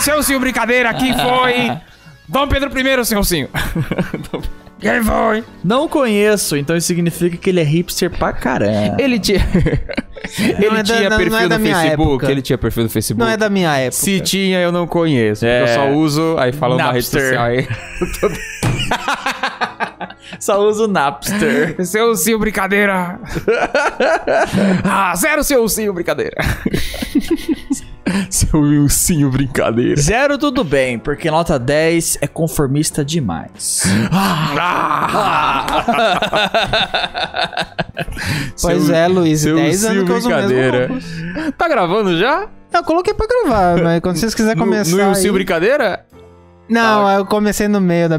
Celcinho Brincadeira, quem foi? Dom Pedro I, Celcinho. quem foi? Não conheço, então isso significa que ele é hipster pra caramba. Ele tinha. ele Não é da- tinha não- não perfil é da no minha Facebook. época. Ele tinha perfil no Facebook. Não é da minha época. Se tinha, eu não conheço. É. porque Eu só uso. Aí falando na rede Napster. social aí. Só usa o Napster. Celcinho Brincadeira. ah, zero Celcinho Brincadeira. Seu Wilcinho Brincadeira. Zero tudo bem, porque nota 10 é conformista demais. Ah, Pois é, Luiz, 10 anos que eu uso o mesmo óculos. Tá gravando já? Eu coloquei pra gravar, mas quando vocês quiserem começar. no no Wilson aí- Brincadeira? Não, eu comecei no meio da Ah,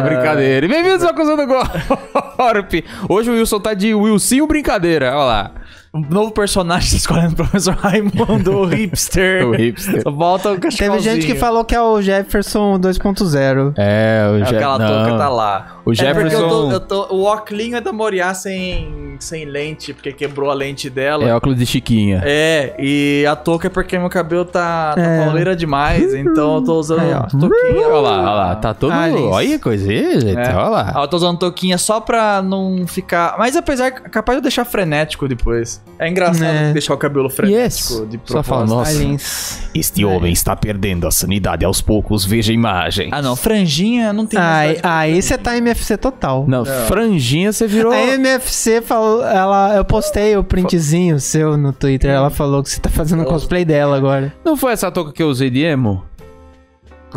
da brincadeira. E Bem-vindos ao Coisa do Corp. Hoje o Wilson tá de Wilson Brincadeira. Olha lá. Um novo personagem escolhendo o professor Raimundo, É o hipster. O hipster. Só Volta o Teve cachorrozinho. gente que falou que é o Jefferson 2.0. É, o Je- Aquela não. touca tá lá. O É porque eu tô, Jefferson- eu tô- o óculinho é da Moriá sem, sem lente, porque quebrou a lente É dela. óculos de Chiquinha. É, e a touca é porque meu cabelo tá, tá É. pauleira demais, então eu tô usando Aí, ó. touquinha. Olha lá, olha lá. Tá todo. Ah, isso. olha que coisa aí, gente. É. Olha lá. Ah, eu tô usando touquinha só pra não ficar. Mas apesar, é capaz de eu deixar frenético depois. É engraçado É. deixar o cabelo frenético Yes. de propósito. Só tá fala, nossa. Aliens. Este homem está perdendo a sanidade aos poucos, veja a imagem. Ah, não. Franjinha não tem. Aí, necessidade. aí você tá MFC total. Não, franjinha você virou. Ah, A é? MFC falou, ela, eu postei o printzinho seu no Twitter, ela falou que você tá fazendo cosplay dela agora. Não foi essa touca que eu usei de emo?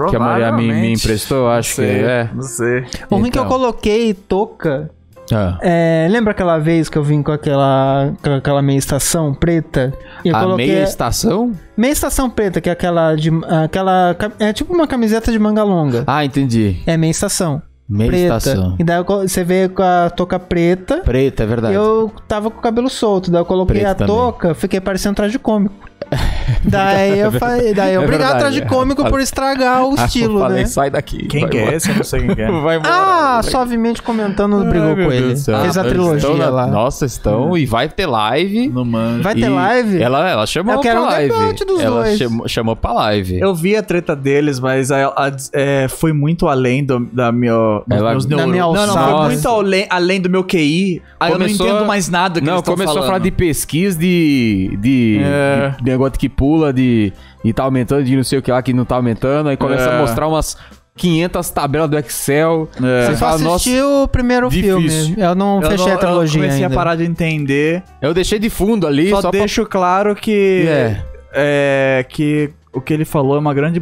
Que a Maria me, me é Provavelmente. emprestou, acho que Não sei, é. Não sei. O ruim que eu Então. coloquei toca. Ah. É, lembra aquela vez que eu vim com aquela, com aquela meia estação preta? E eu Ah. a coloquei meia estação? meia estação preta, que é aquela de aquela ca- é tipo uma camiseta de manga longa. Ah, entendi. É meia estação Meia preta. estação. E daí eu co- você veio com a touca preta. Preta, é verdade. Eu tava com o cabelo solto, daí eu coloquei Preto a também. touca, fiquei parecendo um traje cômico. daí eu falei, daí eu É obrigado verdade. traje cômico por estragar o Ah, eu estilo, falei, né? sai daqui. Quem vai que é embora. esse? Eu não sei quem que é. Vai embora. Ah, suavemente comentando né? brigou Ai, meu com Deus ele. do céu. Fez a Eles trilogia estão na- lá. Nossa, estão. E vai ter live. Não manjo. Vai ter E live? Ela, ela chamou Eu quero pra um live. debate dos ela dois. Chamou, chamou pra live. Eu vi a treta deles, mas a- a- é, foi muito além do, da minha, dos Ela- meus Da neurônios. minha não, não, alçada. foi muito além, além do meu QI. Aí Começou- eu não entendo mais nada que Não, eles tão começou falando. a falar de pesquisa, de, de, É. de negócio que pula, de, de tá aumentando, de não sei o que lá que não tá aumentando. Aí começa É. a mostrar umas 500 tabelas do Excel. É. Você Eu só fala, nossa, assisti o primeiro difícil. filme. Eu não Eu fechei não- a trilogia Eu comecei ainda. a parar de entender. eu deixei de fundo ali. só Só, pra- deixo claro que... É. é, que o que ele falou é uma grande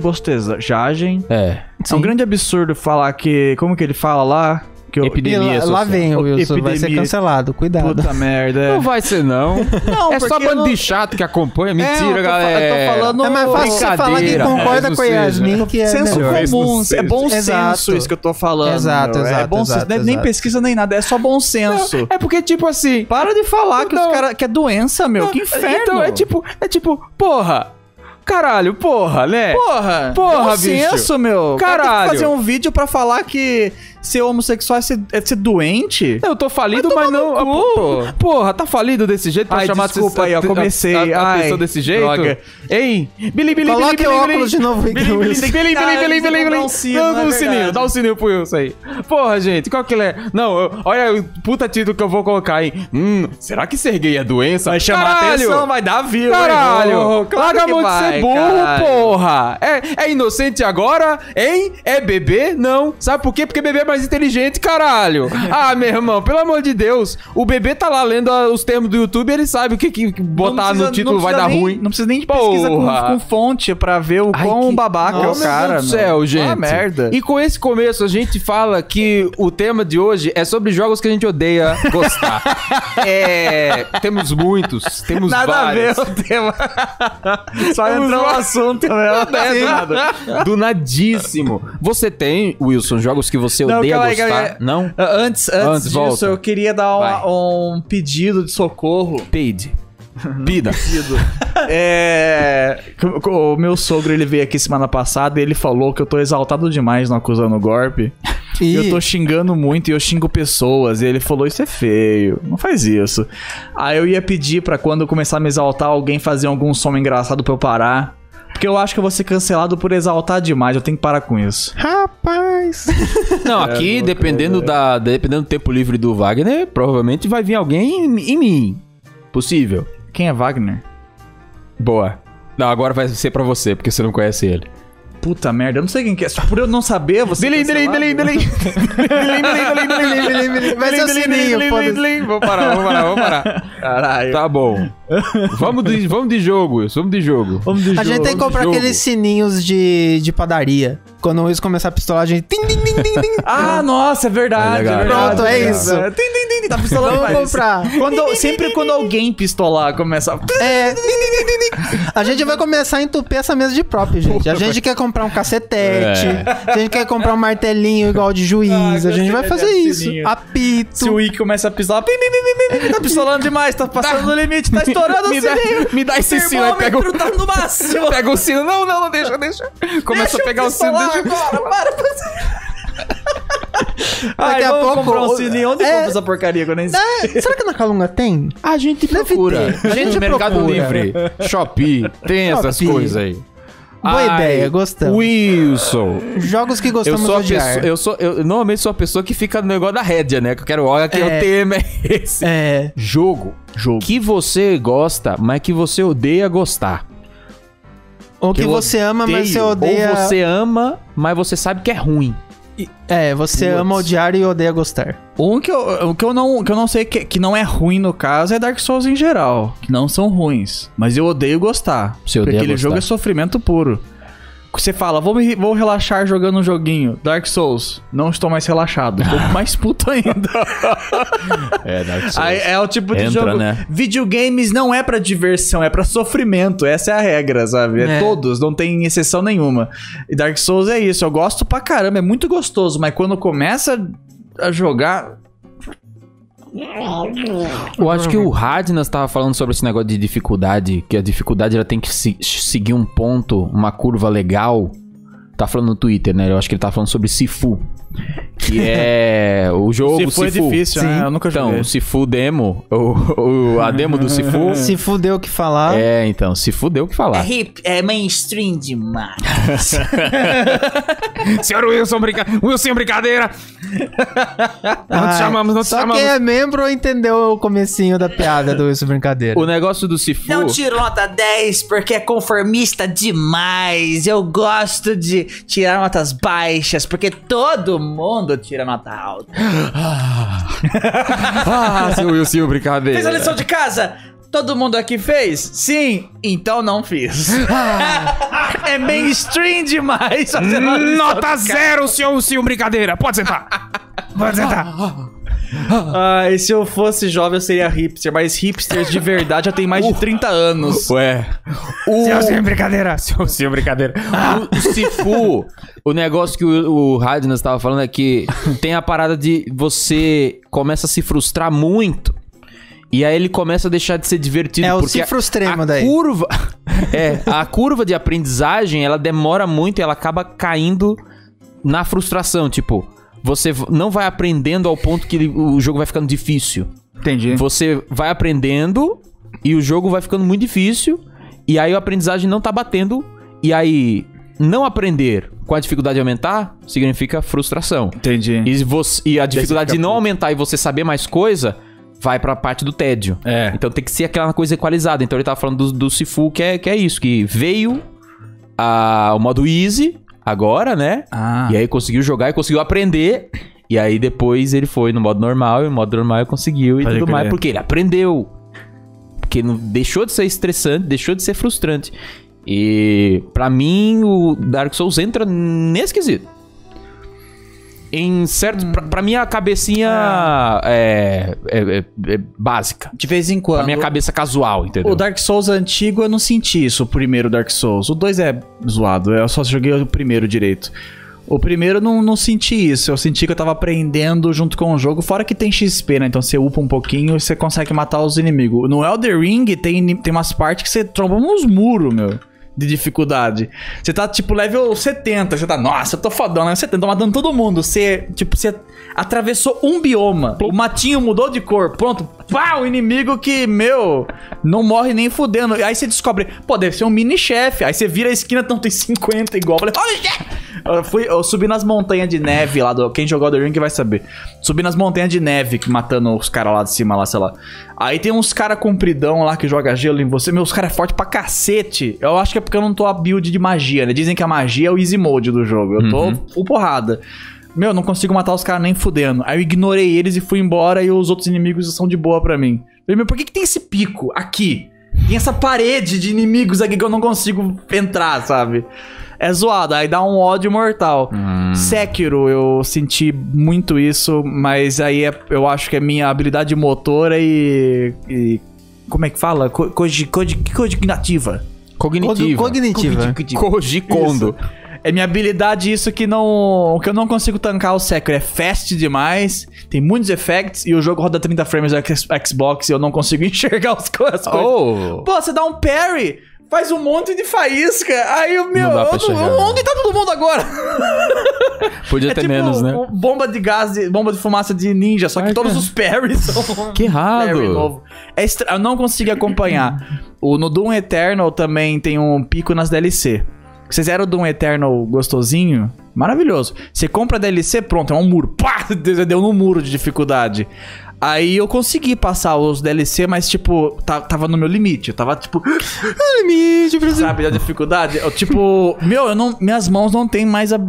bostezagem. É. É um Sim. grande absurdo falar que... Como que ele fala lá? Que eu- E Epidemia. lá, pandemia lá social. vem o Wilson, vai ser Epidemia. cancelado, cuidado. Puta merda. é. Não vai ser, não. Não, é só porque eu bando não- É, de chato que acompanha. eu tô Mentira, fa- galera. eu tô falando- é mais fácil você falar que Brincadeira, concorda mas com a não Yasmin, que é senso melhor. né? Talvez comum, não seja. é bom Exato. senso isso que eu tô falando. Exato, meu. É exato, bom senso, exato, nem- nem exato. pesquisa nem nada, é só bom senso. É porque, tipo assim. Para de falar que Não. os cara que é doença, meu, que inferno. Então é tipo, é tipo, porra. Caralho, porra, né? porra, Porra, bom bicho. senso, meu. Cara, tem Caralho. que fazer um vídeo pra falar que ser homossexual é ser, é ser doente. Eu tô falido, mas, não. no Ah, pô, Porra, tá falido desse jeito pra Ai, chamar desculpa aí, ó, a- a- comecei. A, a Ai, pessoa desse jeito? droga. Ei, Bili, Bili, Bili, Coloque Bili, o Bili, óculos de novo aí, Bili, Bili, Wilson. Bili, Bili, Cara, Bili, eles Bili, vão Bili. dar um sino, Não, é Dá um verdade. sininho, dá um sininho pro Wilson aí. Porra, gente, qual que ele é? Não, eu- olha o puta título que eu vou colocar, hein? Hum, será que ser gay é doença? Vai chamar Caralho! atenção, vai dar view. vai, Caralho! vou. claro Larga a que mão de vai, ser é burro, caralho. porra! É, é inocente agora, hein? É bebê? Não. Sabe por quê? Porque bebê é mais inteligente, caralho! Ah, meu irmão, pelo amor de Deus! O bebê tá lá lendo ah, os termos do YouTube ele sabe o que, que Não botar precisa- no título não vai precisa dar nem- ruim. Não precisa nem de pesquisa com, Porra. com fonte pra ver o Ai, quão que- babaca Nossa, é o cara, meu Deus do céu, meu. gente. Ah, merda. E com esse começo, a gente fala que o tema de hoje é sobre jogos que a gente odeia gostar. é. Temos muitos, temos Nada vários. a ver o tema. Só Vamos entrou o lá. assunto, né? Sim. Do nadíssimo. Assim, Você tem, Wilson, jogos que você Não, odeia calma aí, gostar? calma aí. Não? Ah, Antes, antes, Antes, disso, volta. eu queria dar uma- um pedido de socorro. Peide. Uhum. Pida. é, co- co- o meu sogro ele veio aqui semana passada e ele falou que eu tô exaltado demais no acusando o golpe. E eu tô xingando muito e eu xingo pessoas. E ele falou: Isso é feio, não faz isso. Aí eu ia pedir pra quando eu começar a me exaltar, alguém fazer algum som engraçado pra eu parar. Porque eu acho que eu vou ser cancelado por exaltar demais. Eu tenho que parar com isso. Rapaz. É, Não, aqui, dependendo, da, dependendo do tempo livre do Wagner, provavelmente vai vir alguém em, em mim. Possível. Quem é Wagner? Boa. Não, agora vai ser pra você, porque você não conhece ele. Puta merda, eu não sei quem que é. Só Por eu não saber, você. Delay, delay, delay, delay. Vai ser o sininho, foda-se. Vamos parar, vamos parar, vamos parar. Caralho. Tá bom. Vamos de, vamos de jogo, isso, vamos de jogo. Vamos de A gente jogo. tem que comprar jogo. aqueles sininhos de, de padaria. Quando o Wilson começar a pistolar, a gente. Tim, tim, tim, tim, tim. Ah, nossa, é verdade. É legal, é verdade, Pronto, é verdade. isso. Tem, tem, tem, tem, tá pistolando Vamos faz isso. comprar. Quando, sempre quando alguém pistolar, começa. a- É. tim, tim, tim, tim, tim. A gente vai começar a entupir essa mesa de próprio, gente. A gente quer comprar um cacetete. É. A gente quer comprar um martelinho igual de juiz. Ah, a gente vai cacete, fazer é isso. sininho. Se o Apito. Wiki começa a pistolar. pim, pim, pim, pim, pim, Tá pistolando demais, tá passando do limite, tá estourando o me, dá, sininho. me dá esse sino aí, pega Termômetro tá o, no máximo. pega o sino. Não, não, não, deixa, deixa. Começa a pegar o sino, pistolar deixa. agora, para fazer. Ai, Daqui a vamos pouco- comprar um sininho. Onde É. compra essa porcaria que eu nem sei? É, será que na Calunga tem? A gente procura. A gente Mercado procura. Livre, Shopee, tem essas Shopee. coisas aí. Boa ideia, gostamos. Wilson. Jogos que Eu gostamos sou, a de odiar. pessoa, eu sou eu normalmente sou a pessoa que fica no negócio da rédea, né? Que eu quero olha que É. o tema é esse. É. Jogo Jogo. que você gosta, mas que você odeia gostar. Ou que, eu você ama, mas você Odeio. odeia. Ou você ama, mas você sabe que é ruim. É, você Putz. ama odiar e odeia gostar. Um que eu, o que eu não, que eu não sei que, que não é ruim no caso é Dark Souls em geral. Que não são ruins. Mas eu odeio gostar. Você porque odeia aquele gostar. jogo é sofrimento puro. Você fala, vou, me, vou relaxar jogando um joguinho. Dark Souls, não estou mais relaxado. Tô mais puto ainda. É, Dark Aí é o tipo de Entra, jogo. né? Videogames não é pra diversão, é pra sofrimento. Essa é a regra, sabe? É, É. todos, não tem exceção nenhuma. E Dark Souls é isso. Eu gosto pra caramba, é muito gostoso, mas quando começa a jogar, Eu acho que o Radnas tava falando sobre esse negócio de dificuldade, que a dificuldade ela tem que se- seguir um ponto, uma curva legal. Tá falando no Twitter, né? Eu acho que ele tá falando sobre Sifu. Que é o jogo Se for Sifu. é difícil, né? Sim. Eu nunca joguei. Então, o Sifu demo, o, o- a demo do Sifu. Se fudeu o que falar. É, então, se fudeu o que falar. hip, é mainstream demais. Senhor Wilson, brinca... Wilson, brincadeira! Não te Ai, chamamos, não te Só chamamos. quem é membro entendeu o comecinho da piada do Isso Brincadeira. O negócio do Sifu. um tiro nota 10 porque é conformista demais. Eu gosto de tirar notas baixas porque todo mundo tira nota alta. Ah, seu Wilson, Fez brincadeira. a lição de casa? Todo mundo aqui fez? Sim, então não fiz. é mainstream demais. fazer uma lição Nota tá zero, seu Wilson, brincadeira. Pode sentar. Pode sentar. Ai, se eu fosse jovem, eu seria hipster, mas hipsters de verdade já tem mais de 30 anos. Ué. Seu sem brincadeira. Seu sem Oh. brincadeira. O Sifu, o negócio que o, o Radnas tava falando é que tem a parada de você começa a se frustrar muito. E aí ele começa a deixar de ser divertido. É o porque a- cifrustremo a daí. curva... É, a curva de aprendizagem, ela demora muito e ela acaba caindo na frustração. Tipo, você v- não vai aprendendo ao ponto que ele- o jogo vai ficando difícil. Entendi. Você vai aprendendo e o jogo vai ficando muito difícil. E aí a aprendizagem não tá batendo. E aí, não aprender com a dificuldade aumentar significa frustração. Entendi. E, você- e a dificuldade fica de não puto. aumentar e você saber mais coisa vai pra parte do tédio. É. Então tem que ser aquela coisa equalizada. Então ele tava falando do, do Sifu, que é, que é isso, que veio a- o modo easy agora, né? Ah. E aí conseguiu jogar e conseguiu aprender. E aí depois ele foi no modo normal e o modo normal ele conseguiu e Pode tudo crer. mais, porque ele aprendeu. Porque não, deixou de ser estressante, deixou de ser frustrante. E pra mim o Dark Souls entra nesse quesito. Em certo, pra, pra minha cabecinha é, é- é- é básica. De vez em Pra quando. minha cabeça casual, entendeu? Tá, O Dark Souls antigo eu não senti isso, o primeiro Dark Souls. O 2 é zoado, eu só joguei o primeiro direito. O primeiro eu não, não senti isso, eu senti que eu tava aprendendo junto com o jogo, fora que tem XP, né? Então você upa um pouquinho e você é consegue matar os inimigos. No Elder Ring tem, ini- tem umas partes que você tromba uns muros, meu. de dificuldade. Você tá, tipo, level 70. Você tá, nossa, eu tô fodão, level 70, tô matando todo mundo. Você, tipo, você atravessou um bioma. O matinho mudou de cor. Pronto. Pau, inimigo que, meu, não morre nem fudendo. Aí você descobre, pô, deve ser um mini-chefe. Aí você vira a esquina, então tem 50 igual. Eu falei, olha, chefe! Eu, fui, eu subi nas montanhas de neve lá do. Quem jogou The Ring vai saber. Subi nas montanhas de neve, que matando os caras lá de cima, lá, sei lá. Aí tem uns cara compridão lá que joga gelo em você. Meu, os caras é forte pra cacete. Eu acho que é porque eu não tô a build de magia, né? Dizem que a magia é o easy mode do jogo. Eu tô full porrada. Meu, não consigo matar os caras nem fudendo. Aí eu ignorei eles e fui embora e os outros inimigos são de boa pra mim. Falei, meu, por que, que tem esse pico aqui? Tem essa parede de inimigos aqui que eu não consigo entrar, sabe? É zoado, aí dá um ódio mortal. Sekiro, eu senti muito isso, mas aí é- eu acho que é minha habilidade motora e. e- como é que fala? Co- Cogi, cogi, cognitiva. Cognitiva. Cognitiva. Koji Kondo. É minha habilidade isso que não. que eu não consigo tancar o Sekiro. É fast demais, tem muitos efeitos e o jogo roda 30 frames no X- Xbox e eu não consigo enxergar os, as coisas. Oh. Pô, você dá um parry, faz um monte de faísca, aí o meu. Não dá eu pra não- enxergar, né? onde tá todo mundo agora? Podia É ter tipo menos, né? o- bomba de gás, de- bomba de fumaça de ninja, só que Ai, todos cara. os parries são Que parry errado. novo. É estra... Eu não consegui acompanhar. O, no Doom Eternal também tem um pico nas DLC. Vocês eram o Doom Eternal gostosinho? Maravilhoso. Você compra a DLC, pronto, é um muro. Pá! Você Deu no muro de dificuldade. Aí eu consegui passar os DLC, mas tipo, tá- tava no meu limite. Eu tava tipo, sabe, da dificuldade. Eu, tipo, meu, eu não, minhas mãos não tem mais a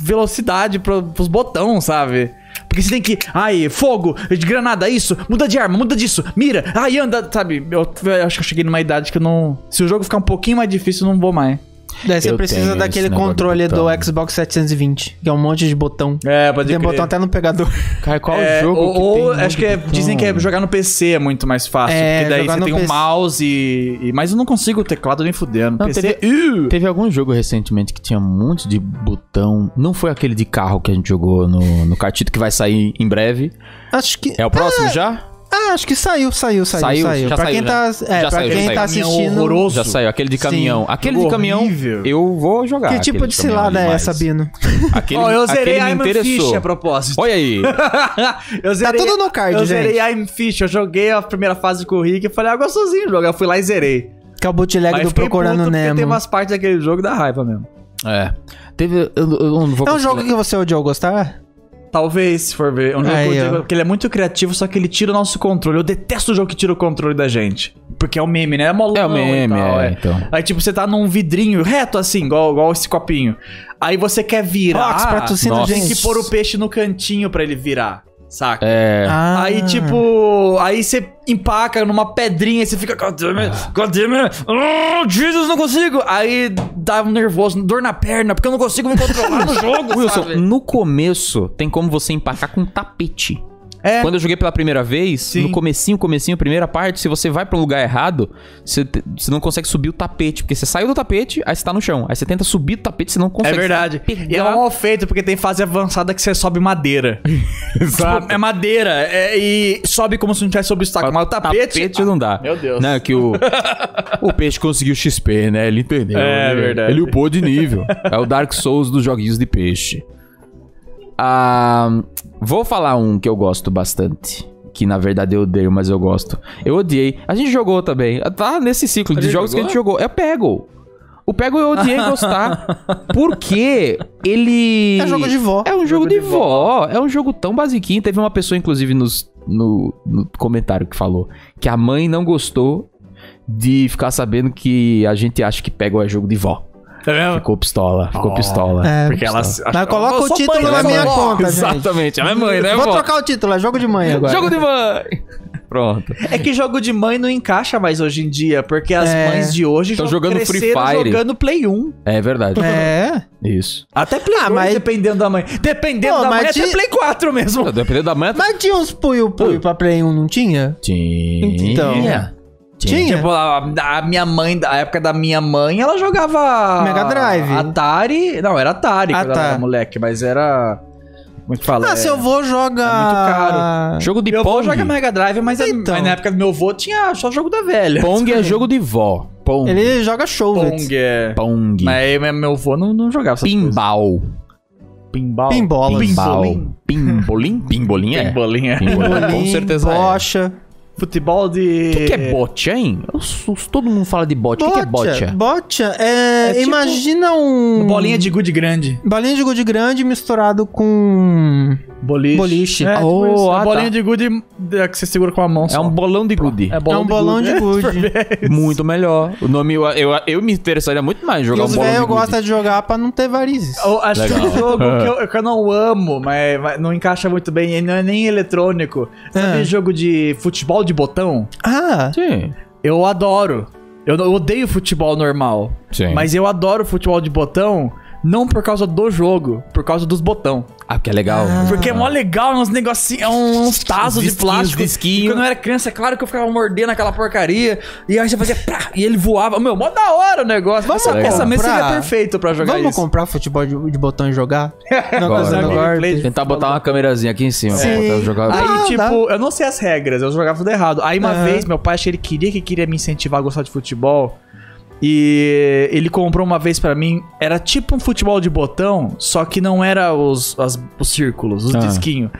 velocidade pro, pros botões, sabe? Porque você tem que. Ai, fogo, de granada, isso, muda de arma, muda disso, mira, ai, anda, sabe? Eu, eu acho que eu cheguei numa idade que eu não. Se o jogo ficar um pouquinho mais difícil, eu não vou mais. Daí você Eu tenho precisa esse daquele negócio de controle do botão. Xbox 720, que é um monte de botão. É, pode Tem botão até no pegador. Cara, qual É, jogo ou, que ou tem muito acho que é- botão? dizem que é jogar no PC é muito mais fácil, É, porque daí jogar você no tem um PC. mouse e, e- mas eu não consigo o teclado nem fudendo. Não, PC, uh, Teve algum jogo recentemente que tinha um monte de botão. Não foi aquele de carro que a gente jogou no, no cartito que vai sair em breve. Acho que. É o próximo já? Ah, acho que saiu, saiu, saiu. Saiu? Saiu, Já pra saiu, quem né? tá. É, Já pra saiu, já quem tá saiu. assistindo. Horroroso. Já saiu, aquele de caminhão. Aquele de Jogo caminhão, horrível. eu vou jogar. Ah, Que tipo aquele de cilada caminhão é demais. essa, Bino? Aquele, Ó, eu aquele zerei me I'm interessou. Tá Fish a é propósito. Olha aí. eu zerei, Tá tudo no card, Eu gente. zerei I'm Fish, eu joguei a primeira fase com o Rick e falei, ah, gostosinho o jogo. Eu fui lá e zerei. Que é o bootleg Mas do fiquei Procurando puto porque Nemo. tem umas partes daquele jogo da raiva mesmo. é. Teve. Eu, eu não vou É um conseguir- jogo que você odiou gostar? Talvez, se for ver. É um jogo Aí, que eu ó. digo, porque ele é muito criativo, só que ele tira o nosso controle. Eu detesto o jogo que tira o controle da gente. Porque é o meme, né? É molão É o meme, e tal, é, então. Aí, tipo, você tá num vidrinho reto assim, igual, igual esse copinho. Aí você quer virar. Rox, patrocina a nossa. tem gente. que pôr o peixe no cantinho pra ele virar, saca? É. Ah. Aí, tipo, aí você empaca numa pedrinha e você fica. God damn it, God damn it. Oh, Jesus, não consigo! Aí dá um nervoso, dor na perna, porque eu não consigo me controlar no jogo. Wilson, sabe? no começo tem como você empacar com um tapete. É. Quando eu joguei pela primeira vez, Sim. no comecinho, comecinho, primeira parte, se você vai pra um lugar errado, você, te- você não consegue subir o tapete, porque você saiu do tapete, aí você tá no chão. Aí você tenta subir do tapete, você não É consegue. verdade. Você tem que E é um pegar- mal feito, porque tem fase avançada que você sobe madeira. Tipo, é madeira. é- e sobe como se não tivesse obstáculo. Mas o tapete. não dá. Meu Deus. Não, é que o, o peixe conseguiu XP, né? Ele entendeu. É ele, verdade. Ele upou de nível. É o Dark Souls dos joguinhos de peixe. Ah, vou falar um que eu gosto bastante. Que na verdade eu odeio, mas eu gosto. Eu odiei. A gente jogou também. Tá nesse ciclo de gente jogos que a gente jogou. É Peggle. O Peggle eu odiei gostar. Porque ele. É jogo de vó. É um jogo, de, vó. É um jogo tão basiquinho. Teve uma pessoa, inclusive, nos, no, no comentário que falou que a mãe não gostou de ficar sabendo que a gente acha que Peggle é jogo de vó. Tá vendo? Ficou pistola. Ficou Oh. pistola. É. Porque ela. se- acha- Mas coloca Eu o sou título mãe, na né? minha Vó. conta, gente. Exatamente. Tá Ela é mãe, né, Vou vó? trocar o título, é jogo de mãe agora. Jogo de mãe. Pronto. É que jogo de mãe não encaixa mais hoje em dia, porque as É. mães de hoje Tão jo- jogando Free cresceram Fire. jogando Play 1. É verdade. É. Isso. Até Play Ah, 2, mas- dependendo da mãe. Dependendo Pô, da mas mãe, até de- Play 4 mesmo. Dependendo da mãe. Mas tinha uns puio puio pra Play 1, não tinha? Tinha. Então. Tinha. Tinha? Tipo, a, a minha mãe, da época da minha mãe, ela jogava. Mega Drive. Atari. Não, era Atari Ah, quando ela tá. era moleque, mas era. Como é que fala? Ah, É- seu avô joga. É muito caro. Jogo de Meu avô Pong. joga Mega Drive, mas, é- Então. mas na época do meu avô tinha só jogo da velha. Pong é jogo de vó. Pong. Ele joga show, Pong é... Pong. Mas aí meu- meu avô não, não jogava essas coisas. Pimbal. Pinball. Pinbolas. Pinball. Pimbal. Pimbolim. Pimbolim? Pimbolim é. é. Pimbolim, com certeza é. Bocha. Futebol de... O que, que é bote, hein? Eu sus- todo mundo fala de bote. O que, que é Bocha. bote? Bocha é. É tipo imagina um. Bolinha de gude grande. Bolinha de gude grande misturado com. Boliche. Boliche. É, tipo Oh, isso. É ah, bolinha tá. de gude é que você segura com a mão É só. um bolão de gude. É, é um bolão de gude. Muito melhor. O nome, eu, eu, eu me interessaria muito mais em E jogar um os bolão de velhos gude. gostam de jogar pra não ter varizes. Eu acho que Legal. um jogo que eu, que eu não amo, mas, mas não encaixa muito bem, e não é nem eletrônico. Sabe Ah. aquele jogo de futebol de botão? Ah, Sim. Eu adoro. Eu, não- eu odeio futebol normal. Sim. Mas eu adoro futebol de botão, não por causa do jogo, por causa dos botão. Ah, porque é legal. Porque é mó legal, uns negocinhos, é um- uns tazos de Disquinhos, plástico. disquinho. E Quando eu era criança, é claro que eu ficava mordendo aquela porcaria. E aí você fazia pá, e ele voava. Meu, mó da hora o negócio. é Vamos essa, essa mesa comprar. seria perfeito pra jogar vamos isso. comprar futebol de, de botão e jogar? Não, Bora, coisa do bora. Gordo. Play- Tentar botar uma câmerazinha aqui em cima. Sim. pra botar eu jogar- Aí, Ah, tipo, dá. eu não sei as regras, eu jogava tudo errado. Aí uma Aham. vez, meu pai, acho que ele queria que queria me incentivar a gostar de futebol. E ele comprou uma vez pra mim, era tipo um futebol de botão, só que não era os, as- os círculos, os Ah. disquinhos.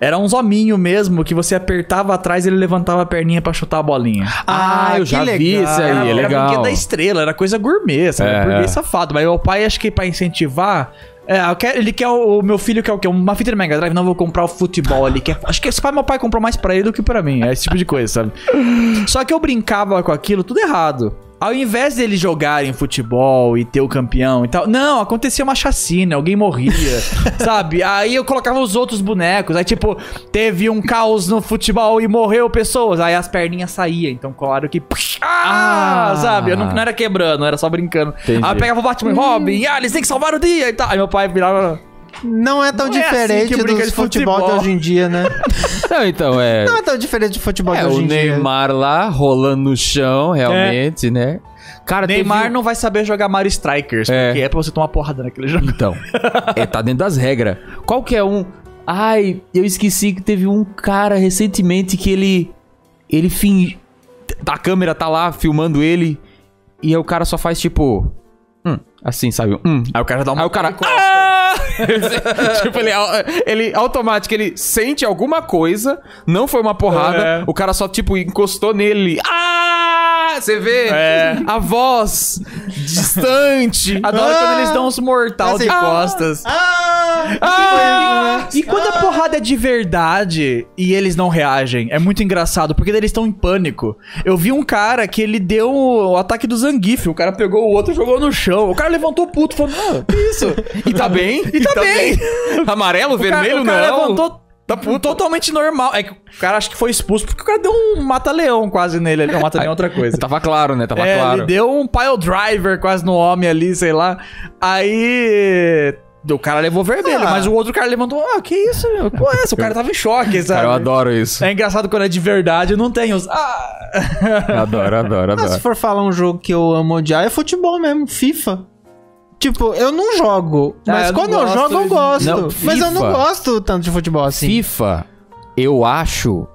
Era uns hominho mesmo, que você apertava atrás e ele levantava a perninha pra chutar a bolinha. Ah, Ah, eu que já vi legal. isso aí, é era brinquedo legal. da estrela, era coisa gourmet, sabe? É, Gourmet é. safado. Mas meu pai, acho que pra incentivar. é, eu quero- ele quer o, o meu filho quer o quê? Uma fita de Mega Drive? Não, eu vou comprar o futebol ali. Que é- acho que esse pai, meu pai comprou mais pra ele do que pra mim. É esse tipo de coisa, sabe? Só que eu brincava com aquilo tudo errado. Ao invés deles jogarem futebol e ter o campeão e tal, não, acontecia uma chacina, alguém morria, sabe? Aí eu colocava os outros bonecos, aí tipo, teve um caos no futebol e morreu pessoas, aí as perninhas saíam, então claro que. Ah, Ah. sabe? Eu não, não era quebrando, era só brincando. Entendi. Aí eu pegava o Batman e Robin, ah, eles têm que salvar o dia e tal. Aí meu pai virava. Não é tão Não é assim diferente que brinca dos de futebol, de futebol. hoje em dia, né? Não, então, é. Não é tão diferente de futebol É, de o hoje em dia. Neymar lá rolando no chão, realmente, né? Cara, teve Neymar um- não vai saber jogar Mario Strikers, É. porque é pra você tomar porrada naquele jogo. Então, é, tá dentro das regras. Qualquer um. Ai, eu esqueci que teve um cara recentemente que ele. Ele finge. A câmera tá lá filmando ele. E aí o cara só faz tipo. Hum, assim, sabe? Hum. Aí o cara dá Aí o cara. Ah! tipo, ele, ele automático, ele sente alguma coisa, não foi uma porrada, É. o cara só, tipo, encostou nele. Ah! Você vê É. a voz distante. Adoro Ah! quando eles dão uns mortal de Assim, ah! costas. Ah! Ah! E quando a porrada é de verdade e eles não reagem, é muito engraçado, porque daí eles estão em pânico. Eu vi um cara que ele deu o ataque do Zangief, o cara pegou o outro e jogou no chão. O cara levantou o puto e falou: Não, que isso? E tá bem? E tá bem. Amarelo, O cara- vermelho, o cara, não. levantou. Tá totalmente normal. É que o cara acho que foi expulso porque o cara deu um mata-leão quase nele. Não, mata-leão é outra coisa. Tava claro, né? Tava É, claro. ele deu um pile driver quase no homem ali, sei lá. Aí. O cara levou vermelho, Ah. mas o outro cara levantou. Ah, que isso, meu? Pô, essa, o cara tava em choque, sabe? Cara, eu adoro isso. É engraçado quando é de verdade, não tem os. Ah! Eu adoro, adoro, Ah, se adoro. for falar um jogo que eu amo odiar, é futebol mesmo, FIFA. Tipo, eu não jogo, Ah, mas eu não quando eu gosto jogo, eu de- gosto. Não, mas eu não FIFA. gosto tanto de futebol assim. FIFA, eu acho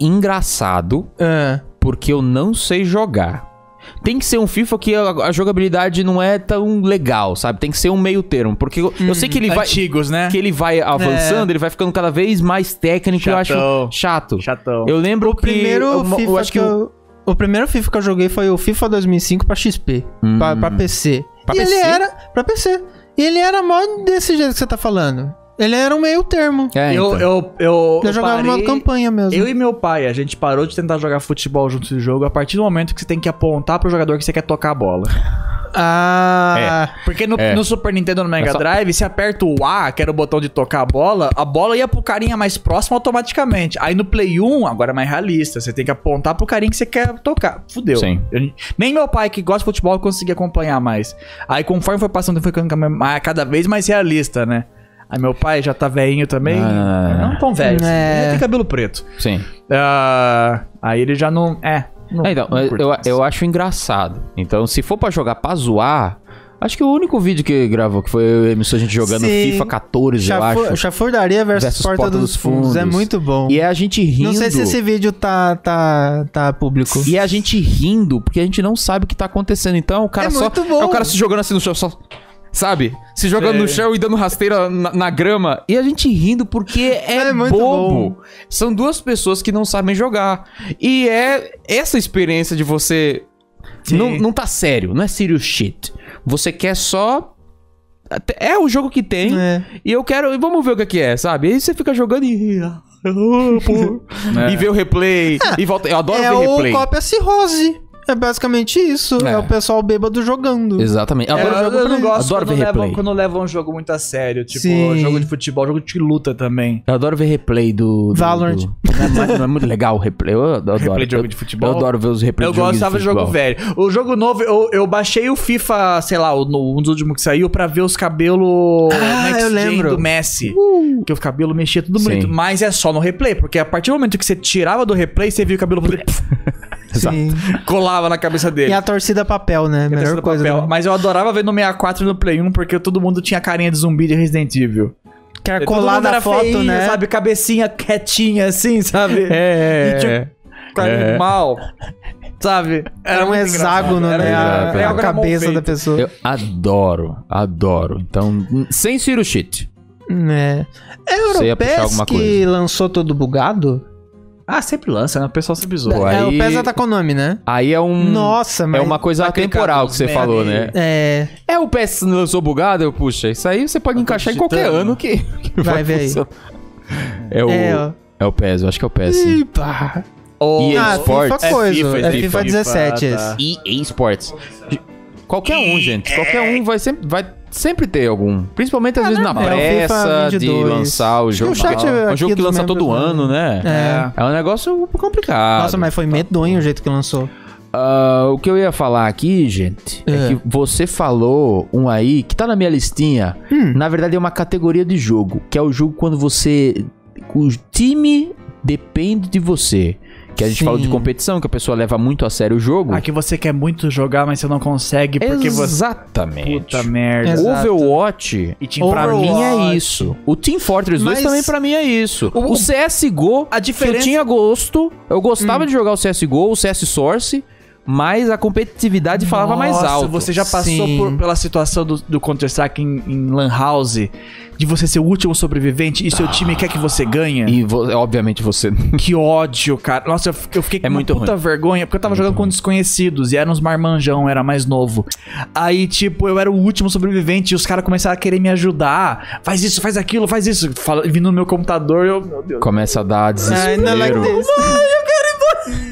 engraçado Ah. porque eu não sei jogar. Tem que ser um FIFA que a, a jogabilidade não é tão legal, sabe? Tem que ser um meio termo. Porque eu, eu sei que Hum, ele vai. Antigos, né? Que ele vai É. avançando, ele vai ficando cada vez mais técnico, eu Chatão. acho chato. Chatão. Eu lembro O que. primeiro eu, eu FIFA acho que eu... O primeiro FIFA que eu joguei foi o FIFA 2005 pra XP, Hum. pra, pra PC. Pra e ele PC? era pra PC. E ele era mó desse jeito que você tá falando. Ele era um meio termo. É, eu, então. eu, eu, eu jogava parei- modo campanha mesmo. Eu e meu pai, a gente parou de tentar jogar futebol junto do jogo a partir do momento que você tem que apontar pro jogador que você quer tocar a bola. Ah, Porque no, É. no Super Nintendo no Mega É só- Drive, você aperta o A, que era o botão de tocar a bola, a bola ia pro carinha mais próximo automaticamente. Aí no Play 1, agora é mais realista, você tem que apontar pro carinha que você quer tocar. Fudeu. Sim. Eu- nem meu pai, que gosta de futebol, conseguia acompanhar mais. Aí conforme foi passando, foi ficando ca- cada vez mais realista, né? Aí meu pai já tá velhinho também. Não, não, não, não. Não tão velho. assim, É. Ele tem cabelo preto. Sim. Ah, aí ele já não. É. não- É, então, não eu, curto mais. eu acho engraçado. Então, se for pra jogar pra zoar, Acho que o único vídeo que gravou, que foi eu e a Emissão, a gente jogando Sim. FIFA 14, eu Chafu- acho. Chafurdaria versus, versus Porta, dos, fundos. É muito bom. E é a gente rindo. Não sei se esse vídeo tá, tá, tá público. E é a gente rindo, porque a gente não sabe o que tá acontecendo. Então o cara É só. muito bom. é o cara se jogando assim no chão, só. Sabe? Se jogando no chão e dando rasteira na, na grama. E a gente rindo porque é, É muito bobo. São duas pessoas que não sabem jogar. E é essa experiência de você. Não, não tá sério, não é serious shit. Você quer só. até- É o jogo que tem. É. E eu quero. e Vamos ver o que é que é, sabe? Aí você fica jogando e. ah, E vê o replay. E volta. Eu adoro É ver o replay. cópia cirrose. É basicamente isso. É, o pessoal bêbado jogando. Exatamente. Eu, Agora, É, eu não gosto adoro quando ver levam, replay. quando levam um jogo muito a sério. Tipo, Sim. jogo de futebol, jogo de luta também. Eu adoro ver replay do. do- Valorant. do- Não, é, mais- não é muito legal o replay. Eu adoro. Replay de jogo eu, de futebol? Eu adoro ver os replays Eu de jogo gostava de jogo futebol. velho. O jogo novo, eu, eu baixei o FIFA, sei lá, o, no- um dos últimos que saiu, pra ver os cabelos Ah, next eu gen lembro. do Messi. Uh, Que o cabelo mexia tudo Sim. bonito. Mas é só no replay, porque a partir do momento que você tirava do replay, você via o cabelo Sim. colava na cabeça dele. E a torcida papel, né? Cabeça Melhor do coisa. papel. né? Mas eu adorava ver no 64 e no Play 1, porque todo mundo tinha carinha de zumbi de Resident Evil. Que era É, Todo É, colar mundo na era foto, feinho, né? Sabe, cabecinha retinha assim, sabe? É. E tipo, tinha carinho mal, sabe? Era um muito hexágono, engraçado. né? Era um A- hexágono. a, Era mal cabeça feito. da pessoa. Eu adoro, adoro. Então, hum, sem serious shit. É. É Você ia puxar Europass alguma que coisa. lançou todo bugado? Ah, sempre lança, né? O pessoal sempre zoa. Pô, é, o aí- PES tá com o nome, né? Aí é um. Nossa, É mas... uma coisa atemporal que você tá merda falou, aí. né? É, É o PS lançou bugado? Eu, puxa, isso aí você Tá pode encaixar em qualquer digitando. ano que, que Vai ver aí. funcionar. É o, é, é, ó. É o PES, eu acho que é o PES. sim. Ih, pá. Ou- E é Ah, Esportes. FIFA coisa. É É FIFA, tá. FIFA 17 esse. EA Sports. Qualquer um, gente. Qualquer um vai sempre, vai sempre ter algum. Principalmente às vezes na normal. É o FIFA pressa de 22. lançar o Acho que jogo. o chat é um aqui jogo que dos lança todo membros, né? ano, né? É. É um negócio complicado. Nossa, mas Tá. foi medonho o jeito que lançou. Ah, o que eu ia falar aqui, gente, é. É. que você falou um aí que tá na minha listinha. Hum. Na verdade, é uma categoria de jogo, que é o jogo quando você. O time depende de você. Que a gente Sim. falou de competição, que a pessoa leva muito a sério o jogo. Ah, que você quer muito jogar, mas você não consegue porque você. é Exatamente. Puta merda. Exato. Overwatch. E tinha pra Pra mim. mim é Overwatch. isso. O Team Fortress 2 Mas- também pra mim é isso. O- O, CSGO, a diferença- é que eu tinha gosto, eu gostava de jogar o CSGO, o CS Source, mas a competitividade falava mais Nossa, alto. Você já passou Sim. por- pela situação do, do Counter-Strike em, em Lan House, de você ser o último sobrevivente e seu time quer que você ganhe? E vo- obviamente você. Que ódio, cara. Nossa, eu, f- eu fiquei com É uma muito puta vergonha, porque eu tava jogando com desconhecidos e eram uns marmanjão, era mais novo. Aí, tipo, eu era o último sobrevivente e os caras começaram a querer me ajudar. Faz isso, faz aquilo, faz isso. Fala, vindo no meu computador, eu. Meu Deus. Começa a dar I desespero. not like this.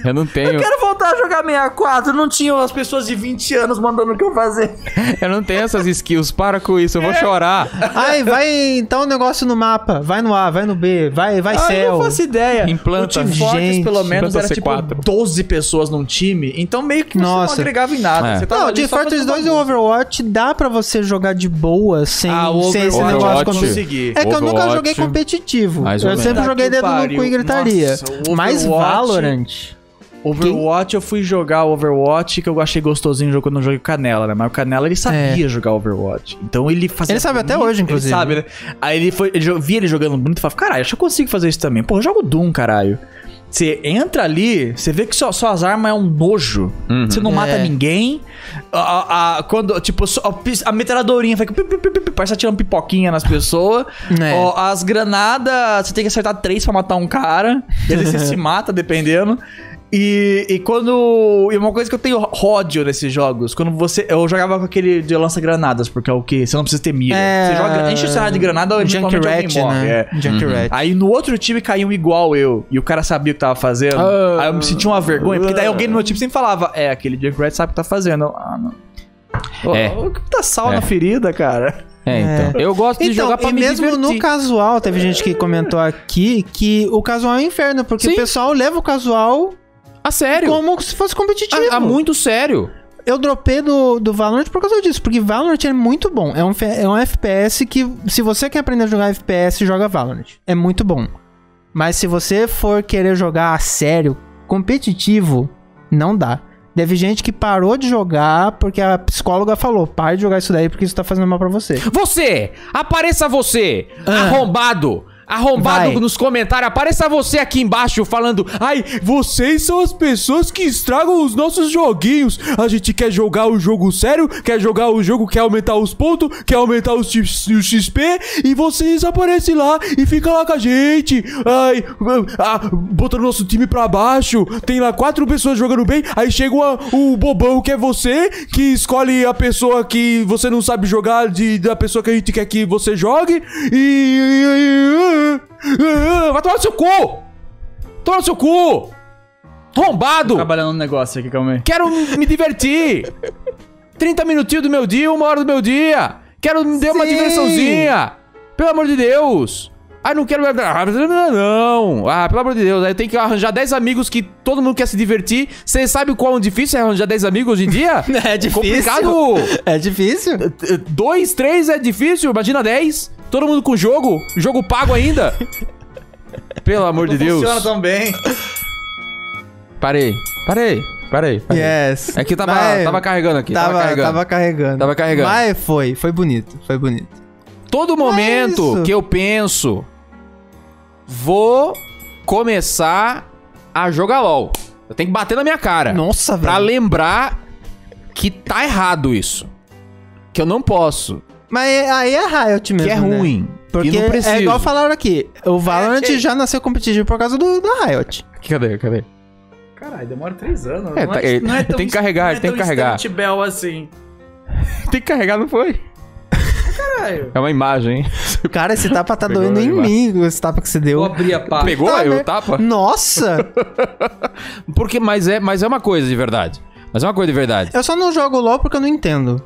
eu não tenho. Eu, Quero voltar a jogar 64, não tinham as pessoas de 20 anos mandando o que eu fazer. não tenho essas skills. Para com isso, eu vou chorar. Ai, vai então o negócio no mapa. Vai no A, vai no B, vai, vai Ah, eu céu. não faço ideia. Implanta. o Team Fortress, é Gente, pelo menos, implanta era tipo C4. 12 pessoas num time. Então meio que você não Nossa. agregava em nada. É. Você tava Não, ali de só um Fortress é fazendo 2 e o bagunça. Overwatch dá pra você jogar de boa sem, Ah, o sem esse Overwatch negócio eu quando Overwatch. consegui. É que eu nunca Overwatch. joguei competitivo. Mais ou Eu menos. sempre Tá joguei que dedo no pariu. cu e gritaria. Nossa, o Mas Overwatch- Valorant. Overwatch, eu fui jogar Overwatch, que eu achei gostosinho o jogo quando eu joguei o Canela, né? Mas o Canela, ele sabia jogar Overwatch. Então ele fazia... É. Ele sabe até hoje, inclusive. Ele sabe, né? Aí ele foi, ele jo- via ele jogando bonito e falava, caralho, acho que eu consigo fazer isso também. Pô, eu jogo Doom, caralho. Você entra ali, você vê que só, só as armas é um nojo. Você não mata É. ninguém. A, a- a- quando, tipo, só- a, pis- a metralhadorinha fica. Pi, pi, pi, pi, pi, parece atirando pipoquinha nas pessoas. É. Ó, as granadas, você tem que acertar três pra matar um cara. E às vezes você se mata, dependendo. E, e quando. E uma coisa que eu tenho ódio nesses jogos, quando você. Eu jogava com aquele de lança-granadas, porque é o que? Você não precisa ter mira. É. Você joga. Enche o cenário de granada ou eventualmente alguém Junkrat, morre. né? é. Uhum. Junkrat. Aí no outro time caiu um igual eu. E o cara sabia o que tava fazendo. Ah. aí eu me senti uma vergonha. Porque daí alguém no meu time sempre falava: É, aquele Junkrat sabe o que tá fazendo. Eu, ah, não. Ó, É. ó, que tá sal É. na ferida, cara. É, então. Eu gosto de Então, jogar pra e me mesmo divertir. no casual, teve gente que comentou aqui que o casual é um inferno, porque Sim. o pessoal leva o casual A sério. como se fosse competitivo. A, a muito sério. Eu dropei do, do Valorant por causa disso, porque Valorant é muito bom. É um, fe- é um FPS que, se você quer aprender a jogar FPS, joga Valorant. É muito bom. Mas se você for querer jogar a sério, competitivo, não dá. Teve gente que parou de jogar porque a psicóloga falou: pare de jogar isso daí porque isso tá fazendo mal pra você. Você! Apareça você! Arrombado! Arrombado Vai. nos comentários, apareça você aqui embaixo falando: Ai, vocês são as pessoas que estragam os nossos joguinhos. A gente quer jogar o jogo sério, quer jogar o jogo, quer aumentar os pontos, quer aumentar os, X- os XP, e vocês aparecem lá e ficam lá com a gente. Ai, ah, botando nosso time pra baixo. Tem lá quatro pessoas jogando bem, aí chega uma- o bobão que é você, que escolhe a pessoa que você não sabe jogar de, da pessoa que a gente quer que você jogue. E. vai tomar no seu cu! Toma no seu cu! Rombado! Trabalhando no negócio aqui, calma aí. Quero me divertir! 30 minutinhos do meu dia, uma hora do meu dia! Quero me dar uma Sim. diversãozinha! Pelo amor de Deus! Ah, não quero. Não! Ah, pelo amor de Deus, aí tem que arranjar 10 amigos que todo mundo quer se divertir. Você sabe quão difícil é arranjar 10 amigos hoje em dia? É difícil. Complicado! É difícil? Dois, três é difícil, imagina 10. Todo mundo com jogo, jogo pago ainda. Pelo amor de Deus. Funciona também. Parei, parei, parei. parei. Yes. É que tava, Mas- tava carregando aqui, tava, Tava, carregando. tava carregando. Tava carregando. Mas foi, foi bonito, foi bonito. Todo momento isso. que eu penso, vou começar a jogar LOL. Eu tenho que bater na minha cara. Nossa, É. Pra velho. lembrar que tá errado isso. Que eu não posso. Mas aí é Riot mesmo. que é né? ruim. Porque e não É, preciso. é igual falaram aqui, o Valorant já nasceu competitivo por causa do, da Riot. Cadê, cadê? Caralho, demora três anos. É, tá- é- tem que carregar, tem que carregar. instant Bell assim. Tem que carregar, não foi? Caralho. É uma imagem, hein? Cara, esse tapa tá Pegou doendo em demais. mim, esse tapa que você Vou deu. abrir a pá. Pegou Tá, aí né? o tapa? Nossa! Porque, mas é, mas é uma coisa de verdade. Mas é uma coisa de verdade. eu só não jogo LOL porque eu não entendo.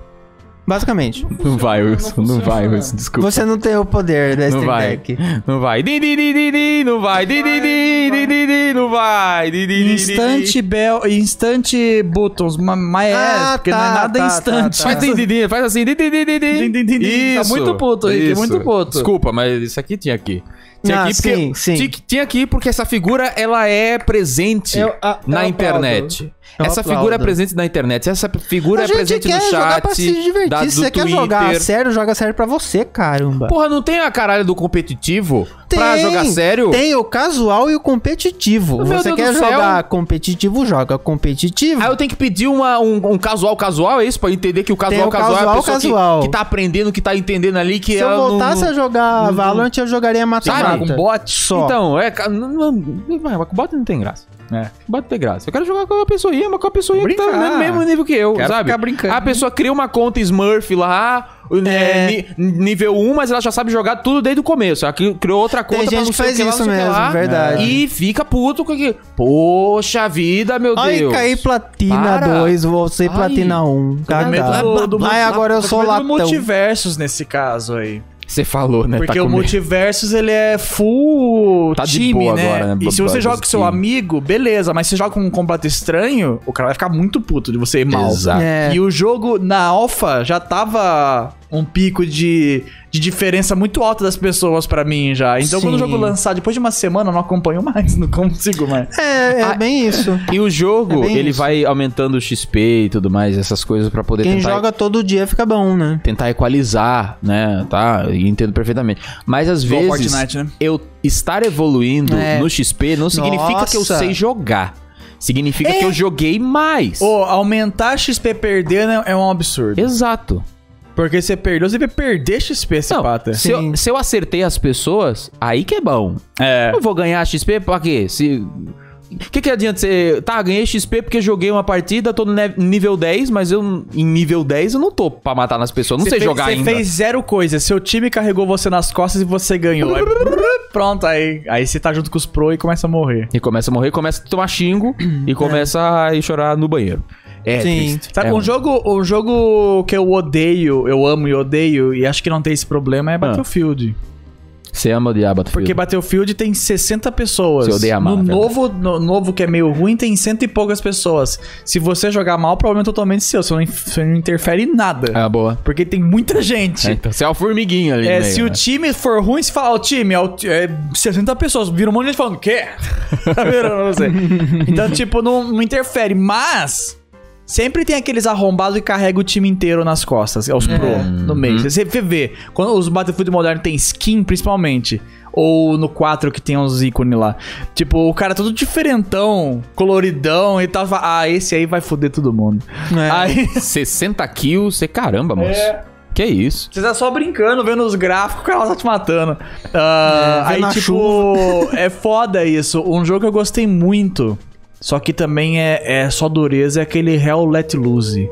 Basicamente. Não vai, Wilson. Não, vai, funciona. Wilson. Desculpa. Você não tem o poder da Não Steam vai. Deck. Não vai. Di, di, di, di, di, não vai. Di, di, di, di, di, di, não vai. Di, di, di, di, di. Instante Bell, instante Buttons, ma- mas Ah, é, porque tá, não é nada tá, instante. tá, tá. Faz assim, di, di, faz assim. Di, di, di, di, di. Din, din, din, din. Tá muito puto, Rick, isso. muito puto. Desculpa, mas isso aqui tinha aqui. Tinha Ah, aqui porque, sim, sim. Tinha, tinha aqui porque essa figura ela é presente Eu- ah, eu na aplaudo. internet. Eu essa aplaudo. figura é presente na internet. Essa figura A é gente presente quer no jogar pra se chat. divertir. da- do se você quer jogar a Twitter. sério, joga a sério pra você, caramba. Porra, não tem a caralho do competitivo pra Tem, jogar sério? Tem o casual e o competitivo. Meu você Deus quer do céu. jogar competitivo, joga competitivo. Aí Ah, eu tenho que pedir uma- um, um casual casual, é isso? Pra entender que o casual o casual, é a casual pessoa que- casual. Que, tá aprendendo, que tá entendendo ali, que Se eu Uhum. ela não- voltasse não- a jogar Valorant, eu jogaria Sabe, Matamata. com bot só. Então, é. ca- Não, não, não, mas com bot não tem graça. É. Com Bot não tem graça. Eu quero jogar com uma pessoinha, mas com uma pessoinha que tá Brincar. no mesmo nível que eu, Quero sabe? ficar brincando. A pessoa cria uma conta Smurf lá. né, ni- É. nível 1, mas ela já sabe jogar tudo desde o começo. Ela cri- criou outra conta Tem pra gente não que sei o faz que lá, isso não sei o que mesmo, lá, verdade. E fica puto com que. Poxa vida, meu Ai, Deus. caí platina Para. 2, você Ai. platina 1. Um. Cagado. Ai, é agora eu sou lá. latão. multiversos nesse caso aí. Você falou, né? Porque tá o com medo. multiversos ele é full Tá de time, boa né? agora, né, E se você Bubbles joga com seu King. amigo, beleza, mas se você joga com um combate estranho, o cara vai ficar muito puto de você ir mal. Exato. É. E o jogo na alfa já tava um pico de, de diferença muito alta das pessoas pra mim já. Então quando o Sim. jogo lançar depois de uma semana, eu não acompanho mais, não consigo mais. É, é Ah, bem isso. E o jogo, É bem ele isso. vai aumentando o XP e tudo mais, essas coisas pra poder Quem tentar, joga todo dia fica bom, né? tentar equalizar, né? Tá? Eu Entendo perfeitamente. Mas às Igual vezes, Fortnite, né? eu estar evoluindo É. no XP não significa que eu Nossa. sei jogar. Significa que eu joguei mais. É. Ô, aumentar XP perdendo é- é um absurdo. Exato. Porque você perdeu, você vai perder XP, esse Não, pata. se Sim. eu, se eu acertei as pessoas, aí que é bom. É. Eu vou ganhar XP pra quê? Se. O que, que adianta você. Tá, ganhei XP porque joguei uma partida, tô no ne- nível 10, mas eu em nível 10 eu não tô pra matar nas pessoas. Não Você sei fez- jogar você ainda. fez zero coisa. Seu time carregou você nas costas e você ganhou. Aí, brrr, pronto, aí, aí você tá junto com os pro e começa a morrer. E começa a morrer, começa a tomar xingo e começa a ir chorar no banheiro. É, Sim. triste. É. Sabe, É um ruim. jogo, um jogo que eu odeio, eu amo e odeio, e acho que não tem esse problema, é Battlefield. Ah. Você ama o diabo, tu Porque filho. Battlefield tem 60 pessoas. Você odeia amar, no né? novo, no novo que é meio ruim, tem cento e poucas pessoas. Se você jogar mal, o problema é totalmente seu. Você não, in- você não interfere em É nada. uma boa. Porque tem muita gente. É, então, você é o formiguinho ali. É, no meio, se o né? time for ruim, você fala, ó, o time, é, o ti- é 60 pessoas, vira um monte de gente falando, quê? Tá vendo? Não sei. então, tipo, não, não interfere, mas Sempre tem aqueles arrombados que carrega o time inteiro nas costas, é os pro no meio. Você sempre vê, quando os Battlefield Modern tem skin, principalmente, ou no 4 que tem uns ícones lá. Tipo, o cara todo diferentão, coloridão e tal, fala, ah, esse aí vai foder todo mundo. É. Aí 60 kills, você caramba, É. moço. Que isso? você tá só brincando, vendo os gráficos, o cara tá te matando. Ah, É, aí, vendo a tipo, é foda isso. Um jogo que eu gostei muito, só que também é, é só dureza, é aquele Hell Let Loose,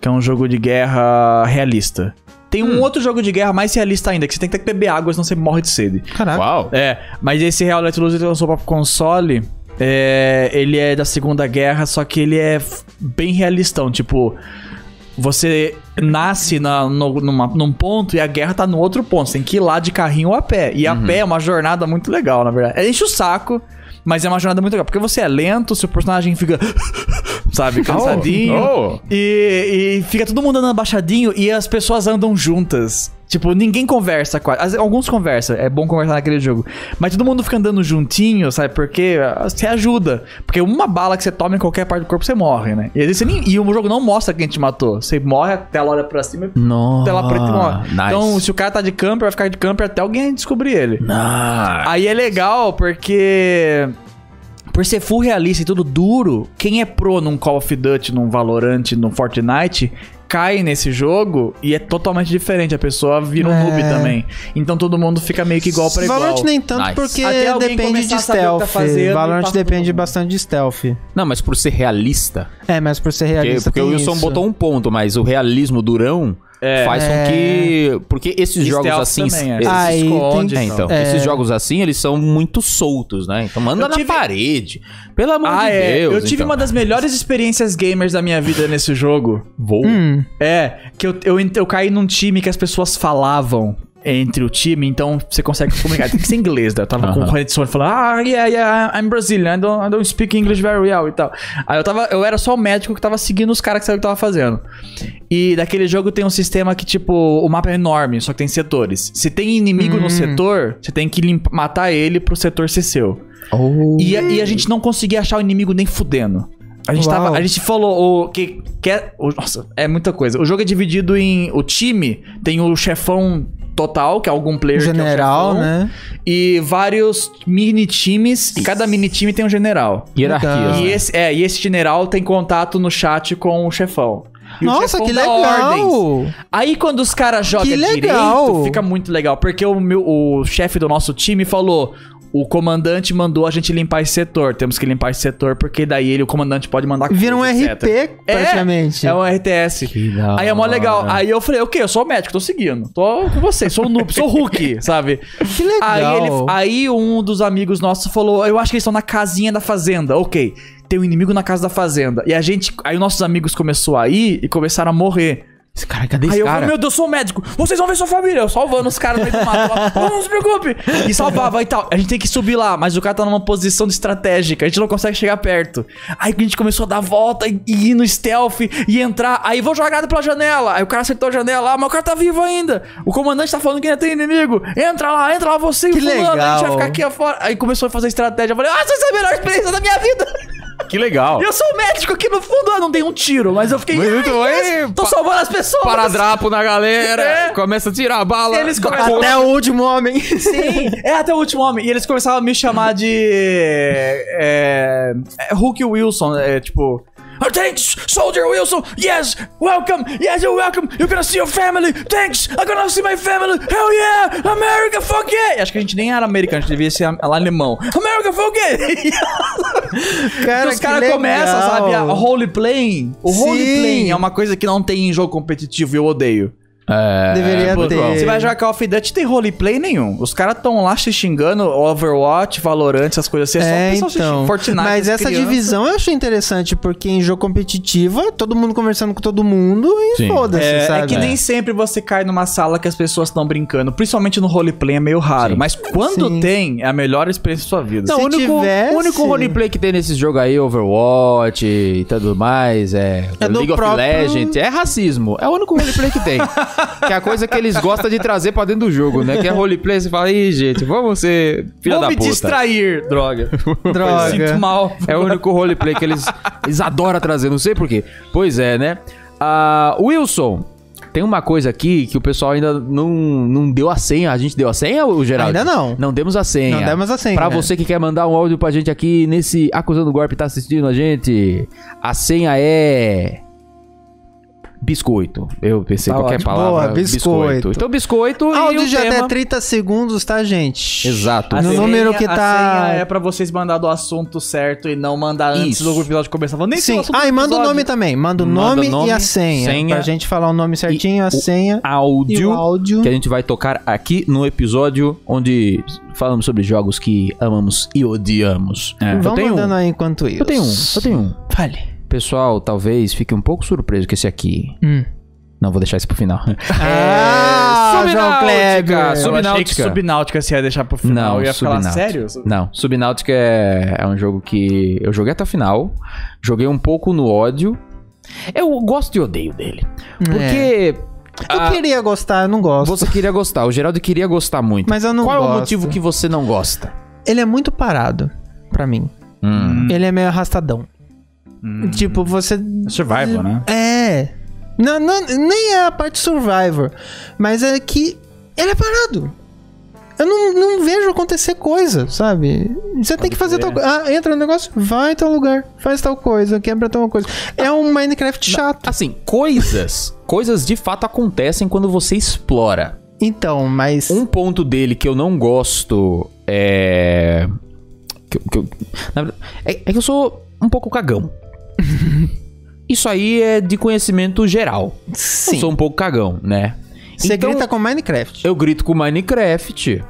que é um jogo de guerra realista. Tem Hum. um outro jogo de guerra mais realista ainda, que você tem que ter que beber água, senão você morre de sede. Caraca. Uau. É, mas esse Real Let Loose ele lançou pra console. é, ele é da Segunda Guerra, só que ele é f- bem realistão. Tipo, você nasce na- no- numa- num ponto e a guerra tá no outro ponto. Você tem que ir lá de carrinho ou a pé. E a pé é uma jornada muito legal, na verdade. Ela enche o saco, mas é uma jornada muito legal. Porque você é lento, seu personagem fica. Sabe, cansadinho. oh. E, e fica todo mundo andando abaixadinho e as pessoas andam juntas. Tipo, ninguém conversa quase. Às- Alguns conversam, é bom conversar naquele jogo. Mas todo mundo fica andando juntinho, sabe? Porque ah, você ajuda. Porque uma bala que você toma em qualquer parte do corpo, você morre, né? E, às vezes você nem- e o jogo não mostra quem te matou. Você morre, a tela olha pra cima e Nossa. tela preta e morre. Ah, Nice. Então, se o cara tá de camper, vai ficar de camper até alguém descobrir ele. Nice. Aí é legal porque. Por ser full realista e tudo duro, quem é pro num Call of Duty, num Valorant, num Fortnite, cai nesse jogo e é totalmente diferente. A pessoa vira um É. noob também. Então todo mundo fica meio que igual pra igual. Valorant nem é tanto Nice. porque Até alguém depende começar de a saber o stealth. que tá fazendo e Valorant passa depende todo mundo. bastante de stealth. Não, mas por ser realista. É, mas por ser Porque, realista porque o tem Wilson isso. botou um ponto, mas o realismo durão É. faz com que. Porque esses jogos Stealth assim. É. também, é. esses- Ah, Aí esconde, tem- É, então, esses jogos assim, eles são muito soltos, né? Então manda Eu tive- na parede. Pelo amor Ah, de é. Deus. eu tive então. uma das melhores experiências gamers da minha vida nesse jogo. Vou. Hum, É, que eu, eu, ent- eu caí num time que as pessoas falavam entre o time, então você consegue se comunicar. Tem que ser inglês, né? Eu tava com Aham. o headphone falando, ah, yeah, yeah, I'm Brazilian, I don't, I don't speak English very well e tal. Aí eu tava, eu era só o médico que tava seguindo os caras que sabiam o que tava fazendo. E daquele jogo tem um sistema que, tipo, o mapa é enorme, só que tem setores. Se tem inimigo no setor, você tem que limpa- matar ele pro setor ser seu. Oh, E, a- e a gente não conseguia achar o inimigo nem fudendo. A gente, Hum. Uau. tava, a gente falou o que quer. o- nossa, é muita coisa. O jogo é dividido em. O time tem o chefão total, que é algum player general, que é o chefão, né? E vários mini times. E cada mini time tem um general. Hierarquia. E esse, é, e esse general tem contato no chat com o chefão. E o Nossa, chefão que dá ordens. legal! Aí quando os caras jogam Que direito, legal. fica muito legal. Porque o, meu, o chefe do nosso time falou... O comandante mandou a gente limpar esse setor. Temos que limpar esse setor, porque daí ele, o comandante pode mandar Vira um coisa, etc. RP, É, praticamente. É um RTS. Que da Aí é mó hora. legal. Aí eu falei, ok, eu sou médico, tô seguindo. Tô com você, sou noob, sou Hulk, sabe? Que legal. Aí, ele- aí um dos amigos nossos falou: Eu acho que eles estão na casinha da fazenda. Ok, tem um inimigo na casa da fazenda. E a gente. Aí nossos amigos começou a ir e começaram a morrer. Esse é cara, cadê Aí esse eu falei, cara? meu Deus, eu sou médico. Vocês vão ver sua família. Eu salvando os caras no meio do mato. lá. Não, não se preocupe. E salvava e tal. A gente tem que subir lá, mas o cara tá numa posição estratégica. A gente não consegue chegar perto. Aí a gente começou a dar volta e e ir no stealth e entrar. Aí vou jogado pela janela. Aí o cara acertou a janela. Ah, mas o cara tá vivo ainda. O comandante tá falando que ainda tem inimigo. Entra lá, entra lá você e Que fulano. A gente vai legal. ficar aqui afora. Aí começou a fazer estratégia. Eu falei, ah, essa é a melhor experiência da minha vida. Que legal. E eu sou médico aqui no fundo, eu não dei um tiro, mas eu fiquei. Muito "Ai, bem, yes, tô pa- salvando as pessoas. Paradrapo na galera. É. Começa a tirar a bala. Eles começam- Até o último homem. Sim, é até o último homem. E eles começavam a me chamar de. É, é, Hulk Wilson, é tipo. "Oh, Thanks, Soldier Wilson! Yes, welcome! Yes, you're welcome! You're gonna see your family! Thanks! I'm gonna see my family! Hell yeah! America, fuck yeah! Acho que a gente nem era americano, a gente devia ser am- lá alemão. America, fuck yeah! Cara, E os que caras legal. começam, sabe? A role playing. O role Sim. playing é uma coisa que não tem em jogo competitivo e eu odeio. É, Deveria pô, ter. Você vai jogar Call of Duty tem roleplay nenhum. Os caras tão lá se xingando, Overwatch, Valorant, essas coisas assim. É, só o pessoal se xingando. então. Fortnite. Mas as essa crianças. divisão eu achei interessante, porque em jogo competitivo é todo mundo conversando com todo mundo e Sim. foda-se, É, é sabe? que nem sempre você cai numa sala que as pessoas estão brincando. Principalmente no roleplay é meio raro. Sim. Mas quando Sim. tem, é a melhor experiência da sua vida. Não, Se o único, É, tivesse- o único roleplay que tem nesse jogo aí, Overwatch e tudo mais, é, É do League of próprio- Legends, é racismo. É o único roleplay que tem. Que é a coisa que eles gostam de trazer pra dentro do jogo, né? Que é roleplay, você fala, ih, gente, vamos ser filha Vou da me puta. distrair, droga. Droga. Sinto mal. É o único roleplay que eles, eles adoram trazer, não sei porquê. Pois é, né? Ah, Wilson, tem uma coisa aqui que o pessoal ainda não, não deu a senha. A gente deu a senha, o Geraldo? Ainda não. Não demos a senha. Não demos assim, né? a senha. Pra você que quer mandar um áudio pra gente aqui nesse Acusando o Golpe, tá assistindo a gente, a senha é... Biscoito. Eu pensei Tá qualquer ótimo. palavra. Boa, biscoito. Então, biscoito e Áudio o de até tema... 30 segundos, tá, gente? Exato. No A número que a tá- senha é pra vocês mandar do assunto certo e não mandar antes Isso. do episódio começar. Falando, Nem sei Sim. assunto Ah, do e manda o episódio. nome também. Manda o Manda nome, nome, e a senha, senha. Pra gente falar o nome certinho, a o- senha e Áudio. o áudio. que a gente vai tocar aqui no episódio onde falamos sobre jogos que amamos e odiamos. Eu Vamos tenho um. mandando aí enquanto isso. Eu tenho um, eu tenho um. Fale. Pessoal, talvez fique um pouco surpreso com esse aqui. Não, vou deixar isso pro final. Hum. É, Ah, João Kleber. Eu achei que É, Subnáutica. Subnáutica se ia deixar pro final. Não, eu ia falar, Subnáutica. sério? Não, Subnáutica é, é um jogo que eu joguei até o final. Joguei um pouco no ódio. Eu gosto e odeio dele. Porque é. Eu ah, queria gostar, eu não gosto. você queria gostar. O Geraldo queria gostar muito. Mas eu não Qual gosto. é o motivo que você não gosta? Ele é muito parado, pra mim. Hum. Ele é meio arrastadão. Tipo, você... Survival, né? É... Não, não- nem é a parte Survivor. Mas é que ele é parado. Eu não, não vejo acontecer coisa, sabe? Você tem que fazer tal coisa. Ah, entra no negócio, vai em tal lugar, faz tal coisa, quebra tal coisa. É um Minecraft chato. Assim, coisas, coisas de fato acontecem quando você explora. Então, mas. Um ponto dele que eu não gosto é. que eu- que eu- na verdade, é, é que eu sou um pouco cagão. Isso aí é de conhecimento geral. sim. Eu sou um pouco cagão, né? Você grita com Minecraft. eu grito com Minecraft.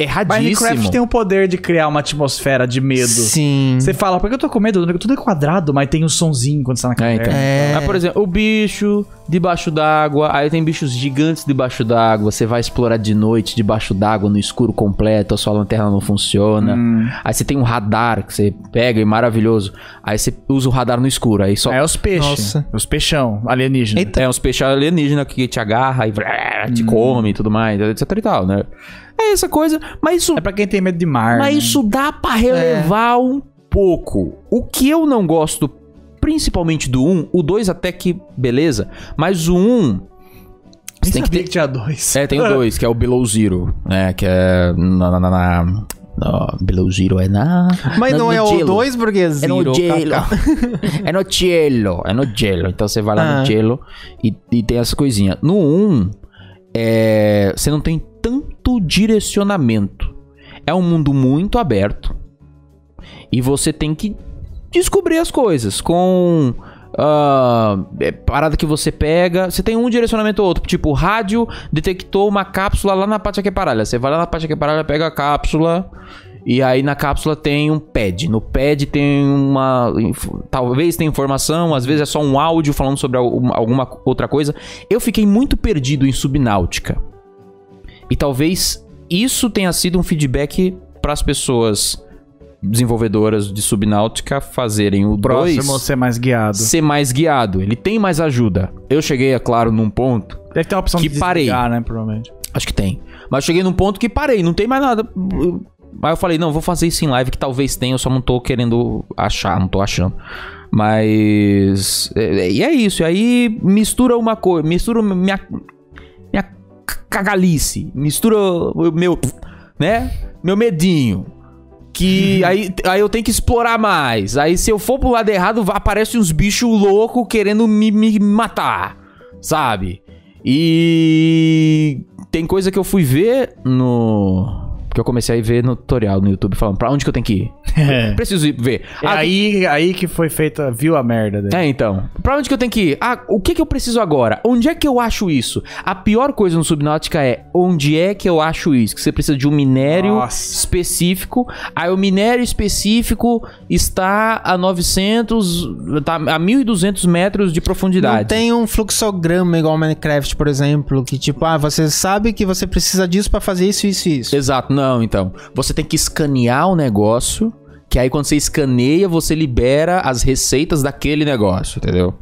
Erradíssimo. Minecraft tem o poder de criar uma atmosfera de medo. Sim. Você fala, por que eu tô com medo? Tudo é quadrado, mas tem um sonzinho quando você tá na É, caverna. então. É. Mas, por exemplo, o bicho debaixo d'água, aí tem bichos gigantes debaixo d'água, você vai explorar de noite debaixo d'água, no escuro completo, a sua lanterna não funciona. Hum. Aí você tem um radar que você pega e maravilhoso. Aí você usa o radar no escuro, aí só. É os peixes. Nossa. Os peixão, alienígena. Eita. É uns peixes alienígenas que te agarra e vrá, te come e tudo mais, etc e tal, né? É essa coisa, mas isso É pra quem tem medo de mar. Mas né? isso dá pra relevar um pouco. O que eu não gosto, principalmente do 1, o 2 até que beleza, mas o 1 Nem você tem que sabia ter. tinha dois. É, tem o 2, que é o Below Zero, né, que é na na, na, na no, Below Zero é na Mas na- não no é o gelo. 2 burguesinho. é no gelo. é no gelo. É no gelo. Então você vai lá Ah. no gelo e, e tem essa coisinha. No 1, é, você não tem tanto direcionamento. É um mundo muito aberto. E você tem que descobrir as coisas com. ah, é, parada que você pega. Você tem um direcionamento ou outro. Tipo, o rádio detectou uma cápsula lá na parte é paralha. Você vai lá na parte é paralha, pega a cápsula. E aí na cápsula tem um pad. No pad tem uma. inf- Talvez tenha informação, às vezes é só um áudio falando sobre alguma alguma outra coisa. Eu fiquei muito perdido em subnáutica. E talvez isso tenha sido um feedback para as pessoas desenvolvedoras de Subnáutica fazerem o Próximo 2 você é mais guiado. ser mais guiado. Ele tem mais ajuda. Eu cheguei, é claro, num ponto. Deve ter uma opção Que de desligar, parei. né? Provavelmente. Acho que tem. Mas cheguei num ponto que parei, não tem mais nada. Aí eu falei, não, vou fazer isso em live que talvez tenha, eu só não tô querendo achar, não tô achando. Mas. é- é- E é isso. E aí mistura uma coisa. Mistura minha. Minha c- cagalice. Mistura o meu. Né? Meu medinho. Que aí, aí eu tenho que explorar mais. Aí se eu for pro lado errado, va- aparece uns bichos loucos querendo me, me matar. Sabe? E tem coisa que eu fui ver no. Que eu comecei a ver no tutorial no YouTube falando pra onde que eu tenho que ir. É. Preciso ir ver. Ah, aí, aí que foi feita, viu a merda dele. é, então. Pra onde que eu tenho que ir? Ah, o que que eu preciso agora? Onde é que eu acho isso? A pior coisa no Subnáutica é onde é que eu acho isso? Que você precisa de um minério Nossa. específico. Aí o minério específico está a 900, tá a 1200 metros de profundidade. Não tem um fluxograma igual ao Minecraft, por exemplo, que tipo, ah, você sabe que você precisa disso pra fazer isso, isso e isso. Exato, não, então. Você tem que escanear o negócio, que aí quando você escaneia, você libera as receitas daquele negócio, entendeu?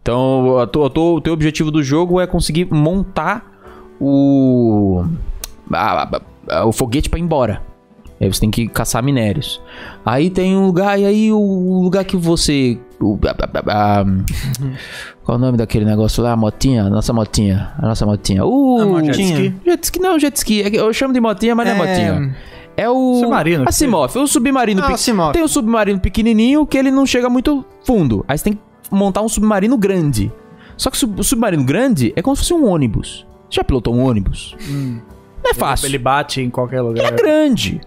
Então, a tua- a tua- o teu objetivo do jogo é conseguir montar o a- a- a- ah, o foguete pra ir embora. Aí você tem que caçar minérios. Aí tem um lugar, e aí o- o lugar que você. o- a- a- a- qual é o nome daquele negócio lá? A motinha? A nossa motinha. A nossa motinha. Uh, A motinha. Jet ski não, jet ski. É que Eu chamo de motinha, mas não é É. motinha. É o. Submarino, que Asimov. O submarino. Ah, pe- Asimov. Tem o submarino pequenininho que ele não chega muito fundo. Aí você tem que montar um submarino grande. Só que o sub- o submarino grande é como se fosse um ônibus. Você já pilotou um ônibus? Não é fácil. Ele bate em qualquer lugar. É grande.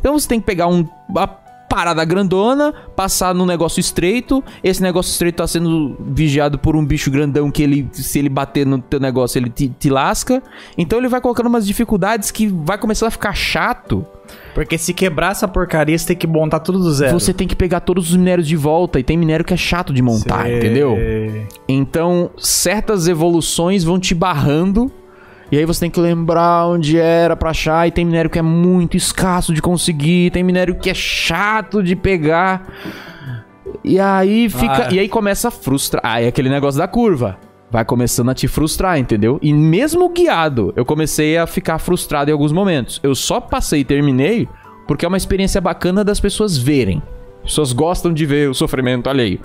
Então você tem que pegar um- uma parada grandona, passar num negócio estreito. Esse negócio estreito tá sendo vigiado por um bicho grandão que ele, se ele bater no teu negócio, ele te, te lasca. Então ele vai colocando umas dificuldades que vai começando a ficar chato. Porque se quebrar essa porcaria, você tem que montar tudo do zero. Você tem que pegar todos os minérios de volta e tem minério que é chato de montar, Sei. entendeu? Então, certas evoluções vão te barrando. E aí você tem que lembrar onde era pra achar. E tem minério que é muito escasso de conseguir. Tem minério que é chato de pegar. E aí fica. Ah. E aí começa a frustrar. Aí é aquele negócio da curva. Vai começando a te frustrar, entendeu? E mesmo guiado, eu comecei a ficar frustrado em alguns momentos. Eu só passei e terminei porque é uma experiência bacana das pessoas verem. As pessoas gostam de ver o sofrimento alheio.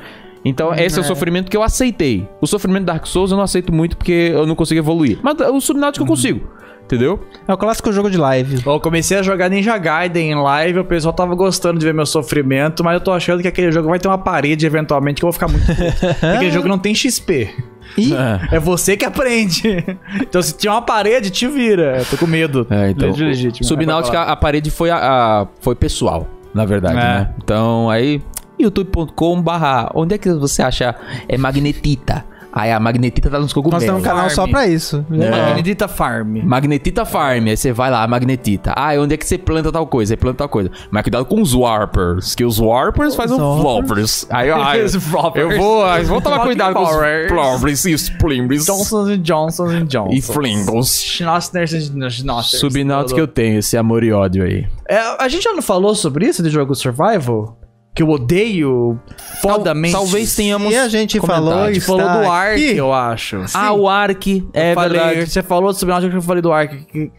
Então, esse é o sofrimento que eu aceitei. O sofrimento Dark Souls eu não aceito muito porque eu não consigo evoluir. Mas o Subnáutica eu consigo. Entendeu? É o clássico jogo de live. Então, Eu comecei a jogar Ninja Gaiden em live, o pessoal tava gostando de ver meu sofrimento, mas eu tô achando que aquele jogo vai ter uma parede eventualmente que eu vou ficar muito puto. Porque aquele jogo não tem XP. E É. É você que aprende. Então se tinha uma parede, te vira. Eu tô com medo. É, então. Legítimo, legítimo. Subnáutica, a parede foi, a, a- foi pessoal, na É. verdade, né? Então, aí, youtube.com barra, onde é que você acha é magnetita? Aí a magnetita tá nos nós cogumelos. temos um canal só pra isso. Magnetita Farm. Magnetita Farm, aí você vai lá, magnetita. Ah, onde é que você planta tal coisa? Aí planta tal coisa. Mas cuidado com os warpers, que os warpers fazem um Os floppers. Aí, ah, eu, Os floppers. eu vou, eu vou tomar Fucking cuidado com os powers. floppers e os plimbres Johnson Johnson Johnson. e flimbos. Schnossner Schnossner. Subnáutica eu tenho, esse amor e ódio aí. É, a gente já não falou sobre isso de jogo survival? Que eu odeio fodamente. Talvez tenhamos E a gente comentário. falou A e gente falou está do Ark, aqui. eu acho. Ah, o Ark. É Eu falei- verdade. Você falou do Subnautica que eu falei do Ark. Que,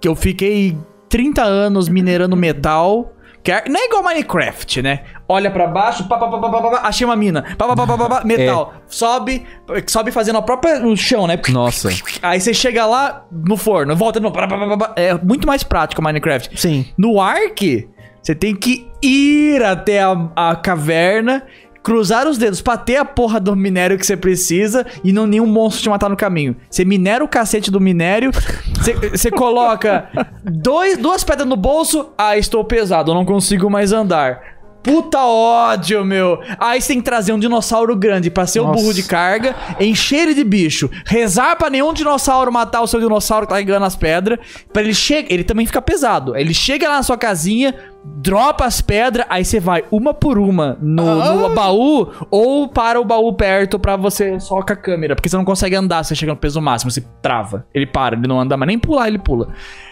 que eu fiquei 30 anos minerando metal. Que é- não é igual Minecraft, né? Olha pra baixo, pá, pá, pá, pá, pá, pá, achei uma mina. Pá, pá, pá, pá, pá, pá, metal. Sobe, sobe fazendo a própria o chão, né? Nossa. Aí você chega lá no forno, volta no. pá, pá, pá, pá, pá. É muito mais prático o Minecraft. Sim. No Ark, você tem que ir até a, a caverna, cruzar os dedos pra ter a porra do minério que você precisa e não nenhum monstro te matar no caminho. Você minera o cacete do minério, você- você coloca dois, duas pedras no bolso, ah, estou pesado, eu não consigo mais andar. Puta ódio, meu. Aí você tem que trazer um dinossauro grande pra ser o um burro de carga, encher ele de bicho, rezar pra nenhum dinossauro matar o seu dinossauro que tá ligando as pedras, pra ele chegar, ele também fica pesado. Ele chega lá na sua casinha, dropa as pedras, aí você vai uma por uma no, no baú ou para o baú perto pra você só com a câmera, porque você não consegue andar, você chega no peso máximo, você trava. Ele para, ele não anda, mas nem pular ele pula.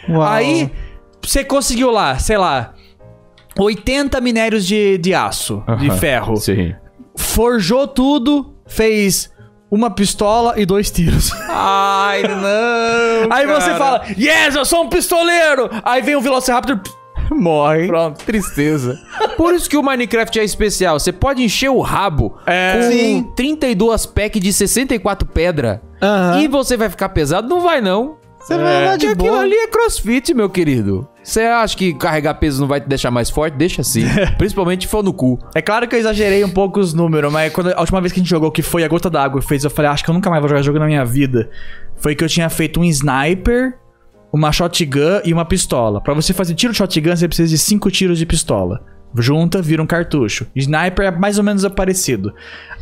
Uau. Aí você conseguiu lá, sei lá, 80 minérios de, de aço, de Aham. ferro. Sim. Forjou tudo, fez uma pistola e dois tiros. Ai, não. Aí você fala, yes, eu sou um pistoleiro! Aí vem o Velociraptor, pff, Morre. pronto. Tristeza. Por isso que o Minecraft é especial. Você pode encher o rabo É. com Sim. 32 pack de 64 pedra Aham. e você vai ficar pesado? Não vai, não. Você vai lá Porque de aquilo boa. ali é crossfit, meu querido. Você acha que carregar peso não vai te deixar mais forte? Deixa assim. Principalmente se for no cu. É claro que eu exagerei um pouco os números, mas quando a última vez que a gente jogou, que foi a gota d'água, que fez, eu falei, "Ah, acho que eu nunca mais vou jogar jogo na minha vida. Foi que eu tinha feito um sniper, uma shotgun e uma pistola. Pra você fazer tiro de shotgun, você precisa de cinco tiros de pistola. Junta, vira um cartucho. Sniper é mais ou menos parecido.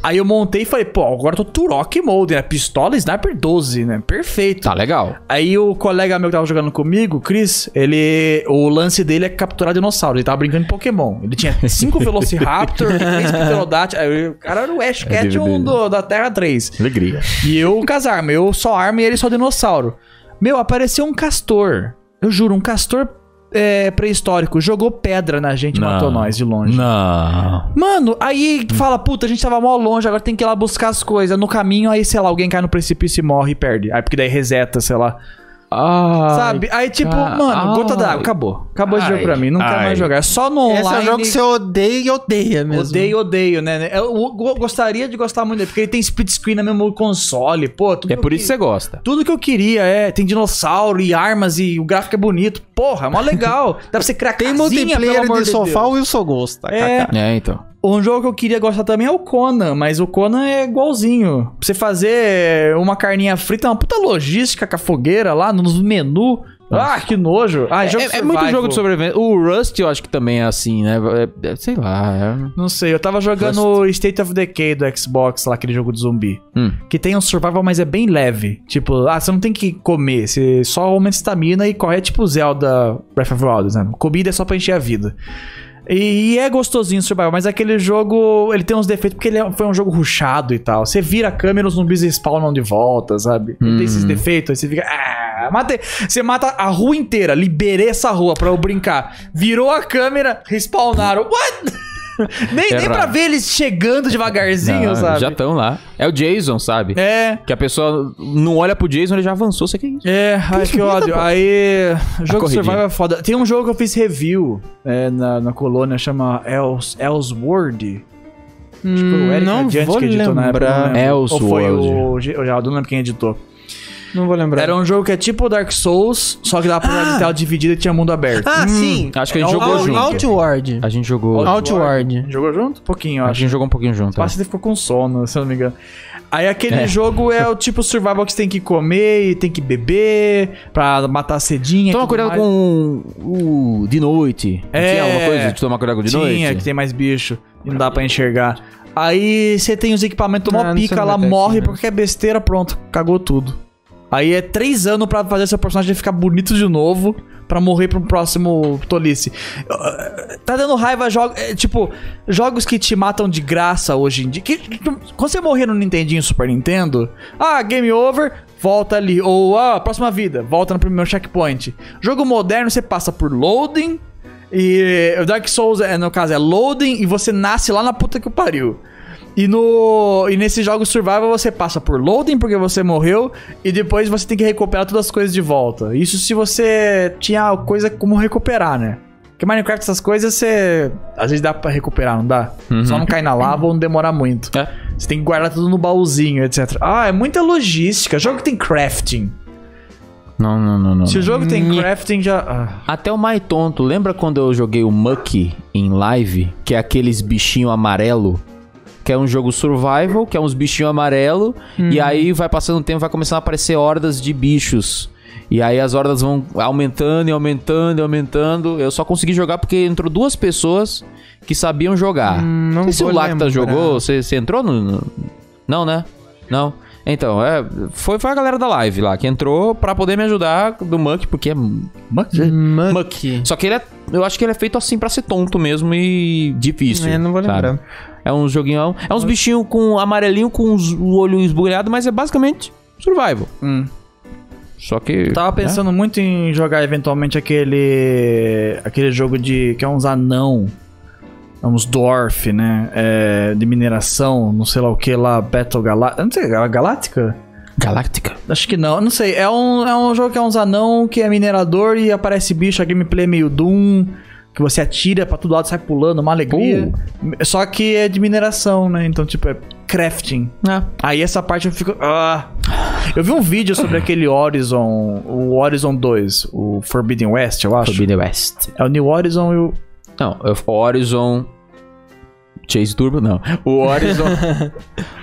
Aí eu montei e falei, pô, agora eu tô Turok Mode, né? Pistola e Sniper 12, né? Perfeito. Tá legal. Aí o colega meu que tava jogando comigo, o Chris, ele. O lance dele é capturar dinossauro. Ele tava brincando de Pokémon. Ele tinha cinco Velociraptor, três Pterodáctil. Aí o cara era o Ash É Ketchum do- da Terra 3. Alegria. E eu, casarme, eu só arma e ele só dinossauro. Meu, apareceu um castor. Eu juro, um castor é, pré-histórico, jogou pedra na gente e matou nós de longe. Não. Mano, aí fala, puta, a gente tava mó longe, agora tem que ir lá buscar as coisas. No caminho, aí, sei lá, alguém cai no precipício e morre e perde. Aí porque daí reseta, sei lá. Ah, Sabe? Aí, tipo, cara. mano, gota Ai. d'água, acabou. Acabou esse jogo Ai. pra mim, não quero Ai. mais jogar. Só no online. Esse é um jogo que você odeia e odeia mesmo. Odeio, odeio, né? Eu, go- gostaria de gostar muito dele, porque ele tem split screen no mesmo console, pô. Tudo É que por eu isso que você gosta. tudo que eu queria é. Tem dinossauro e armas e o gráfico é bonito. Porra, é mó legal. Dá pra você criar Tem casinha, pelo multiplayer amor de sofá Deus. e o seu gosto. tá? É. É, então. Um jogo que eu queria gostar também é o Conan, mas o Conan é igualzinho. Pra você fazer uma carninha frita, é uma puta logística com a fogueira lá nos menu. Ah, que nojo. Ah, jogo É, é muito survival. jogo de sobrevivência. O Rust eu acho que também é assim, né? É- é- sei lá. é- Não sei, eu tava jogando o State of Decay do Xbox, lá aquele jogo de zumbi. Hum. Que tem um survival, mas é bem leve. Tipo, ah, você não tem que comer, você só aumenta a estamina e corre é tipo Zelda Breath of the Wild, né? Comida é só pra encher a vida. E, e é gostosinho o survival, mas aquele jogo, ele tem uns defeitos porque ele é- foi um jogo ruchado e tal. Você vira a câmera, os zumbis spawnam de volta, sabe? Ele Tem Uhum. esses defeitos, aí você fica... Ah, matei. Você mata a rua inteira, liberei essa rua pra eu brincar. Virou a câmera, respawnaram. What? nem, nem Errado. pra ver eles chegando devagarzinho, Não, sabe? Já estão lá. É o Jason, sabe? É, Que a pessoa não olha pro Jason, ele já avançou, você que é isso. É, ai que ódio. Aí, jogo corridinha. survival é foda. Tem um jogo que eu fiz review é, na, na colônia, chama Els, Tipo, Ellsword. Hum, não vou lembrar. É Ou foi o, Ellsword. Ge- o Geraldo, não lembro quem editou. Não vou lembrar. Era um jogo que é tipo Dark Souls, só que dava pra jogar de tela dividida e tinha mundo aberto. Ah, sim. Acho que a É gente o- jogou o- junto. Outward. A gente jogou. Out- Outward. Jogou junto? Pouquinho, eu A acho. gente jogou um pouquinho junto. Passa e ficou com sono, se eu não me engano. Aí aquele É. jogo é o tipo survival que você tem que comer e tem que beber pra matar a cedinha. e Toma tudo cuidado mais. com o de noite. Não É. Tinha alguma coisa de tomar cuidado de Tinha, noite? que tem mais bicho. E não dá pra enxergar. Aí você tem os equipamentos Ah, mó não pica, sei ela onde é que é morre isso, porque é besteira, pronto, cagou tudo. Aí é três anos pra fazer seu personagem ficar bonito de novo, pra morrer pro próximo tolice. Ah, Tá dando raiva, jogo, é, tipo, jogos que te matam de graça hoje em dia. Que- que- quando você morrer no Nintendinho Super Nintendo, ah, game over, volta ali. Ou, ah, próxima vida, volta no primeiro checkpoint. Jogo moderno, você passa por loading, e o Dark Souls, é, no caso, é loading e você nasce lá na puta que o pariu. E, no, e nesse jogo Survival você passa por loading porque você morreu e depois você tem que recuperar todas as coisas de volta. Isso se você tinha coisa como recuperar, né? Porque Minecraft, essas coisas, você. Às vezes dá pra recuperar, não dá? Só não cai na lava ou não demorar muito. É. Você tem que guardar tudo no baúzinho, etc. Ah, é muita logística. Jogo que tem crafting. Não, não, não, não. Se o jogo tem Nhe. crafting, já. ah. Até o mais tonto, lembra quando eu joguei o Mucky em live? Que é aqueles bichinho amarelo? Que é um jogo survival, que é uns bichinho amarelo. E Uhum. aí vai passando o tempo, vai começando a aparecer hordas de bichos. E aí as hordas vão aumentando e aumentando e aumentando. Eu só consegui jogar porque entrou duas pessoas que sabiam jogar. Hum, não não sei se o vou Lacta lembrar. jogou, você, você entrou no... no- Não, né? Não. Então, é, foi, foi a galera da live lá que entrou pra poder me ajudar do Muck, porque é... Muck? Monkey. Só que ele é. Eu acho que ele é feito assim pra ser tonto mesmo e difícil. É, não vou sabe? lembrar. É um joguinho. É uns bichinhos com amarelinho com os- o olho esbugalhado, mas é basicamente survival. Hum. Só que. Tava pensando muito em jogar eventualmente aquele. aquele jogo de. que é uns anão. é Uns Dwarf, né? É, de mineração, não sei lá o que lá, Battle Galáctica. Não sei, Gal- Galáctica? Galáctica. Acho que não, não sei. É um, é um jogo que é uns anão, que é minerador e aparece bicho, a gameplay é meio Doom, que você atira pra todo lado, sai pulando, uma alegria. Só que é de mineração, né? Então, tipo, é crafting. Ah. Aí essa parte eu fico. Ah. Eu vi um vídeo sobre aquele Horizon. O Horizon 2, o Forbidden West, eu acho. Forbidden West. É o New Horizon e o. Não, é Horizon. Chase Turbo, não. O Horizon.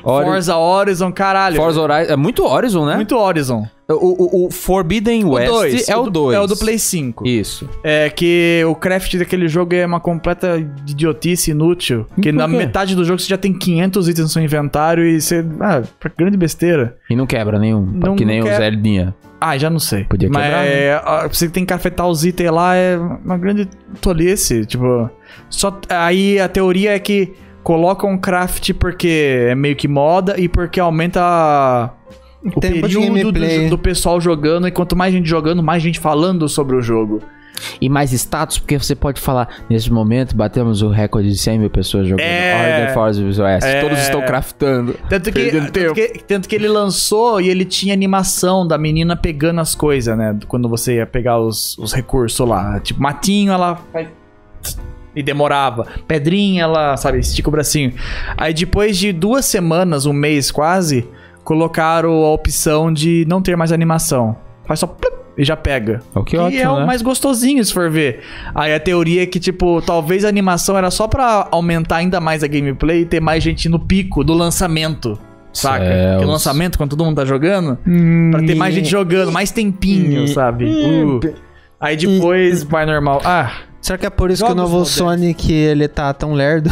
Hori- Forza Horizon, caralho. Forza Horizon. É muito Horizon, né? Muito Horizon. O, o- o Forbidden West dois, é o do- 2. É o do Play 5. Isso. É que o craft daquele jogo é uma completa idiotice inútil. Que Por na quê? metade do jogo você já tem 500 itens no seu inventário e você. Ah, pra grande besteira. E não quebra nenhum. Não que nem o quebra. Zeldinha. Ah, já não sei. Podia Mas quebrar, né? é, a- você tem que cafetar os itens lá é uma grande tolice. Tipo, só. Aí a teoria é que colocam craft porque é meio que moda e porque aumenta a- O Tempo de período do, gameplay. do pessoal jogando, e quanto mais gente jogando, mais gente falando sobre o jogo. E mais status, porque você pode falar, nesse momento batemos o recorde de 100 mil pessoas jogando É. Order Force West. É. Todos estão craftando. Tanto que, Perdendo tanto, tempo. que, tanto que ele lançou e ele tinha animação da menina pegando as coisas, né? Quando você ia pegar os, os recursos lá. Tipo, matinho, ela faz- E demorava. Pedrinha, ela, sabe, estica o bracinho. Aí depois de duas semanas, um mês quase, colocaram a opção de não ter mais animação. Faz só plup e já pega. O que Que é ótimo, é o né? mais gostosinho, se for ver. Aí a teoria é que, tipo, talvez a animação era só pra aumentar ainda mais a gameplay e ter mais gente no pico do lançamento. Saca? Céus. Porque o lançamento, quando todo mundo tá jogando, pra ter mais gente jogando, mais tempinho, sabe? Uh. Aí depois vai normal. Ah, Será que é por isso que o Jogos novo modernos. Sonic ele tá tão lerdo?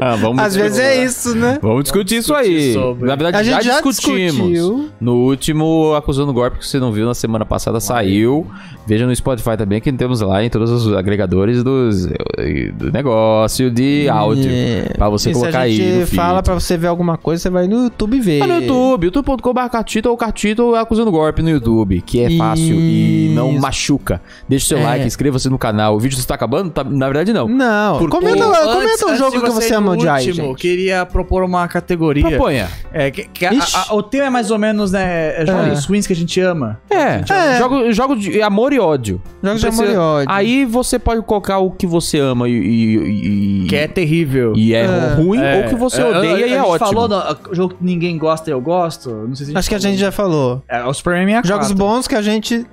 Ah, Vamos Às vezes é isso, né? Vamos discutir isso aí. sobre. Na verdade, A já, gente já discutimos. discutiu. No último, acusando o golpe que você não viu na semana passada, saiu. Veja no Spotify também que temos lá em todos os agregadores dos, eh, do negócio de áudio. É. Pra você E se colocar a gente aí. No feed. fala pra você ver alguma coisa, você vai no YouTube ver. Ah, no YouTube, youtube.com.br Cartito ou Cartito acusando golpe no YouTube, que é fácil e não Isso. machuca. Deixa o seu É. like, inscreva-se no canal. O vídeo está acabando? Tá- na verdade, não. Não, Por- comenta, Pô, lá, antes- comenta um antes jogo de que ir você no ama odiar, aí, último, gente. Queria propor uma categoria. Proponha. É, que, que a- Ixi. a- o tema é mais ou menos, né? É É. jogos ruins que a gente ama. É, É. Jogo, jogo de amor e ódio. Jogo de Precisa- amor e ódio. Aí você pode colocar o que você ama e. e, e- Que é terrível. e é, É. ruim É. ou que você É, odeia a- e é a gente ótimo. falou do jogo que ninguém gosta e eu gosto. Não sei se Acho que a gente já falou. É, o Superman 64. Jogos bons que a gente.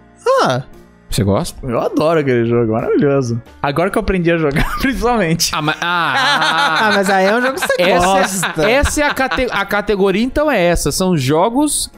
Ah, Você gosta? Eu adoro aquele jogo, maravilhoso. Agora que eu aprendi a jogar, principalmente. Ah, mas. ah mas aí é um jogo que você essa, gosta. é- essa é a, cate a categoria, então, é essa. São jogos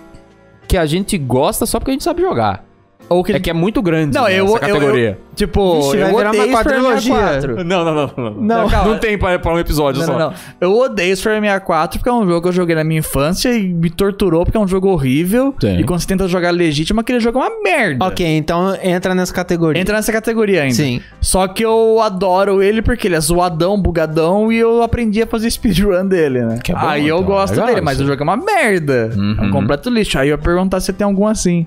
que a gente gosta só porque a gente sabe jogar. Ou que É que é muito grande Não, né, eu- essa eu- categoria. Tipo, Vixe, vai eu virar odeio uma Superman quadrilogia. 64. Não, não, não, não. Não. calma. tem pra, pra um episódio é- Não, não, não. Eu odeio Super 64 porque é um jogo que eu joguei na minha infância e me torturou porque é um jogo horrível. Sim. E quando você tenta jogar legítimo, aquele jogo é uma merda. Ok, então entra nessa categoria. Entra nessa categoria ainda. Sim. Só que eu adoro ele porque ele é zoadão, bugadão e eu aprendi a fazer speedrun dele, né? Que é bom, Aí eu então, gosto legal dele, mas isso. o jogo é uma merda. É um Uhum. completo lixo. Aí eu ia perguntar se tem algum assim.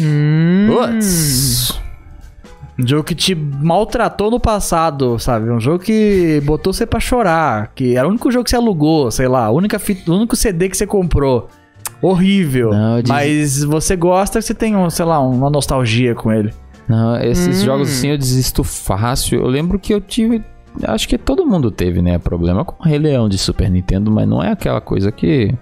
Hum, Putz. Um jogo que te maltratou no passado, sabe? Um jogo que botou você pra chorar. Que era o único jogo que você alugou, sei lá. a única fita- O único CD que você comprou. Horrível. Não, eu disse- Mas você gosta, você tem, um, sei lá, uma nostalgia com ele. Não, esses Hum. jogos assim eu desisto fácil. Eu lembro que eu tive. Acho que todo mundo teve, né? Problema com o Rei Leão de Super Nintendo, mas não é aquela coisa que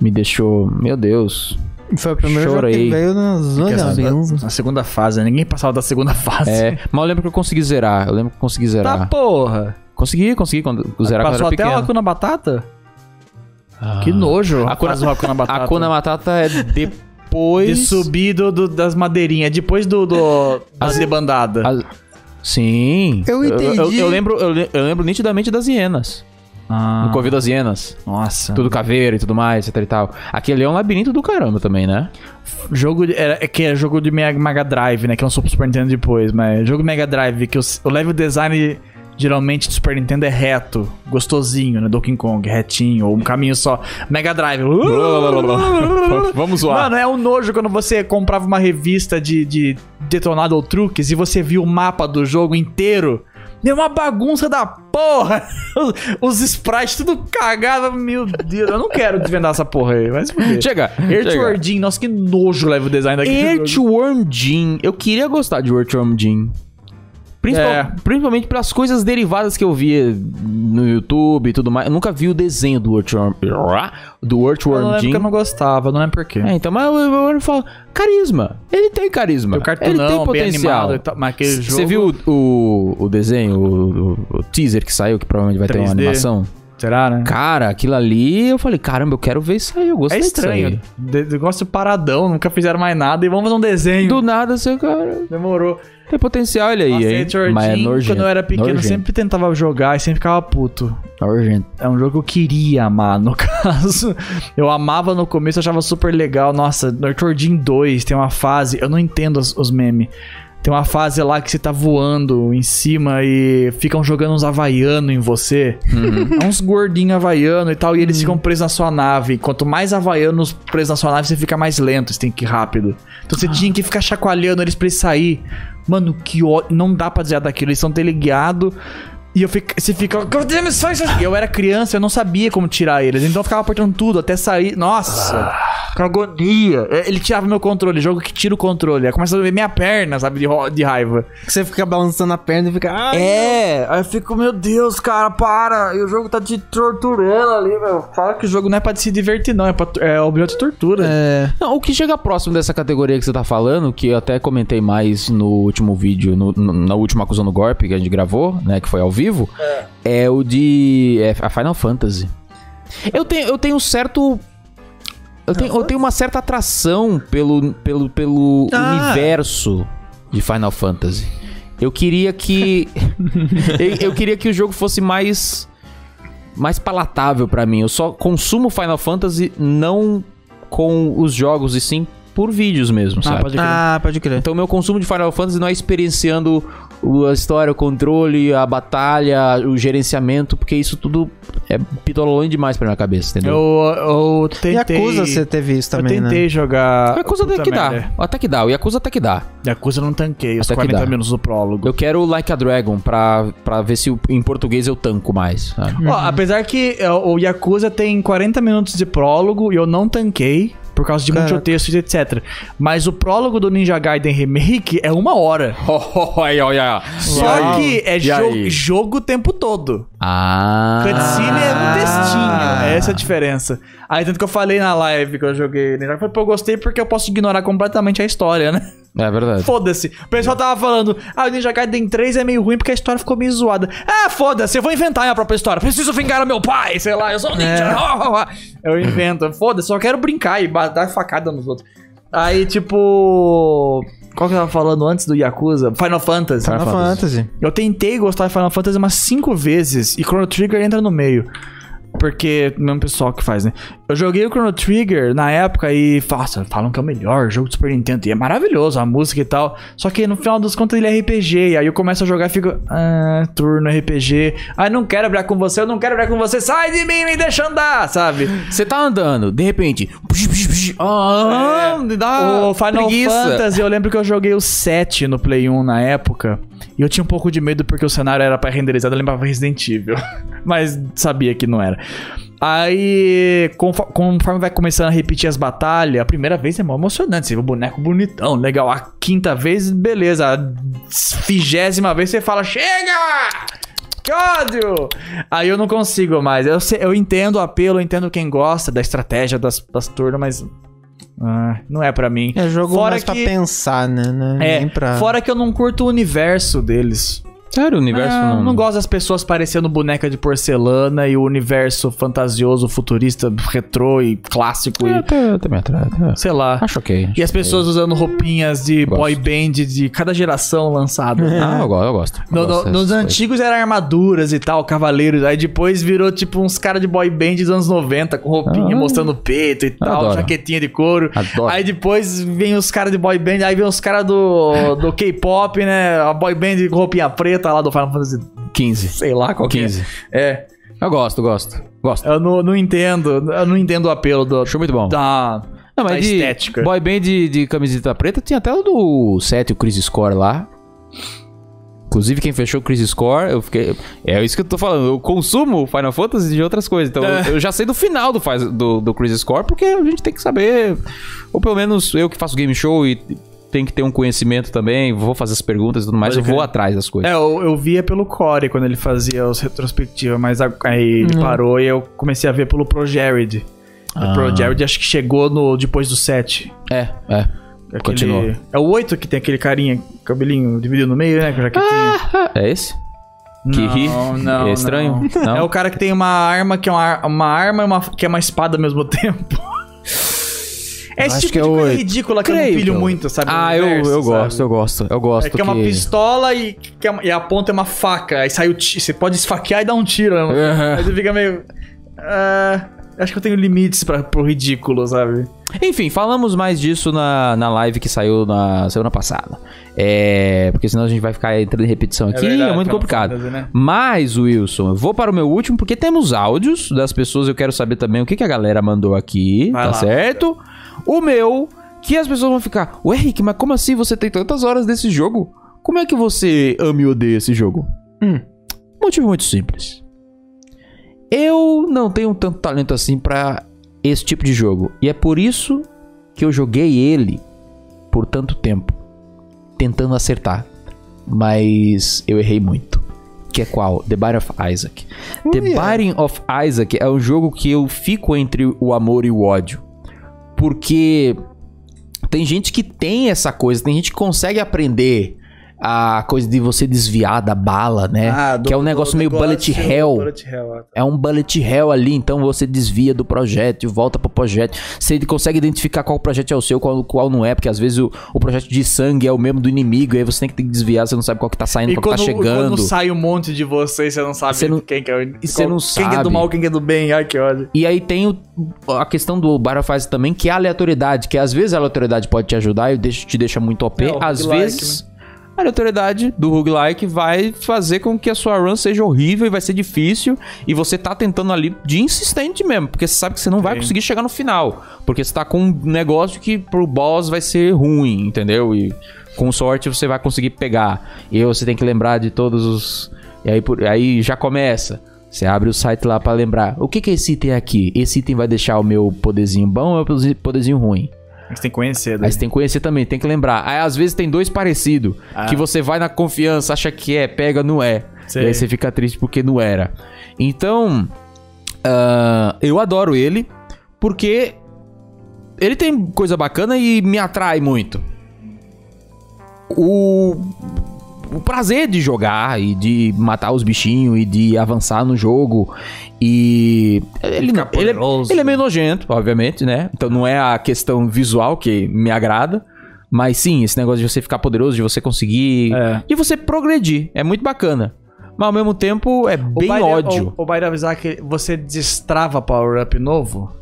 me deixou. Meu Deus. Hum, Foi o primeiro jogo Chorei. que veio nas é Essa- olhas. na segunda fase, né? Ninguém passava da segunda fase. É, mas eu lembro que eu consegui zerar. Eu lembro que eu consegui Tá zerar. porra. Consegui, consegui quando, zerar quando Passou era até pequeno. o Hakuna Batata? Ah. Que nojo. A Hakuna- Faz o Hakuna Batata. A Kuna Matata é De depois. subir do, do- das madeirinhas, depois do, do das debandadas. A- Sim. Eu entendi. Eu, eu lembro, eu, le- eu lembro nitidamente das hienas. Ah, No Covid das hienas. Nossa. Tudo caveira e tudo mais, etc e tal. Aquele é um labirinto do caramba também, né? Jogo de, era- é que é jogo de Mega, Mega Drive, né? Que é um Super Nintendo depois, mas jogo Mega Drive que os- o level design geralmente do Super Nintendo é reto, gostosinho, né? Donkey Kong, retinho ou um caminho só. Mega Drive. Vamos Mano, é um nojo quando você comprava uma revista de, de detonado ou truques e você via o mapa do jogo inteiro. É uma bagunça da porra! Os sprites tudo cagado. Meu Deus, eu não quero desvendar essa porra aí, mas por quê? Chega. É. chega. Earthworm Jim, nossa, que nojo leva o design daquele jogo. Earthworm Jim. Eu queria gostar de Earthworm Jim. Principal- É. Principalmente pelas coisas derivadas que eu via no YouTube e tudo mais. Eu nunca vi o desenho do Earthworm, do Eu não Earthworm lembro Jim. que eu não gostava, não lembro porquê. É, então, mas eu, eu, eu falo, carisma. Ele tem carisma. o cartunão, ele tem bem potencial. animado e tal, mas aquele Você jogo- viu o, o, o desenho, o, o- o teaser que saiu, que provavelmente vai ter uma 3D. animação? Será, né? Cara, aquilo ali, eu falei, caramba, eu quero ver isso aí, eu É gostei disso estranho. aí. De- Negócio paradão, nunca fizeram mais nada e vamos fazer um desenho. Do nada, assim, seu cara, Demorou. tem potencial, ele aí, Nossa, hein? Earthworm Mas é Jim, nojento. quando eu era pequeno, eu nojento, sempre tentava jogar e sempre ficava puto. nojento. É um jogo que eu queria amar, no caso. Eu amava no começo, eu achava super legal. Nossa, no Earthworm Jim 2 tem uma fase. Eu não entendo os, os memes. Tem uma fase lá que você tá voando em cima e ficam jogando uns havaiano em você. É uns gordinhos havaiano e tal, e eles ficam presos na sua nave. Quanto mais havaianos presos na sua nave, você fica mais lento, você tem que ir rápido. Então você tinha que ficar chacoalhando eles pra eles sair. Mano, que ó... Não dá pra desviar daquilo, eles são teleguiados. E eu fico, você fica. "Meu Deus, sai, sai". Eu era criança, eu não sabia como tirar eles. Então eu ficava apertando tudo até sair. Nossa! Que agonia! É, Ele tirava meu controle, jogo que tira o controle. Aí começa a doer minha perna, sabe? De, ro- de raiva. Que você fica balançando a perna e fica. "Ai, É, aí eu fico, meu Deus, cara, para. E o jogo tá te torturando ali, meu. Fala que o jogo não é pra se divertir, não. É, pra, é objeto de tortura. É. Não, o que chega próximo dessa categoria que você tá falando, que eu até comentei mais no último vídeo, no- no- na última acusando golpe que a gente gravou, né, que foi ao vivo, é, o de é, a Final Fantasy. Eu tenho eu tenho um certo eu tenho, eu tenho uma certa atração pelo pelo pelo Ah. universo de Final Fantasy. Eu queria que eu, eu queria que o jogo fosse mais mais palatável pra mim. Eu só consumo Final Fantasy não com os jogos e sim por vídeos mesmo, sabe? pode crer. Ah, pode crer. Então meu consumo de Final Fantasy não é experienciando o- a história, o controle, a batalha, o gerenciamento, porque isso tudo é pitololão demais pra minha cabeça, entendeu? Eu, eu E tentei. acusa você teve isso eu também, tentei né? jogar. Yakuza até Puta É que dá. merda. Até que dá. O Yakuza até que dá. Yakuza eu não tanquei os Até que 40 dá. minutos do prólogo. Eu quero o Like a Dragon pra, pra ver se o- em português eu tanco mais. sabe? Ó, apesar que é, o Yakuza tem 40 minutos de prólogo e eu não tanquei por causa de muito Caraca. texto e etc. Mas o prólogo do Ninja Gaiden Remake é uma hora. Olha, olha. Só que é E jo aí? jogo o tempo todo. Ah. Cutscene é um textinho. Essa é a diferença. Aí tanto que eu falei na live que eu joguei Ninja Gaiden, pô, eu gostei porque eu posso ignorar completamente a história, né? É verdade. Foda-se. O pessoal tava falando, ah, o Ninja Gaiden 3 é meio ruim porque a história ficou meio zoada. Ah, foda-se, eu vou inventar minha própria história. Preciso vingar o meu pai, sei lá, eu sou um ninja. É. Eu invento. Foda-se, só quero brincar e ba- dar facada nos outros. Aí, tipo... Qual que eu tava falando antes do Yakuza? Final Fantasy. Final Fantasy. Eu tentei gostar de Final Fantasy umas cinco vezes e Chrono Trigger entra no meio. Porque o mesmo pessoal que faz, né? Eu joguei o Chrono Trigger na época e nossa, falam que é o melhor jogo do Super Nintendo. E é maravilhoso a música e tal. Só que no final das contas ele é RPG. E aí eu começo a jogar e fico. Ah, turno RPG. Ah, não quero brigar com você, eu não quero brigar com você. Sai de mim, me deixa andar, sabe? Você tá andando, de repente. psh, psh, psh, Ah, dá o Final preguiça. Fantasy, eu lembro que eu joguei o 7 no Play 1 na época. E eu tinha um pouco de medo porque o cenário era pra renderizado, eu lembrava Resident Evil. Mas sabia que não era. Aí, confo- conforme vai começando a repetir as batalhas, a primeira vez é mó emocionante. Você vê o boneco bonitão, legal. A quinta vez, beleza. A vigésima vez você fala: Chega! Que ódio! Aí eu não consigo mais. Eu, sei- eu entendo o apelo, eu entendo quem gosta da estratégia das, das turnos, mas. ah, não é pra mim. É jogo fora mais pra que- pensar, né? né? É, Nem pra... fora que eu não curto o universo deles. Sério, o universo Ah, não. não gosto das pessoas parecendo boneca de porcelana e o universo fantasioso, futurista, retrô e clássico É, e até- até me atrai, até- sei lá. Acho ok. E as pessoas usando roupinhas de É. Gosto. boy band de cada geração lançada. Ah, eu gosto, eu gosto. Eu É. No- no- gosto dessas nos coisas. antigos eram armaduras e tal, cavaleiros. Aí depois virou tipo uns caras de boy band dos anos 90, com roupinha Ah. mostrando o peito e tal, Adoro. jaquetinha de couro. Adoro. Aí depois vem os caras de boy band, aí vem os caras do, do K-pop, né? A boy band com roupinha preta lá do Final Fantasy, 15. sei lá qual que é. 15. É, Eu gosto, gosto. Gosto. eu não, não entendo, eu não entendo o apelo do, Acho muito bom. da, da Não, mas de estética. boy band de, de camiseta preta tinha até o do 7, o Chris Score lá. Inclusive, quem fechou o Chris Score, eu fiquei. É isso que eu tô falando. Eu consumo Final Fantasy de outras coisas. Então, É. eu- eu já sei do final do, faz- do, do Chris Score, porque a gente tem que saber. Ou pelo menos eu que faço game show e tem que ter um conhecimento também. Vou fazer as perguntas e tudo mais. Pode eu vou crer. atrás das coisas. É, eu, eu via pelo Core quando ele fazia os retrospectivas, mas a- aí ele parou e eu comecei a ver pelo ProJared. O Ah. ProJared acho que chegou no, depois do 7. É, é. Aquele- Continua. É o 8 que tem aquele carinha, cabelinho dividido no meio, né? Com jaquetinha. É esse? Que Não, ri? não, É estranho? não. Não? É o cara que tem uma arma que é uma, ar- uma arma e uma, que é uma espada ao mesmo tempo. É esse Acho tipo que é de o coisa oito. ridícula que eu não Creio pilho que é o- muito, sabe? Ah, no eu, universo, eu sabe? gosto, eu gosto. Eu gosto É que é uma pistola e, que é uma- e a ponta é uma faca. Aí sai o ti- Você pode esfaquear e dar um tiro. né? Aham. Aí você fica meio. ah, Acho que eu tenho limites pra, pro ridículo, sabe? É Enfim, falamos mais disso na, na live que saiu na semana passada. É, porque senão a gente vai ficar entrando em repetição aqui, é, verdade, muito final de complicado. contas, né? Mas, Wilson, eu vou para o meu último, porque temos áudios das pessoas. Eu quero saber também o que, que a galera mandou aqui, Vai tá lá. certo? O meu, que as pessoas vão ficar, ué, Rick, mas como assim você tem tantas horas desse jogo? Como é que você ama e odeia esse jogo? Hum. Motivo muito simples. Eu não tenho tanto talento assim pra esse tipo de jogo. E é por isso que eu joguei ele por tanto tempo, tentando acertar. Mas eu errei muito. Que é qual? The Binding of Isaac. The Hum, yeah. Binding of Isaac é um jogo que eu fico entre o amor e o ódio. Porque tem gente que tem essa coisa, tem gente que consegue aprender a coisa de você desviar da bala, né? Ah. que é um negócio meio bullet hell. É um bullet hell ali, então você desvia do projeto e volta pro projeto. Você consegue identificar qual projeto é o seu, qual, qual não é, porque às vezes o, o projeto de sangue é o mesmo do inimigo, e aí você tem que desviar, você não sabe qual que tá saindo, E qual que quando, tá chegando. quando sai um monte de vocês, você não sabe Você não- quem que é o e você não Quem que é sabe. do mal, quem que é do bem. Ai, que ódio. E aí tem o- a questão do Battlefield também, que é a aleatoriedade, que às vezes a aleatoriedade pode te ajudar e deixa- te deixa muito OP, É, o às roguelike, vezes a aleatoriedade do roguelike vai fazer com que a sua run seja horrível e vai ser difícil, e você tá tentando ali de insistente mesmo, porque você sabe que você não vai Sim. conseguir chegar no final, porque você tá com um negócio que pro boss vai ser ruim, entendeu? E com sorte você vai conseguir pegar. E aí você tem que lembrar de todos os e aí, por- aí já começa. Você abre o site lá pra lembrar. O que, que é esse item aqui? Esse item vai deixar o meu poderzinho bom ou o poderzinho- poderzinho ruim? Você tem que conhecer, né? Aí você tem que conhecer também, tem que lembrar. Aí às vezes tem dois parecidos. Ah. Que você vai na confiança, acha que é, pega, não é. E aí você fica triste porque não era. Então, ah, eu adoro ele porque ele tem coisa bacana e me atrai muito. O, o prazer de jogar e de matar os bichinhos e de avançar no jogo e ele, não- ele, é- ele é meio nojento, obviamente, né? Então não é a questão visual que me agrada, mas sim esse negócio de você ficar poderoso, de você conseguir É. e você progredir. É muito bacana. Mas ao mesmo tempo é bem ódio. O, o Biden avisar que você destrava power-up novo?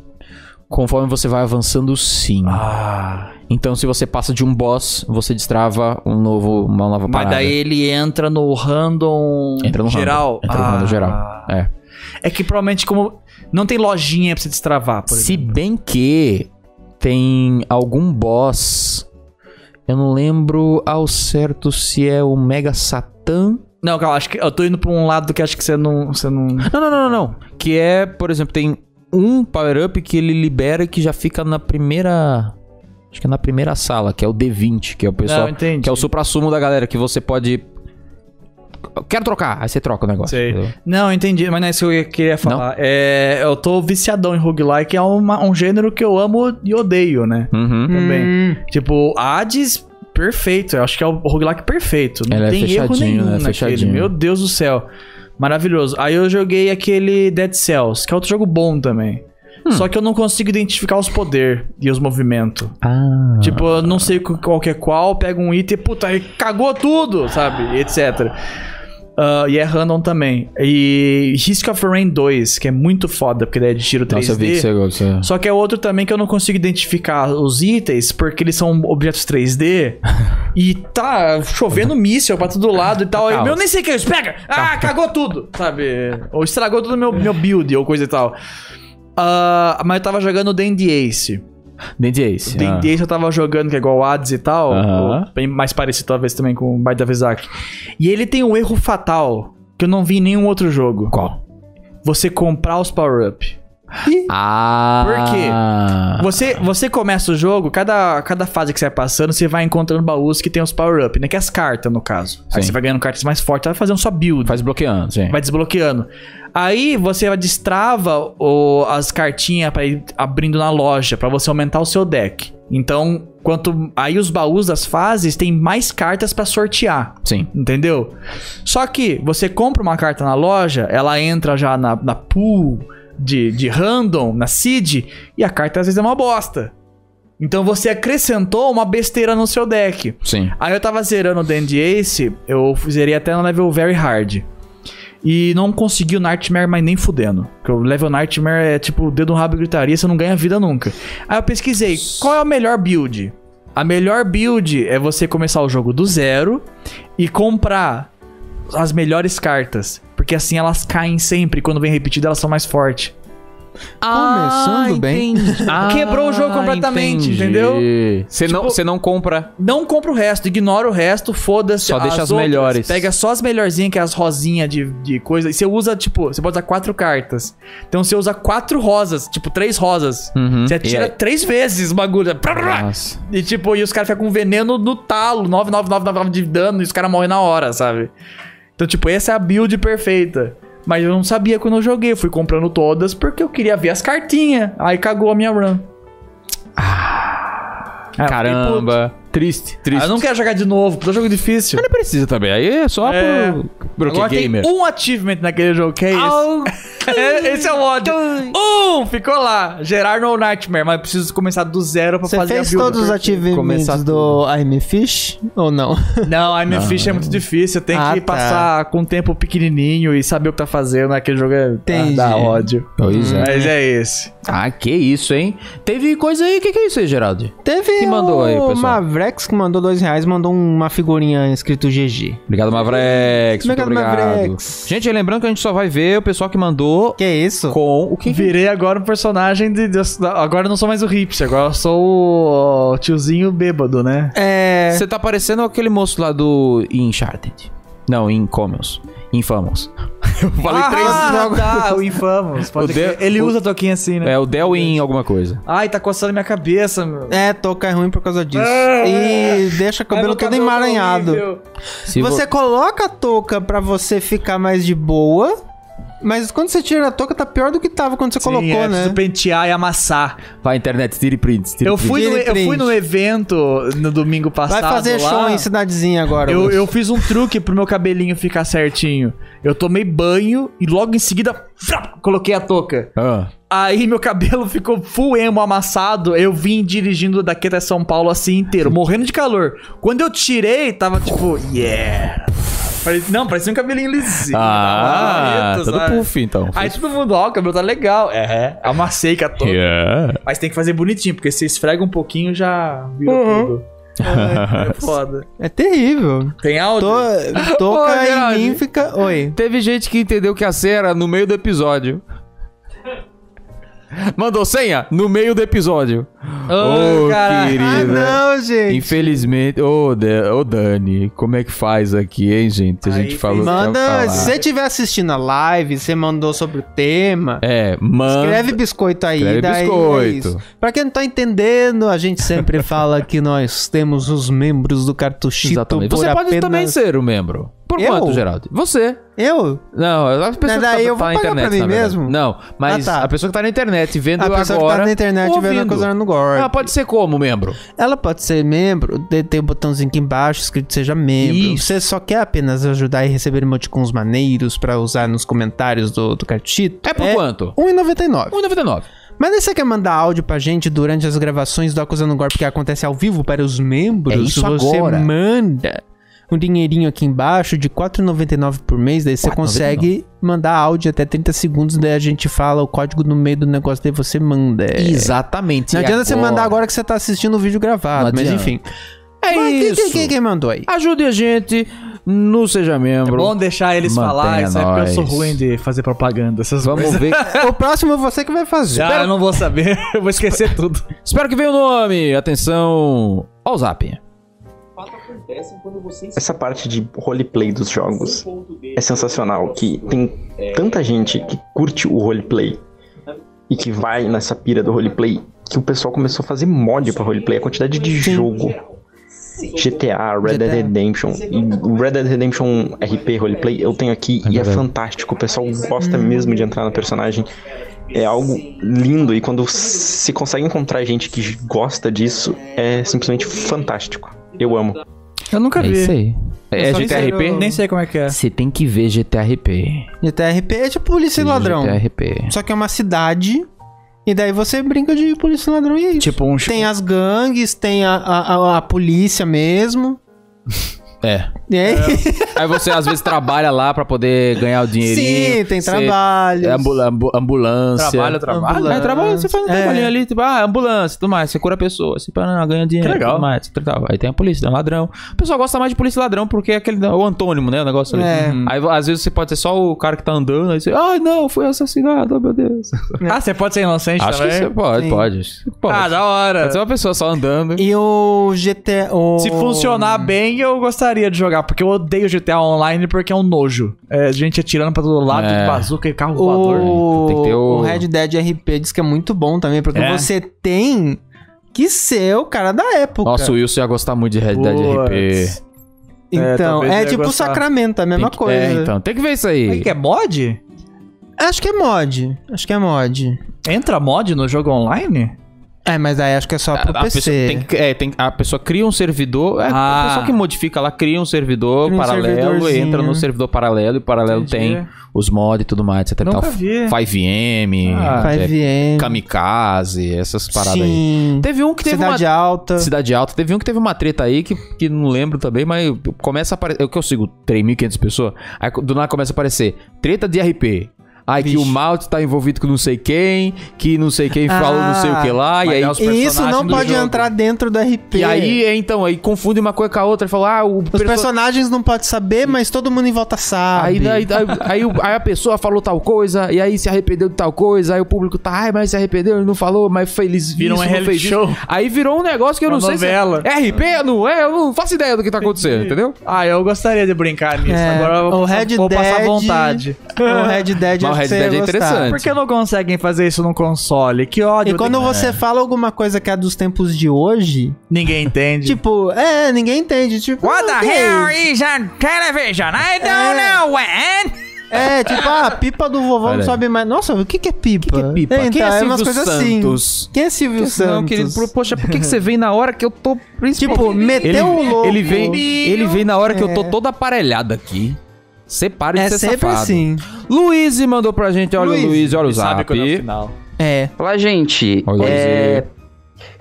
Conforme você vai avançando, sim. Ah. Então, se você passa de um boss, você destrava um novo, uma nova Mas parada. daí ele entra no random Entra no geral. Ah. random. Entra no random geral. É. É que provavelmente como não tem lojinha pra você destravar, por Se exemplo. bem que tem algum boss. Eu não lembro ao certo se é o Mega Satã. Não, calma, acho que eu tô indo pra um lado que acho que você não, você não. Não, não, não, não, não. Que é, por exemplo, tem um power-up que ele libera e que já fica na primeira. Acho que é na primeira sala, que é o D20, que é o pessoal. não, Ah, entendi. Que é o supra-sumo da galera, que você pode. Quero trocar. Aí você troca o negócio. Sei. entendeu? Não, entendi, mas não é isso que eu queria falar. É, eu tô viciadão em roguelike, é uma- um gênero que eu amo e odeio, né? Uhum. Hum, Também. Tipo, Hades, perfeito. Eu acho que é o roguelike perfeito. Não Ele é tem erro fechadinho, nenhum né? naquele. Fechadinho. Meu Deus do céu. Maravilhoso. Aí eu joguei aquele Dead Cells, que é outro jogo bom também. Hum. Só que eu não consigo identificar os poderes e os movimentos. Ah. Tipo, eu não sei qu- qual que é qual, pega um item, puta, aí cagou tudo, sabe? E Etc. Ah, e é random também. E Risk of Rain 2, que é muito foda, porque daí é de tiro 3D. Nossa, eu vi que você gosta. Só que é outro também que eu não consigo identificar os itens, porque eles são objetos 3D. e tá chovendo míssil pra todo lado e tal. Aí, Tá Caos. Tá meu, nem sei o que é isso. Pega! Ah, cagou tudo! Sabe? Ou estragou todo o meu, meu build, ou coisa e tal. Ah, mas eu tava jogando D&D Ace. Dendy Ace. Tem ah. D&D que eu tava jogando, que é igual o Hades e tal. Aham. ou Bem mais parecido, talvez, também com o Baita Vezak. E ele tem um erro fatal, que eu não vi em nenhum outro jogo. Qual? Você comprar os power-up. Ah. Por Você, você começa o jogo, cada, cada fase que você vai passando, você vai encontrando baús que tem os power-up, né? Que é as cartas, no caso. Aí Sim. você vai ganhando cartas mais fortes, vai fazendo sua build. Faz bloqueando, sim. Vai desbloqueando. Aí você destrava o- as cartinhas pra ir abrindo na loja, pra você aumentar o seu deck. Então, quanto aí os baús das fases tem mais cartas pra sortear, Sim. entendeu? Só que você compra uma carta na loja, ela entra já na, na pool de, de random, na seed, e a carta às vezes é uma bosta. Então você acrescentou uma besteira no seu deck. Sim. Aí eu tava zerando o Dandy Ace, eu zerei até no level Very Hard. E não consegui o Nightmare, mas nem fudendo. Porque o level Nightmare é tipo o dedo no rabo e gritaria, você não ganha vida nunca. Aí eu pesquisei, qual é a melhor build? A melhor build é você começar o jogo do zero e comprar as melhores cartas. Porque assim elas caem sempre, quando vem repetida elas são mais fortes. Começando bem. Ah, Ah, Quebrou o jogo completamente, entendeu? Você não, Tipo- você não compra. Não compra o resto, ignora o resto, foda-se. Só deixa as outras. melhores. Pega só as melhorzinhas, que é as rosinhas de, de coisa. E você usa, tipo, você pode usar quatro cartas. Então você usa quatro rosas, tipo, três rosas. Uhum. Você E atira aí- Ah. três vezes o bagulho. Nossa. E tipo, e os caras ficam com veneno no talo, 99999 de dano, e os caras morrem na hora, sabe? Então, tipo, essa é a build perfeita. Mas eu não sabia quando eu joguei, fui comprando todas porque eu queria ver as cartinhas. Aí cagou a minha run. Ah, eu fiquei puto. Caramba. Triste, triste. Ah, eu não quero jogar de novo, porque é um jogo difícil. Mas não precisa também. Aí é só É. pro, pro que Agora tem gamer. um achievement naquele jogo, que é esse. É, esse é o ódio. Um! Ficou lá. Gerar no Nightmare, mas preciso começar do zero pra Você fazer fez a build. todos os achievements começar do I'm Fish ou não? Não, I'm a Fish é muito difícil. Tem Ah, que tá. passar com um tempo pequenininho e saber o que tá fazendo. Aquele jogo é Entendi. dá ódio. Pois é. Mas é esse. Ah, que isso, hein? Teve coisa aí. O que, que é isso aí, Geraldo? Teve Quem mandou o aí, pessoal? Mavrex que mandou dois reais, mandou uma figurinha escrito GG. Obrigado, Mavrex. Muito Obrigado, obrigado. Mavrex. Gente, lembrando que a gente só vai ver o pessoal que mandou Que isso? com o que. Virei agora um personagem de. de- Agora eu não sou mais o hipster, agora eu sou o tiozinho bêbado, né? É. Você tá parecendo aquele moço lá do Uncharted. Não, Incomels. Infamous. Eu falei Ah, três. tá, o Infamous. pode O crer. de- Ele o- usa a toquinha assim, né? É o Del em alguma coisa. Ai, tá coçando minha cabeça, meu. É, toca é ruim por causa disso. Ah, e deixa o cabelo Ai, meu todo cabelo emaranhado. horrível. Se Você coloca a touca pra você ficar mais de boa, mas quando você tira a touca tá pior do que tava quando você Sim, colocou, é, né? preciso pentear e amassar. vo- Vai, internet, tire prints. Tire Eu prints. fui, no, Tire eu fui print. no evento no domingo Vai passado. fazer lá. show em cidadezinha agora. Eu, Augusto. eu fiz um truque pro meu cabelinho ficar certinho. Eu tomei banho e logo em seguida frá, coloquei a touca. Ah. Aí meu cabelo ficou full emo amassado. Eu vim dirigindo daqui até São Paulo assim inteiro, morrendo de calor. Quando eu tirei, tava tipo, yeah. Parecia- Não, parecia um cabelinho lisinho. Ah, tava bonito, todo sabe? puff, então. Aí todo mundo, ó, o cabelo tá legal. É, amassei com a touca. Yeah. Mas tem que fazer bonitinho, porque se esfrega um pouquinho já virou tudo. Ai, é foda. É terrível. Tem áudio? Tô, touca Ô, Geraldo. em mim fica. Oi. Teve gente que entendeu que a senha era no meio do episódio. Mandou senha no meio do episódio. Ô, caralho. Ah, não, gente. Infelizmente. Ô, Da- ô, Dani, como é que faz aqui, hein, gente? A Aí gente falou. que ia Manda, falar. se você estiver assistindo a live, você mandou sobre o tema. É, manda. Escreve biscoito aí, Escreve daí biscoito. é isso. Pra quem não tá entendendo, a gente sempre fala que nós temos os membros do Cartuchito Exatamente. por Você pode apenas... também ser um membro. Por Eu? quanto, Geraldo? Você. Eu? Não, a pessoa Mas daí que tá, eu vou tá na pagar pra internet. mim na verdade. mesmo? Não, mas Ah, tá. a pessoa que tá na internet vendo a pessoa agora. que tá na internet vendo a ouvindo. coisa no Gore. Ah, pode ser como membro? Ela pode ser membro, de- tem o botãozinho aqui embaixo escrito seja membro. Isso. Você só quer apenas ajudar e receber um emoticons maneiros pra usar nos comentários do, um do Cartuchito? É por quanto? R$1,99. 1,99. Mas aí você quer mandar áudio pra gente durante as gravações do Acusando Gore, porque acontece ao vivo para os membros? É isso você agora. manda um dinheirinho aqui embaixo de R$4,99 por mês, daí você 4,99. consegue mandar áudio até 30 segundos, daí a gente fala o código no meio do negócio, daí você manda. É. Exatamente. Não E adianta você mandar agora que você tá assistindo o vídeo Não gravado, mas adianta. enfim. É Mas quem- isso. Quem, quem, quem mandou aí? Ajude a gente no Seja É Membro. bom né? deixar eles Mantenha falar, isso é porque eu nós. sou ruim de fazer propaganda. Essas Vamos coisas. ver. O próximo é você que vai fazer. Já, eu não vou saber, eu vou esquecer tudo. Espero que venha o nome. Atenção. Ó o zap. essa parte de roleplay dos jogos é sensacional, que tem tanta gente que curte o roleplay e que vai nessa pira do roleplay que o pessoal começou a fazer mod pra roleplay, a quantidade de jogo. GTA, Red Dead GTA. Redemption, e Red Dead Redemption RP roleplay eu tenho aqui e é fantástico. O pessoal gosta mesmo de entrar no personagem. É algo lindo e quando se consegue encontrar gente que gosta disso, é simplesmente fantástico. Eu amo. Eu nunca É isso aí. É Eu só nem sei GTRP? o- Nem sei como é que é. Você tem que ver GTRP. GTRP é tipo polícia e ladrão. GTRP. Só que é uma cidade. E daí você brinca de polícia e ladrão e é isso. Tipo um Tem as gangues, tem a, a, a- a polícia mesmo. É. E aí, Aí você às vezes trabalha lá pra poder ganhar o dinheirinho. sim, tem Você- trabalho. é ambu- ambu- ambulância. Trabalho, trabalho. Ah, é, trabalho, você faz um É. trabalhinho ali, tipo, ah, ambulância, tudo mais, você cura pessoas, você para, ganha dinheiro, tudo mais, tudo tal. aí tem a polícia, tem ladrão. O pessoal gosta mais de polícia e ladrão porque é aquele, o antônimo, né, o negócio ali. É. Uhum. Aí às vezes você pode ser só o cara que tá andando, aí você, ai não, fui assassinado, oh, meu Deus. Ah, você pode ser inocente Acho que também? você pode, Sim. pode. acho que pode. Ah, da Pode hora. ser uma pessoa só andando. E o GTA. o- Se funcionar Hum. bem, eu gostaria de jogar, porque eu odeio GTA Online porque é um nojo. É, gente atirando pra todo lado, É. bazuca e carro voador. O... né? Tem que ter o- o Red Dead RP diz que é muito bom também, porque É? você tem que ser o cara da época. Nossa, o Wilson ia gostar muito de Red Dead RP. Puts. é, Então, talvez é, eu ia tipo o gostar. Sacramento, a Tem mesma que- coisa. É, então, tem que ver isso Mas aí. que é mod? Acho que é mod. Acho que é mod. Entra mod no jogo online? É, mas aí acho que é só pro a, a PC. Pessoa tem que- é, tem- a pessoa cria um servidor. É, Ah. A pessoa que modifica lá cria um servidor Cria um paralelo, servidorzinho. entra no servidor paralelo e o paralelo Entendi. tem os mods e tudo mais, etc. Tá Nunca tal. vi. 5M, Ah. é, 5M. Kamikaze, essas paradas aí. Sim. Teve um que teve Cidade uma. Alta. Cidade Alta. Teve um que teve uma treta aí que, que não lembro também, mas começa a aparecer. Eu que eu sigo 3.500 pessoas. Aí do nada começa a aparecer treta de RP. Aí que o Malte tá envolvido com não sei quem, que não sei quem falou não sei o que lá, e Mas aí é os E isso não personagens do pode jogo. entrar dentro do RP. e aí, é, então, aí confunde uma coisa com a outra. Ele fala, ah, o Os perso- personagens não podem saber, mas todo mundo em volta sabe. Aí, daí- daí- aí o- aí a pessoa falou tal coisa, e aí se arrependeu de tal coisa, aí o público tá, ai, mas se arrependeu, ele não falou, mas feliz Vira um isso, não reality fez isso." show. Aí virou um negócio que eu Uma não sei novela. se é RP, não é, eu não faço ideia do que tá acontecendo, entendeu? Ah, eu gostaria de brincar nisso. É, Agora eu vou, o passar, Red vou passar Dead- vontade. O Red Dead, Mas o acho que Red você Dead ia é gostar. interessante. Por que não conseguem fazer isso no console? Que ódio. E quando tem- você fala alguma coisa que é dos tempos de hoje, Ninguém entende. tipo, é, ninguém entende. Tipo, What não the tem. hell is on television? I don't É. know when. É, tipo, ah, a pipa do vovô Olha não aí. sobe mais. Nossa, o que, que é pipa? Que pipa, É, então, quem é é Silvio umas coisas assim. Santos? Quem é Silvio Santos? Não, querido, pro- poxa, por que, que você vem na hora que eu tô principalmente- Tipo, meteu ele, o louco. Ele vem, ele vem na hora que eu tô É. toda aparelhada aqui. Separe de É ser sempre safado. assim. Luiz mandou pra gente, olha Luiz. o Luiz, olha o Sabe zap. quando é o final. É. Fala, gente. Olha é,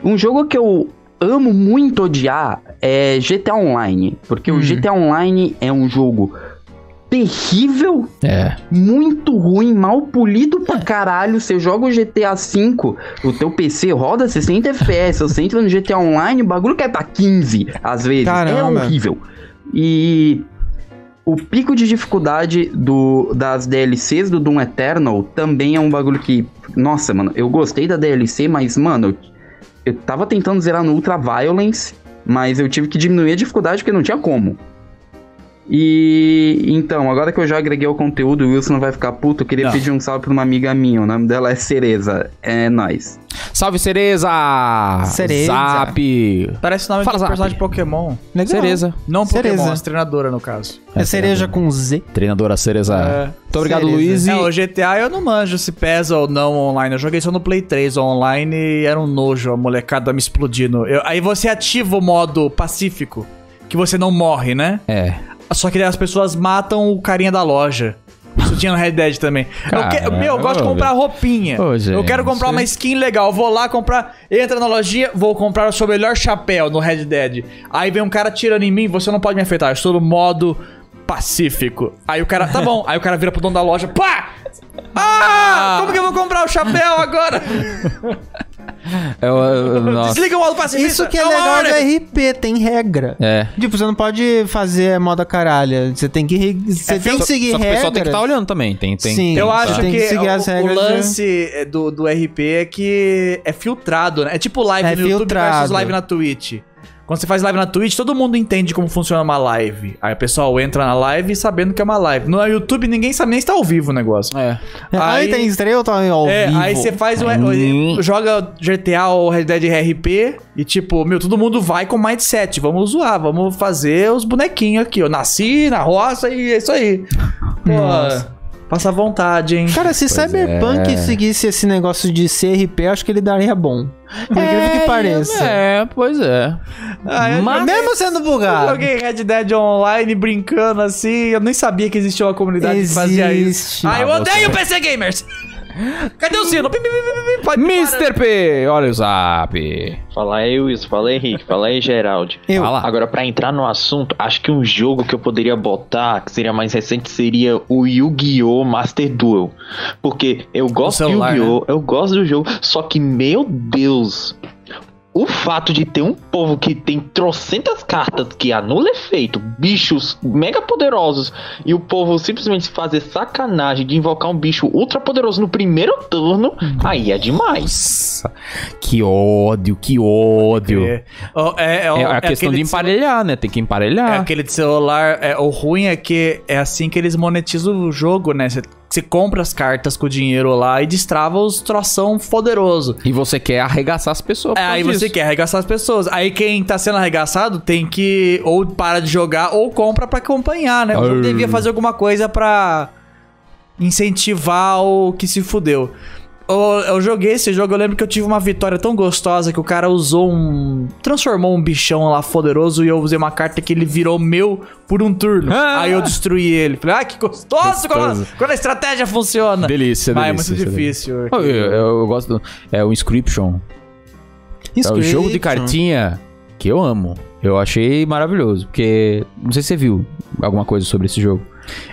Um jogo que eu amo muito odiar é GTA Online. Porque Hum. o GTA Online é um jogo terrível, É. muito ruim, mal polido É. pra caralho. Você joga o GTA V, o teu PC roda 60 FPS. Você entra no GTA Online, o bagulho quer tá 15 às vezes. É Caramba. horrível. E. O pico de dificuldade do, das DLCs do Doom Eternal também é um bagulho que. Nossa, mano, eu gostei da DLC, mas, mano, eu, eu tava tentando zerar no Ultra Violence, mas eu tive que diminuir a dificuldade porque não tinha como. E então, agora que eu já agreguei o conteúdo, o Wilson não vai ficar puto. Eu queria Não. pedir um salve pra uma amiga minha. O nome dela é Cereza. É nóis. Salve, Cereza! Cereza. Zap! Parece o nome Fala, do Zap. personagem de Pokémon. Legal. Cereza. Não Cereza. Pokémon, mas treinadora, no caso. É cereja com assim. Z. Treinadora Cereza. É. Muito obrigado, Cereza. Luiz. E É, o GTA eu não manjo se pesa ou não online. Eu joguei só no Play 3 online e era um nojo, a molecada me explodindo. Eu- aí você ativa o modo pacífico, que você não morre, né? É. Só que daí as pessoas matam o carinha da loja. Isso tinha no Red Dead também. Eu que- meu, eu gosto de comprar roupinha. Ô, gente. eu quero comprar uma skin legal. Eu Vou lá comprar. Entra na lojinha, vou comprar o seu melhor chapéu no Red Dead. Aí vem um cara tirando em mim, você não pode me afetar. Eu estou no modo pacífico. Aí o cara, tá bom. Aí o cara vira pro dono da loja, pá! Ah! Como que eu vou comprar o chapéu agora? É o- é o- nossa. Desliga o modo pacífico. Isso que é legal do RP, tem regra. É. Tipo, você não pode fazer moda caralha. Você tem que, re- você tem que tá seguir É, Só que o regra. pessoal tem que estar olhando também. Tem, tem, Sim. tem Eu Sim, acho tá. que, Tem que seguir o, as o regras né? de- lance é, do, do RP é que é filtrado, né? É tipo live É no YouTube versus filtrado. live na Twitch. Quando você faz live na Twitch, todo mundo entende como funciona uma live. Aí o pessoal entra na live sabendo que é uma live. No YouTube, ninguém sabe nem se tá ao vivo o negócio. É. Aí, Aí- tem estrela, tá ao É, vivo. aí você faz um, Hum. joga GTA ou Red Dead RP e tipo, meu, todo mundo vai com mindset, vamos zoar, vamos fazer os bonequinhos aqui. Eu nasci na roça e é isso aí. Pô, Nossa. passa vontade, hein? Cara, se Cyberpunk é. seguisse esse negócio de CRP, acho que ele daria bom. Por incrível que pareça. É, pois é. Ah, eu Mas- Mesmo sendo Eu bugado. joguei Red Dead Online brincando assim, eu nem sabia que existia uma comunidade que fazia isso. Existe. Ah, eu Ah, você- odeio PC Gamers! Cadê o sino? Pim, pim, pim, pim, pim. Mr. P, olha o zap. Fala aí, Wilson. Fala aí, Henrique. Fala aí, Geraldi. Eu. Fala. Agora, pra entrar no assunto, acho que um jogo que eu poderia botar, que seria mais recente, seria o Yu-Gi-Oh! Master Duel. Porque eu gosto do celular, Yu-Gi-Oh! Eu gosto do jogo, só que, meu Deus... O fato de ter um povo que tem trocentas cartas que anula efeito, bichos mega poderosos, e o povo simplesmente fazer sacanagem de invocar um bicho ultra poderoso no primeiro turno, aí é demais. Nossa, que ódio, que ódio. É, ó, é, ó, É a é questão aquele de emparelhar, né? Tem que É emparelhar. aquele de celular. é, o ruim é que é assim que eles monetizam o jogo, né? Você- Você compra as cartas com o dinheiro lá e destrava os troção poderoso. E você quer arregaçar as pessoas. por É, causa aí disso. você quer arregaçar as pessoas. Aí quem tá sendo arregaçado tem que ou para de jogar ou compra pra acompanhar, né? O jogo Ai. devia fazer alguma coisa pra incentivar o que se fudeu. Eu, eu joguei esse jogo, eu lembro que eu tive uma vitória tão gostosa que o cara usou um. transformou um bichão lá poderoso e eu usei uma carta que ele virou meu por um turno. Ah. Aí eu destruí ele. Falei, ah, que gostoso, Quando, a- quando a estratégia funciona. Delícia, delícia. Mas é muito delícia. Ah, difícil. Eu, eu- eu gosto do. É o Inscription. É o jogo de cartinha que eu amo. Eu achei maravilhoso. Porque. Não sei se você viu alguma coisa sobre esse jogo.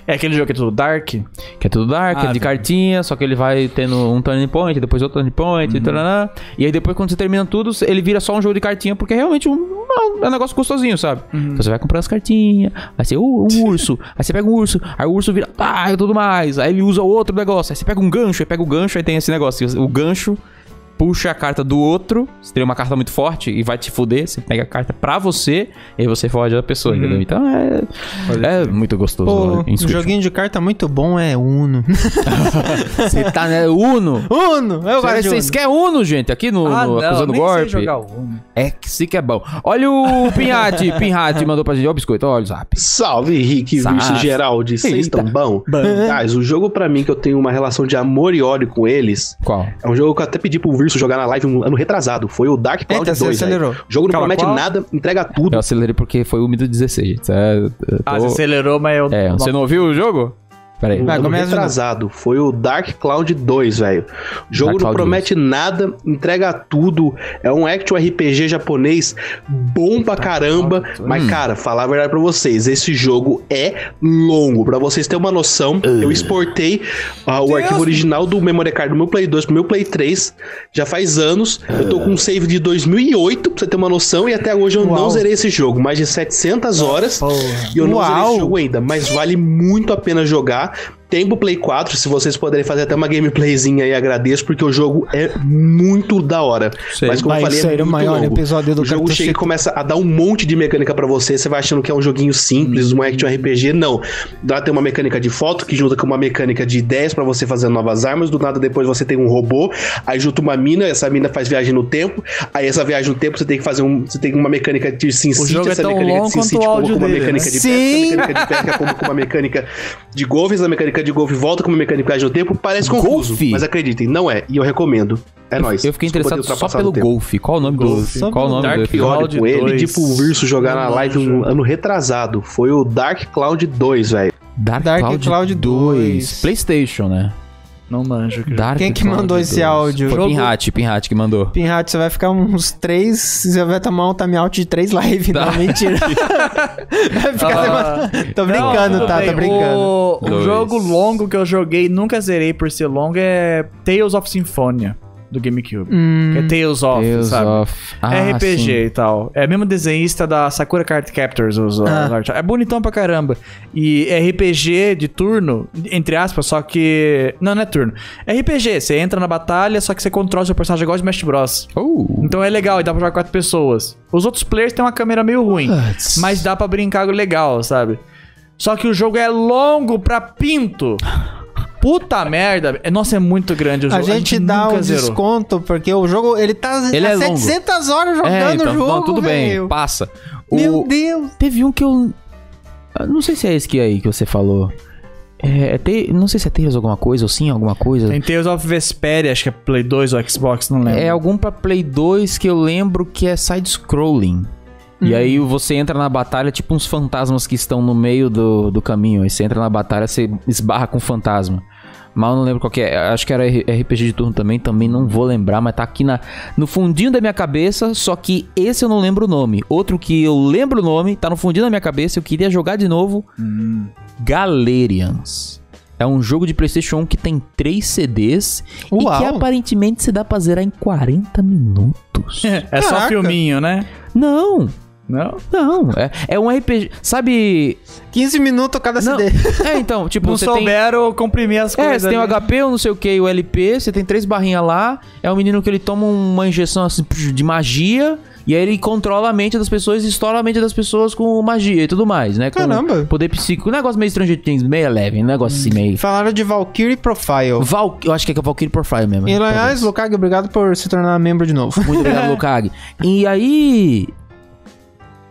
É aquele jogo que é tudo Dark? Que é tudo dark, Ah, é de tá. cartinha, só que ele vai tendo um turning point, depois outro turning Uhum. point, e tarará. e aí depois quando você termina tudo, ele vira só um jogo de cartinha, porque é realmente um, um- é um negócio gostosinho, sabe? Então você vai comprando as cartinhas, aí você, uh, um urso, aí você pega um urso, aí o urso vira, pá, e tudo mais, aí ele usa outro negócio, aí você pega um gancho, aí pega o gancho, aí tem esse negócio, o gancho puxa a carta do outro, se tem uma carta muito forte e vai te fuder, você pega a carta pra você, e aí você foge da pessoa, entendeu? Então é, é muito gostoso. Pô, né? um Inscription. joguinho de carta muito bom é Uno. Você tá, né? Uno! Uno! Eu gosto de Vocês Uno. querem Uno, gente, aqui no, no Acusando Ah, nem sei Golpe? jogar um. Uno. É que sim que é bom. Olha o Pinhate, Pinhate mandou pra gente, ó o biscoito, olha o zap. Salve, Henrique, Salve. Wilson, Geraldi, vocês Eita. estão bom? Bom. É. Guys, o jogo pra mim que eu tenho uma relação de amor e ódio com eles Qual? é um jogo que eu até pedi pro Virso jogar na live um ano retrasado. Foi o Dark Cloud Eita, você 2. velho. acelerou. O jogo não Calma, promete qual? nada, entrega tudo. Eu acelerei porque foi o minuto 16, gente. É, eu tô- Ah, você acelerou, mas eu. é, você não ouviu o jogo? Pera aí. Um ano Ah, começa de novo. retrasado. Foi o Dark Cloud 2, velho. O jogo Dark não Cloud promete nada, entrega tudo. É um action RPG japonês bom pra caramba. Mas, Hum. cara, falar a verdade pra vocês, esse jogo é longo. Pra vocês terem uma noção, eu exportei ah, o arquivo original do Memory Card do meu Play 2 pro meu Play 3 já faz anos. Eu tô com um save de 2008, pra você ter uma noção. E até hoje eu não zerei esse jogo. Mais de 700 horas. E eu não zerei esse jogo ainda, mas vale muito a pena jogar. Tem pro Play 4, se vocês puderem fazer até uma gameplayzinha aí, agradeço, porque o jogo é muito da hora. Mas como eu Mas falei, sério, é o muito maior longo. episódio do O jogo Cartucho chega e começa a dar um monte de mecânica pra você, você vai achando que é um joguinho simples, um action RPG, não. Dá tem uma mecânica de foto que junta com uma mecânica de ideias pra você fazer novas armas, do nada depois você tem um robô, aí junta uma mina, essa mina faz viagem no tempo, aí essa viagem no tempo você tem que fazer um, você tem uma mecânica de Sin O jogo City, é essa tão mecânica longo de Sin quanto o City como áudio com uma dele, né? mecânica de Sim! pesca, mecânica de pesca como com uma mecânica de golfe, essa mecânica de golfe volta com uma mecânica de viagem no tempo, parece confuso, Golfe? mas acreditem, não é, e eu recomendo. É nóis. Eu fiquei Desculpa ter interessado só ultrapassado pelo o tempo. golfe. Qual o nome Golfe. do. Qual o nome Dark do E episódio? olha com ele, 2. tipo o Virso jogar na Não live um manjo. ano retrasado. Foi o Dark Cloud 2, velho. Dark, Dark Cloud, Cloud 2. PlayStation, né? Não manjo. que Dark Quem que Cloud mandou esse 2. áudio? Foi Jogo- Pinhate, Pinhate que mandou. Pinhat, você vai ficar uns três. Você vai tomar um time-out de três lives. Tá. Não, mentira. vai ficar. Ah. semana- Tô brincando, Não, tá? tudo Tô bem. brincando. O, o Dois. jogo longo que eu joguei, nunca zerei por ser longo, é Tales of Symphonia, do GameCube. Hum, Que é Tales of, Tales sabe? of- Ah, É RPG sim. e tal. É mesmo desenhista da Sakura Card Captors. Os, os Ah. art- É bonitão pra caramba. E é RPG de turno, entre aspas, só que. Não, não é turno. É RPG, você entra na batalha, só que você controla seu personagem igual de Smash Bros. Oh. Então é legal, e dá pra jogar quatro pessoas. Os outros players têm uma câmera meio ruim, Ah. mas dá pra brincar legal, sabe? Só que o jogo é longo pra pinto. Puta merda. É- Nossa, é muito grande o A jogo. gente, dá nunca um zerou. desconto, porque o jogo, ele tá Ele há é longo. 700 horas jogando É, então, o jogo, não, tudo velho. bem, passa. Meu O- Deus. Teve um que eu. eu Não sei se é esse que aí que você falou. É, é te- Não sei se é Tales alguma coisa ou sim alguma coisa. Tem Tales of Vesperia, acho que é Play 2 ou Xbox, não lembro. É algum pra Play 2 que eu lembro que é side-scrolling. E Hum. aí você entra na batalha, tipo uns fantasmas que estão no meio do, do caminho. Aí você entra na batalha, você esbarra com o um fantasma. Mas eu não lembro qual que é. Acho que era R- RPG de turno também, também não vou lembrar, mas tá aqui na, no fundinho da minha cabeça, só que esse eu não lembro o nome. Outro que eu lembro o nome, tá no fundinho da minha cabeça, eu queria jogar de novo. Hum. Galerians. É um jogo de Playstation 1 que tem 3 CDs e que Uau. aparentemente se dá pra zerar em 40 minutos. É só Caraca. filminho, né? Não, Não? não. É, é um RPG. Sabe. 15 minutos cada Não. CD. É, então, tipo, não você tem. souberam comprimir as coisas. É, você tem o ali. HP, ou não sei o que, o LP, você tem três barrinhas lá, é um menino que ele toma uma injeção assim, de magia, e aí ele controla a mente das pessoas e estoura a mente das pessoas com magia e tudo mais, né? Com Caramba. Poder psíquico, um negócio meio Stranger Things, meio leve, um negócio assim meio... Falaram de Valkyrie Profile. Val... Eu acho que é Valkyrie Profile mesmo. Hum. E talvez. aliás, Lucag, obrigado por se tornar membro de novo. Muito obrigado, Lucag. E aí.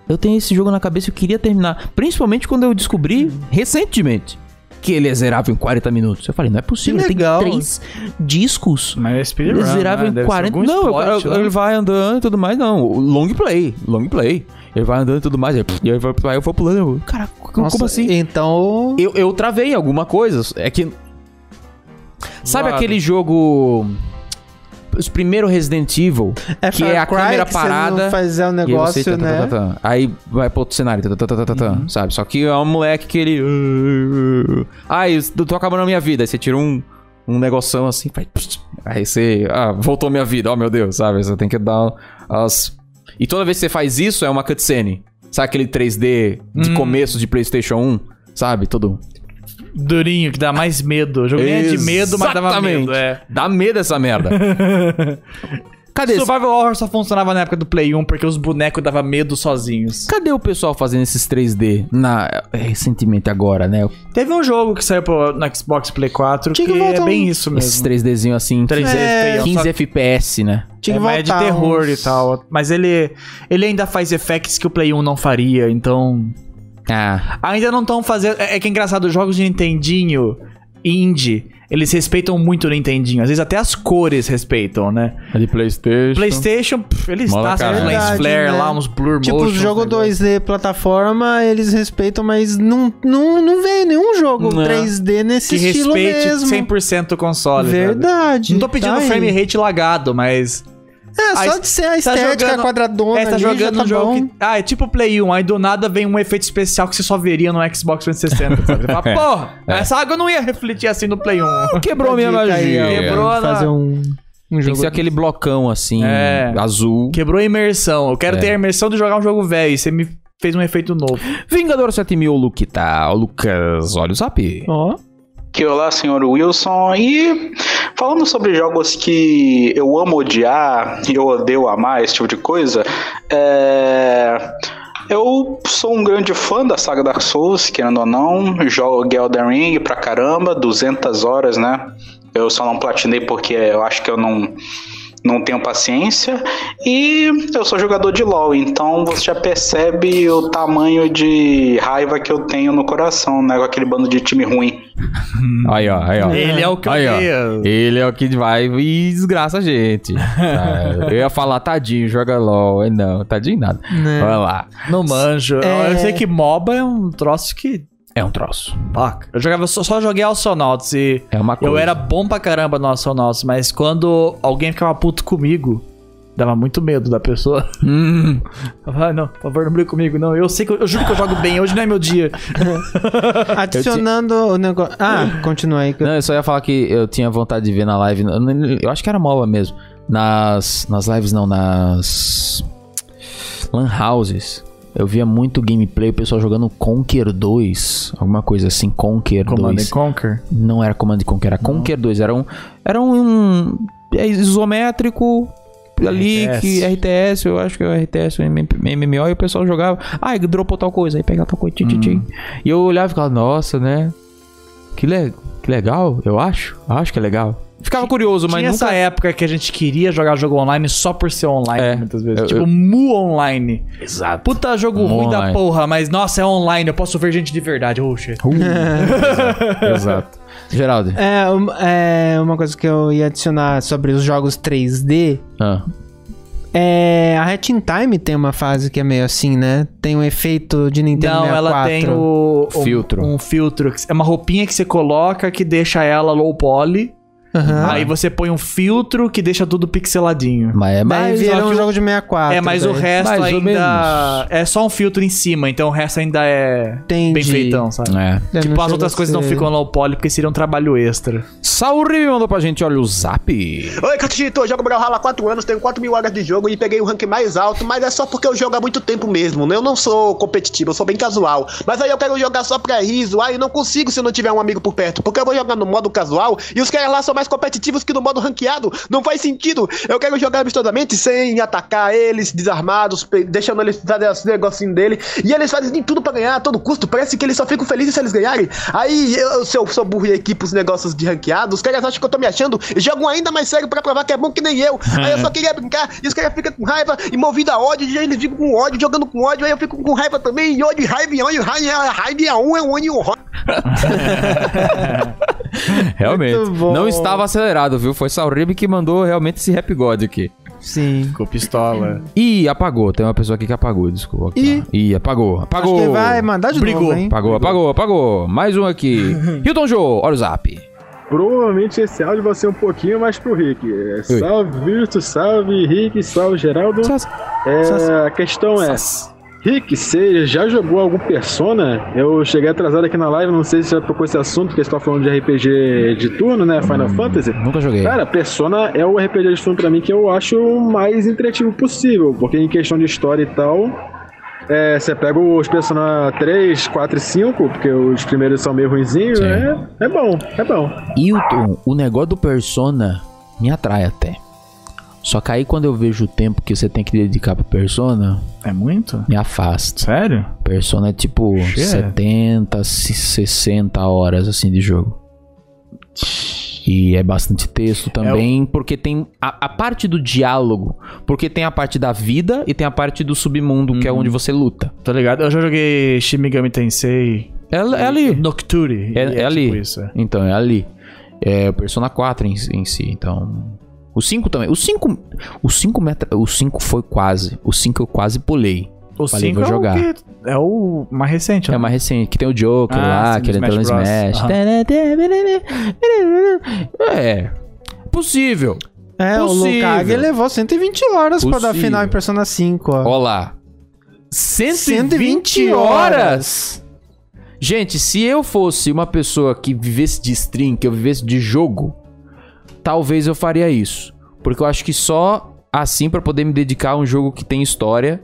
Eu tenho esse jogo na cabeça e eu queria terminar. Principalmente quando eu descobri recentemente que ele é zerável em 40 minutos. Eu falei, não é possível, Que tem legal. três discos. Mas é Ele speedrun, é zerável né? em Deve ser 40 algum Não, plot, eu- eu- né? ele vai andando e tudo mais, não. O Long play, long play. Ele vai andando e tudo mais. aí, E aí, vai- aí eu vou pulando. eu, Cara, como Nossa, assim? Então. Eu, eu travei alguma coisa. É que. Sabe Zoado. aquele jogo. Os primeiros Resident Evil? Que é a Far Cry câmera que você não parada Faz E é um aí você, negócio, tá, tá, né? tá, Uhum. tá, tá. Aí vai pro outro cenário, tá, tá, tá, tá, tá, tá, sabe? Só que é um moleque que ele. ah, Ai, eu tô acabando a minha vida. Aí você tira um, um negoção assim, vai. Aí você. Ah, voltou minha vida, oh meu Deus, sabe? Você tem que dar as. E toda vez que você faz isso, é uma cutscene. Sabe aquele 3D de Uhum. começo de PlayStation 1? Sabe? Todo. Durinho, que dá mais medo. O jogo nem é de medo, mas dava medo. Exatamente. É. Dá medo essa merda. Cadê esse Survival Horror só funcionava na época do Play 1 porque os bonecos davam medo sozinhos. Cadê o pessoal fazendo esses 3D na é, recentemente agora, né? Teve um jogo que saiu pro, na Xbox Play 4 que, Tinha que voltar é um- bem isso Esses mesmo. 3Dzinho assim, 3D, 15, é, 15 só- FPS, né? Tinha é, que mas é de voltar terror uns- e tal. Mas ele, ele ainda faz effects que o Play 1 não faria, então... Ah, Ainda não estão fazendo... É, é que é engraçado, os jogos de Nintendinho indie, eles respeitam muito o Nintendinho. Às vezes até as cores respeitam, né? é de PlayStation. Playstation, pff, eles Mola taçam caralho. uns lens Verdade, flare né? lá, uns blur Tipo, motion. um os jogo uns negócios. 2D plataforma, eles respeitam, mas não, não, não veio nenhum jogo Não. 3D nesse que estilo respeite mesmo. 100% o console. sabe? Verdade. Não tô pedindo tá aí. frame rate lagado, mas. É, Ah, só de ser a tá estética jogando- quadradona É, tá ali, já jogando tá um jogo bom. que. Ah, é tipo Play 1, aí do nada vem um efeito especial que você só veria no Xbox 360. Sabe? Você fala, É. porra, essa água não ia refletir assim no Play 1. Quebrou minha Fica aí, magia. é. ó, Quebrou na- Fazer um, um Tem que jogo. ser aquele blocão assim, É. azul. Quebrou a imersão. Eu quero É. ter a imersão de jogar um jogo velho. e Você me fez um efeito novo. Vingador 7000, Luke tá. Lucas, olha o zap. Hum. Ó, Que olá, senhor Wilson. E falando sobre jogos que eu amo odiar e eu odeio amar, esse tipo de coisa, é, eu sou um grande fã da saga Dark Souls, querendo ou não. Jogo Elden Ring pra caramba, 200 horas, né? Eu só não platinei porque eu acho que eu não. Não tenho paciência. E eu sou jogador de LoL, então você já percebe o tamanho de raiva que eu tenho no coração, né? Com aquele bando de time ruim. Aí, ó, aí, ó. Ele é o que eu Aí, ó. queria. Ele é o que vai e desgraça a gente. Tá, Eu ia falar, tadinho, joga LOL. Aí Não, tadinho nada. É. né? Vai lá. Não manjo. É. Eu sei que MOBA é um troço que. É um troço. Paca. Eu jogava, só, só joguei Alcionauts e. É uma coisa. Eu era bom pra caramba no Astronauts, mas quando alguém ficava puto comigo, dava muito medo da pessoa. Hum, Eu falava, não, por favor, não briga comigo, não. Eu sei que eu, eu juro que eu jogo bem, hoje não é meu dia. Adicionando o negócio. Ah, continua aí. que eu- Não, eu só ia falar que eu tinha vontade de ver na live. Eu, nem- eu acho que era MOBA mesmo. Nas, nas lives, não, nas. Lan houses. Eu via muito gameplay, o pessoal jogando Conquer 2. Alguma coisa assim, Conquer 2. Conquer. Não era Command and Conquer, era Conquer 2. Era um. Era um. é isométrico. Ali, RTS. que RTS, eu acho que é o RTS, o MMO, e o pessoal jogava. Ah, dropou tal coisa, aí pegava tal coisa, tchim, tchim, tchim. E eu olhava e ficava, nossa, né? Que, le que legal, eu acho. Acho que é legal. Ficava curioso, mas Tinha nunca. essa época que a gente queria jogar jogo online só por ser online, É. muitas vezes. Eu- tipo, Mu Online. Exato. Puta jogo Mu ruim da Online. porra, mas nossa, é online, eu posso ver gente de verdade. Oh, shit. uh, Exato. Tipo, Geraldo. É, um- é, uma coisa que eu ia adicionar sobre os jogos 3D. Ah, É, a Hat in Time tem uma fase que é meio assim, né? Tem um efeito de Nintendo Não, 64. ela tem o, um- Filtro. Um filtro. que- É uma roupinha que você coloca que deixa ela low poly. Aham. Aí você põe um filtro que deixa tudo pixeladinho. Mas é Daí mais. virou só um que o- jogo de 64. é, mas o daí. resto Mais ou ainda. menos. É só um filtro em cima, então o resto ainda é Entendi. bem feitão, sabe? É. É, Tipo, não as chega outras a coisas não ser- ficam low poly porque seria um trabalho extra. Sauri mandou pra gente, olha o zap. Oi, Catito, jogo Brawlhalla há 4 anos, tenho 4 mil horas de jogo e peguei o rank mais alto, mas é só porque eu jogo há muito tempo mesmo. né? Eu não sou competitivo, eu sou bem casual. Mas aí eu quero jogar só pra riso, aí não consigo se não tiver um amigo por perto, porque eu vou jogar no modo casual e os caras lá são mais competitivos que no modo ranqueado. Não faz sentido. Eu quero jogar amistosamente sem atacar eles, desarmados, pe- deixando eles fazerem os negocinhos dele. E eles fazem de tudo pra ganhar a todo custo, parece que eles só ficam felizes se eles ganharem. Aí eu, se eu sou burro e aqui pros negócios de ranqueado, os caras acham que eu tô me achando e jogam ainda mais sério pra provar que é bom que nem eu. aí eu só queria brincar e os caras ficam com raiva e movido a ódio, e eles ficam com ódio, jogando com ódio, aí eu fico com raiva também, e ódio, e raiva, e ódio, e raiva, e raiva, e um, é um, e um, Realmente. Muito bom. Não estava acelerado, viu? Foi Saurib que mandou realmente esse rap god aqui. Sim. Ficou pistola. Ih, apagou. Tem uma pessoa aqui que apagou, desculpa. Ih. Ih, apagou. Apagou. Acho que vai mandar de Brigou. novo, hein? Apagou, apagou, apagou. Mais um aqui. Hilton Joe, olha o zap. Provavelmente esse áudio vai ser um pouquinho mais pro Rick. É, Salve, Virtus, salve, Rick, salve, Geraldo. Sas- É, sas- a questão é, Rick, você já jogou algum Persona? Eu cheguei atrasado aqui na live, não sei se você já tocou esse assunto, porque você tá falando de RPG de turno, né? Final Fantasy. Nunca joguei. Cara, Persona é o RPG de turno pra mim que eu acho o mais interativo possível, porque em questão de história e tal, é, você pega os Persona 3, 4 e 5, porque os primeiros são meio ruinzinhos, Sim. é, é bom, é bom. Hilton, o negócio do Persona me atrai até. Só que aí quando eu vejo o tempo que você tem que dedicar pro Persona, É muito? me afasta. Sério? Persona é tipo Che. 70, se- 60 horas assim de jogo. E é bastante texto também, porque tem a, a parte do diálogo, porque tem a parte da vida e tem a parte do submundo, que é onde você luta. Tá ligado? Eu já joguei Shimigami Tensei. É, é ali. Nocturne. É- e é ali. tipo isso, é. Então, é ali. É o Persona 4 em, em si, então. O 5 também. O 5. O 5 metra, O 5 foi quase. O 5 eu quase pulei. O Falei, 5 vou é o jogar. que- é o mais recente, né? É mais recente, que tem o Joker Ah, lá, sim, que ele Smash entrou no Bros. Smash. É. Possível. É, Possível. o Lukag levou 120 horas pra dar Possível. final em Persona 5, ó. Ó lá. 120 120 horas! Gente, se eu fosse uma pessoa que vivesse de stream, que eu vivesse de jogo, talvez eu faria isso. Porque eu acho que só assim pra poder me dedicar a um jogo que tem história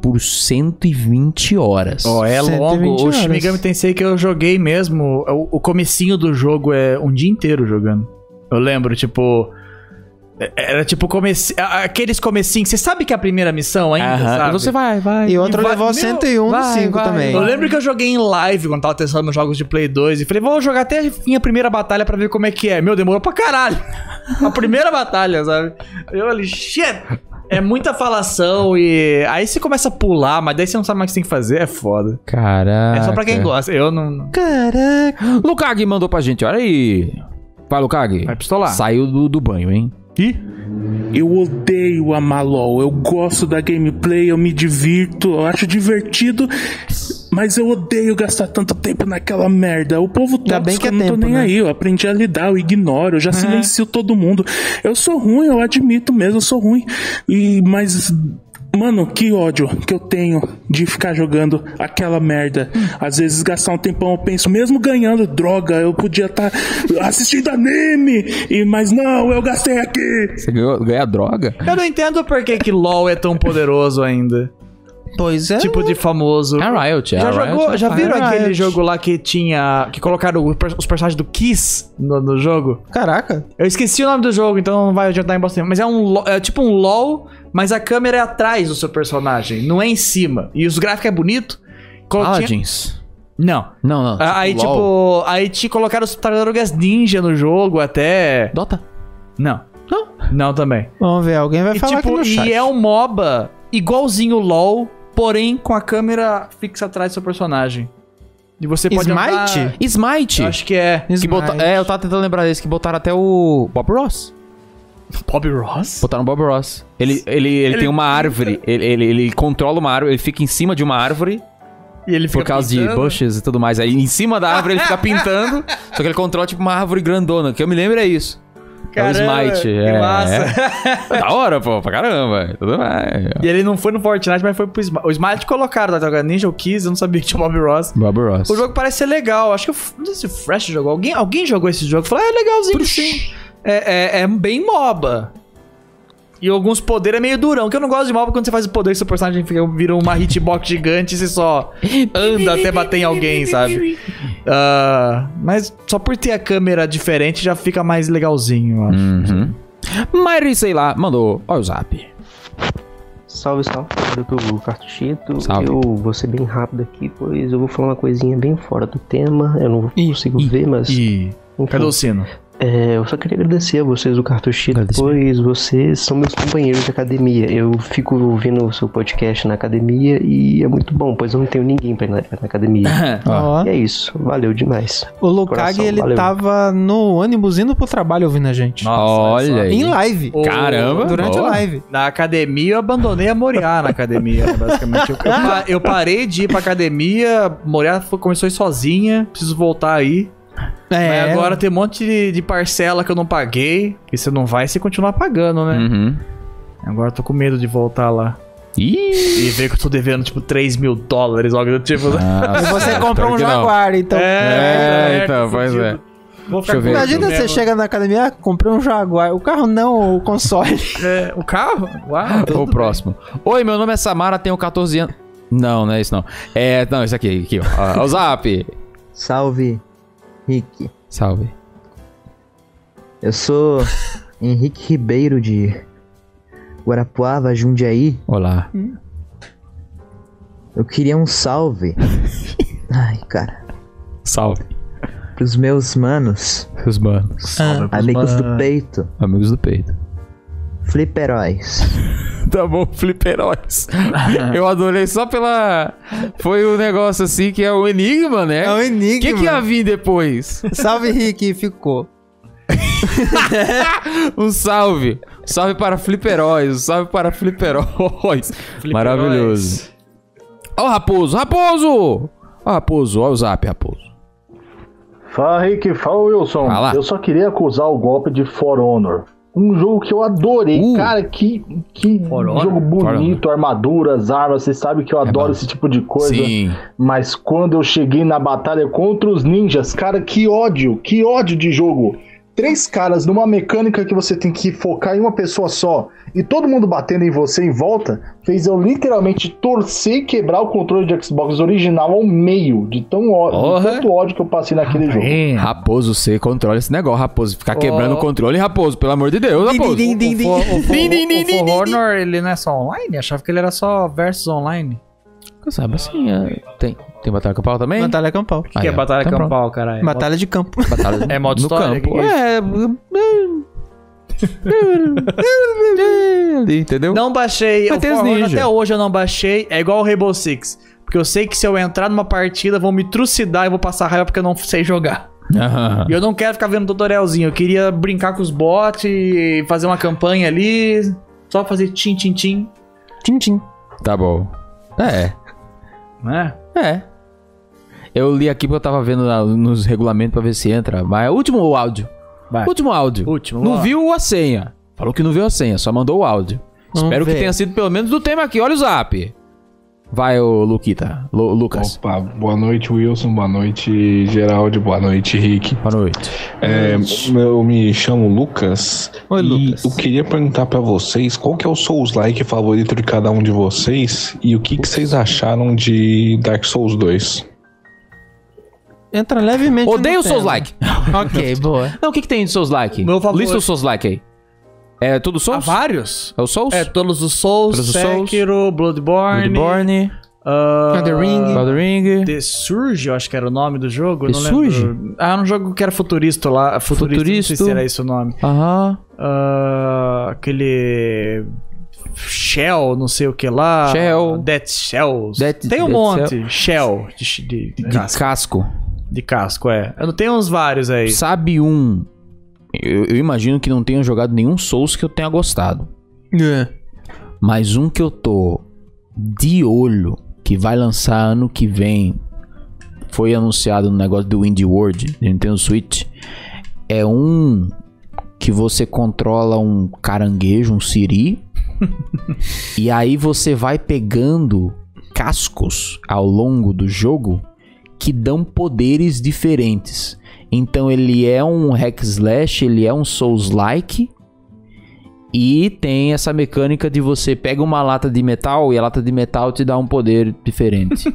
por 120 horas. Ó, é 120 longo. O horas. Shimigami Tensei que eu joguei mesmo, é o, o comecinho do jogo é um dia inteiro jogando. Eu lembro, tipo... é- Era tipo comeci... a- aqueles comecinhos. Você sabe que é a primeira missão ainda, Aham. sabe? Você vai, vai. E outro vai- levou meu, 101 no vai, 5 vai, também. Eu lembro que eu joguei em live quando tava testando meus jogos de Play 2 e falei, vou jogar até a minha primeira batalha pra ver como é que é. Meu, demorou pra caralho. A primeira batalha, sabe? Eu falei, shit! É muita falação e. Aí você começa a pular, mas daí você não sabe mais o que você tem que fazer, é foda. Caraca. É só pra quem gosta. Eu não. Caraca. Lukag mandou pra gente, olha aí. Vai, Lukag. Vai pistolar. Saiu do, do banho, hein? Eu odeio a Malol, eu gosto da gameplay, eu me divirto, eu acho divertido, mas eu odeio gastar tanto tempo naquela merda. O povo Ainda tóxico, bem que é eu não tô tempo, nem né? É. aí, eu aprendi a lidar, eu ignoro, eu já silencio todo mundo. Eu sou ruim, eu admito mesmo, eu sou ruim. E mas Mano, que ódio que eu tenho de ficar jogando aquela merda. Às vezes gastar um tempão, eu penso, mesmo ganhando droga, eu podia estar assistindo anime. E, mas não, eu gastei aqui. Você ganhou, ganha droga? Eu não entendo por que, que LOL é tão poderoso ainda. Pois é. Tipo de famoso. É a Riot, é Já a Riot, jogou? né? Já viram É a aquele Riot. jogo lá que tinha. que colocaram o per- os personagens do Kiss no- no jogo? Caraca. Eu esqueci o nome do jogo, então não vai adiantar em bosta nenhuma. Mas é um lo- é tipo um LOL, mas a câmera é atrás do seu personagem, não é em cima. E os gráficos é bonito. Colo- tinha- Paladins? Não. Não, não. aí, Ah, LOL. tipo, aí te colocaram os tartarugas ninja no jogo até. Dota? Não. Não? Não também. Vamos ver, alguém vai E, falar aqui tipo, no chat. e é um MOBA igualzinho o LOL, porém com a câmera fixa atrás do seu personagem. E você pode. Smite? andar- Smite? Eu acho que é. Que bota- Smite. É, eu tava tentando lembrar desse que botaram até o Bob Ross. Bob Ross? Botaram Bob Ross. Ele, ele, ele, tem uma árvore. Ele, ele, ele controla uma árvore. Ele fica em cima de uma árvore. E ele fica Por causa de pintando? bushes e tudo mais. Aí em cima da árvore ele fica pintando. só que ele controla tipo uma árvore grandona. Que eu me lembro é isso. é Caramba, o Smite. que é, massa. é. Da hora, pô. Pra caramba. Tudo mais. E ele não foi no Fortnite, mas foi pro Smite. O Smite colocaram da Tartaruga Ninja, eu quis, eu não sabia que tinha o Bob Ross. Bob Ross. O jogo parece ser legal. Acho que eu, não sei se o Fresh jogou. Alguém, alguém jogou esse jogo. Falou, ah, é legalzinho sim. É, é- é bem MOBA. E alguns poderes é meio durão, que eu não gosto de MOBA quando você faz o poder e seu personagem fica, vira uma hitbox gigante e você só anda até bater em alguém, sabe? Ah, mas só por ter a câmera diferente já fica mais legalzinho, eu acho. Uhum. Mari, sei lá, mandou. Olha o zap. Salve, salve, doutor Cartuchito. Salve. Eu vou ser bem rápido aqui, pois eu vou falar uma coisinha bem fora do tema. Eu não consigo ver, Hum. mas. Enfim. Cadê o sino? É, eu só queria agradecer a vocês do Cartuchito, pois vocês são meus companheiros de academia. Eu fico ouvindo o seu podcast na academia e é muito bom, pois eu não tenho ninguém pra ir na, na academia. Ó. E é isso, valeu demais. O Lukag, Coração, ele valeu. tava no ônibus indo pro trabalho ouvindo a gente. Olha aí. Em live. Caramba. Durante boa. a live. Na academia, eu abandonei a Moriá na academia, né, basicamente. Eu, eu pa- eu parei de ir pra academia, Moriá foi- começou a ir sozinha, preciso voltar aí. É. Mas agora tem um monte de, de parcela que eu não paguei, que você não vai se continuar pagando, né? Uhum. Agora eu tô com medo de voltar lá. Ih. E ver que eu tô devendo, tipo, 3 mil dólares, algo do tipo. Ah, E você certo, comprou um que não. Jaguar, então. É, é, então, faz pois é. Vou Deixa eu ver. Imagina você chega na academia, ah, comprei um Jaguar. O carro não, o console. É, o carro? Uau, Ou o próximo. Oi, meu nome é Samara, tenho 14 anos. Não, não é isso não. É, não, isso aqui, aqui, ó. Ó, O zap. Salve, Rick. Salve. Eu sou Henrique Ribeiro de Guarapuava, Jundiaí. Olá. Eu queria um salve. Ai, cara. Salve. Pros meus manos. Os manos. Salve pros Amigos do manos. peito. Amigos do peito. Fliperóis. Tá bom, fliperóis. Eu adorei só pela. Foi um negócio assim que é o enigma, né? É o um enigma. O que, que ia vir depois? Salve, Rick, ficou. um salve. Um salve para fliperóis. Um salve para fliperóis. Maravilhoso. Ó, o Raposo, Raposo! Ó, Raposo, ó o zap, Raposo. Fala, Rick. Fala, Wilson. Fala. Eu só queria acusar o golpe de For Honor. Um jogo que eu adorei. Uh. Cara, que, que Honor? jogo bonito. Armaduras, armas. Você sabe que eu adoro esse tipo de é. coisa. É Sim. Mas quando eu cheguei na batalha contra os ninjas, cara, que ódio. Que ódio de jogo. Três caras numa mecânica que você tem que focar em uma pessoa só e todo mundo batendo em você em volta fez eu literalmente torcer e quebrar o controle de Xbox original ao meio de tão ó- de tanto ódio que eu passei naquele jogo. Raposo, você controla esse negócio, Raposo. Ficar quebrando o controle, Raposo, pelo amor de Deus, O- Raposo. O, For- o, For- o For Honor, ele não é só online? Achava que ele era só versus online. Eu Sabe assim, é- tem, tem batalha campal também? Batalha campal. O que é batalha Tá campal, caralho? Batalha de campo. Batalha É modo no história, campo. que que é É. Ali, entendeu? Não baixei. Mas o tem os For Honor ninja. até hoje eu não baixei. É igual o Rainbow Six. Porque eu sei que se eu entrar numa partida, vão me trucidar e vou passar raiva porque eu não sei jogar. Aham. E eu não quero ficar vendo tutorialzinho. Eu queria brincar com os bots, e fazer uma campanha ali. Só fazer tim, tim, tim. Tim, tim. Tá bom. É. Né? É. Eu li aqui porque eu tava vendo na- nos regulamentos pra ver se entra. Mas último o áudio. Vai. Último áudio. Último, Não vamos lá. viu a senha. Falou que não viu a senha, só mandou o áudio. Vamos Espero ver. que tenha sido pelo menos do tema aqui. Olha o zap. Vai, ô Luquita. Lu- Lucas. Opa, boa noite, Wilson. Boa noite, Geraldo. Boa noite, Rick. É, Boa noite. eu me chamo Lucas. Oi, Lucas. Eu queria perguntar pra vocês qual que é o Souls like favorito de cada um de vocês e o que, que vocês acharam de Dark Souls 2. Entra levemente. Odeio no o tema. seus like. ok, boa. Não, o que, que tem de seus like? né? Meu favorito- Lista os seus like aí. É tudo Souls? Há vários. É o Souls? É, todos os Souls, Todos os Souls. Sekiro, Bloodborne. Bloodborne. ah, Elden Ring. Elden Ring. The Surge, eu acho que era o nome do jogo. The não Surge? Lembro. Ah, era um jogo que era futurista lá. Futurista. Não sei se Futuristo. era esse o nome. Aham. Ah, aquele. Shell, não sei o que lá. Shell. Death Shells. Death- Tem um Death monte. Shell. De, de- De casco. De casco, é. Eu não tenho uns vários aí. Sabe um Eu, eu imagino que não tenham jogado nenhum Souls que eu tenha gostado. É. Mas um que eu tô de olho, que vai lançar ano que vem, foi anunciado no negócio do Indie World, do Nintendo Switch, é um que você controla um caranguejo, um siri, e aí você vai pegando cascos ao longo do jogo que dão poderes diferentes. Então ele é um hack slash, ele é um souls-like e tem essa mecânica de você pega uma lata de metal e a lata de metal te dá um poder diferente.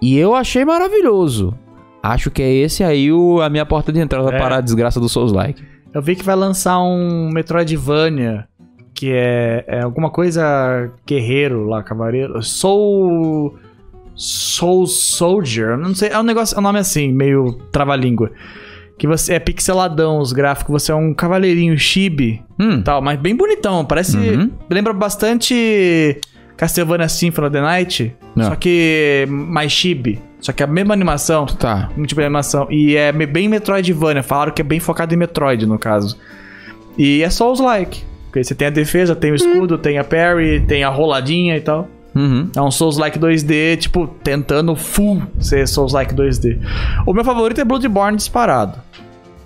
e eu achei maravilhoso. Acho que é esse aí o, a minha porta de entrada É. para a desgraça do souls like. Eu vi que vai lançar um Metroidvania, que é, é alguma coisa guerreiro lá, cavaleiro. Soul. Soul Soldier. eu Não sei, é um negócio, é um nome assim, meio trava-língua. Que você é pixeladão os gráficos, você é um cavaleirinho chibi, tal, mas bem bonitão, parece lembra bastante Castlevania Symphony of the Night, Ah. só que mais chibi. Só que é a mesma animação. Tá. Um tipo de animação. E é me- bem Metroidvania. Falaram que é bem focado em Metroid, no caso. E é só os like. Porque você tem a defesa, tem o escudo, tem a parry, tem a roladinha e tal. É um Souls-like 2D, tipo, tentando full ser Souls-like 2D. O meu favorito é Bloodborne disparado.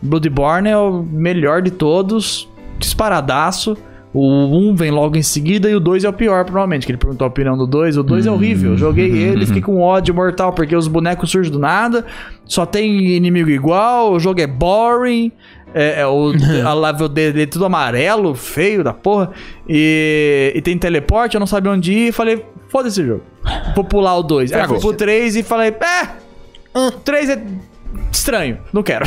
Bloodborne é o melhor de todos, disparadaço. O 1 vem logo em seguida e o 2 é o pior, provavelmente. Que ele perguntou a opinião do 2. O 2 é horrível. Joguei ele, fiquei com ódio mortal, porque os bonecos surgem do nada. Só tem inimigo igual, o jogo é boring. É, é o, a level dele é tudo amarelo, feio da porra. E, e tem teleporte, eu não sabia onde ir. Falei, foda-se esse jogo. Vou pular o 2. Aí fui Tragou. pro 3 e falei, é! 3 é estranho, não quero.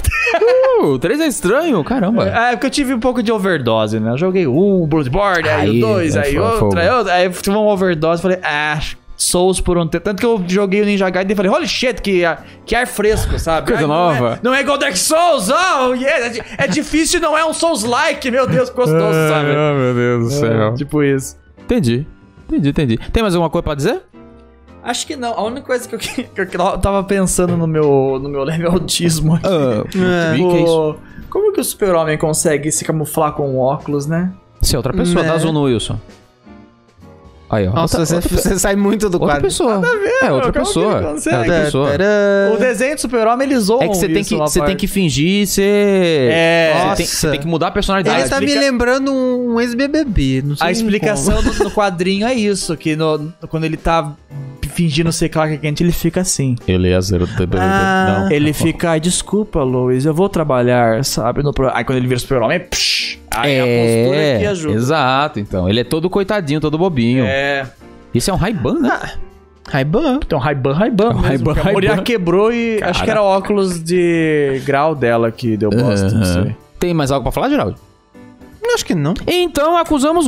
O 3 é estranho? Caramba. É, porque eu tive um pouco de overdose, né? Eu joguei um Bloodborne, aí, Aí, o dois, é aí fo- outro, fogo. aí outro. Aí eu tive uma overdose falei, ah, Souls por um tempo. Tanto que eu joguei o Ninja Gaiden e falei, holy shit, que, ar- que ar fresco, sabe? Coisa Ai, Não é, nova. não é igual Dark Souls, oh, yeah, é di- é, difícil, não é um Souls-like, meu Deus, gostoso, sabe? meu Deus do céu. tipo isso. Entendi. Entendi, entendi. Tem mais alguma coisa pra dizer? Acho que não. A única coisa que eu, que- que eu- que eu tava pensando no meu, no meu leve autismo aqui. vi que é isso. Como que o super-homem consegue se camuflar com um óculos, né? Você é outra pessoa, Né? dá zoom no Wilson. Aí, ó. Nossa, você- você sai muito do quadro. Pessoa. É Como outra que pessoa. ele consegue? É outra pessoa. O desenho do super-homem, ele zoa É que você tem que, você tem que fingir ser. É. Você tem, você tem que mudar a personalidade. Ele tá me Explica- lembrando um ex-BBB. Não sei A explicação do, no quadrinho é isso, que no, no- quando ele tá fingindo ser Clark Kent, ele fica assim. Ele é zero. Ah, Não. ele fica, "Ai, desculpa, Lois, eu vou trabalhar, sabe? No pro... Aí quando ele vira super-homem, psh, aí a postura que É, ajuda. exato, então. Ele é todo coitadinho, todo bobinho. É. Ah, Isso é um Ray-Ban, né? Ray-Ban. Então, Ray-Ban, Ray-Ban. mesmo, Ray-Ban, porque A Ray-Ban. Moriá quebrou e acho que Cara. era o óculos de grau dela que deu bosta, não Aham. sei. Tem mais algo pra falar, Geraldo? Acho que não. Então acusamos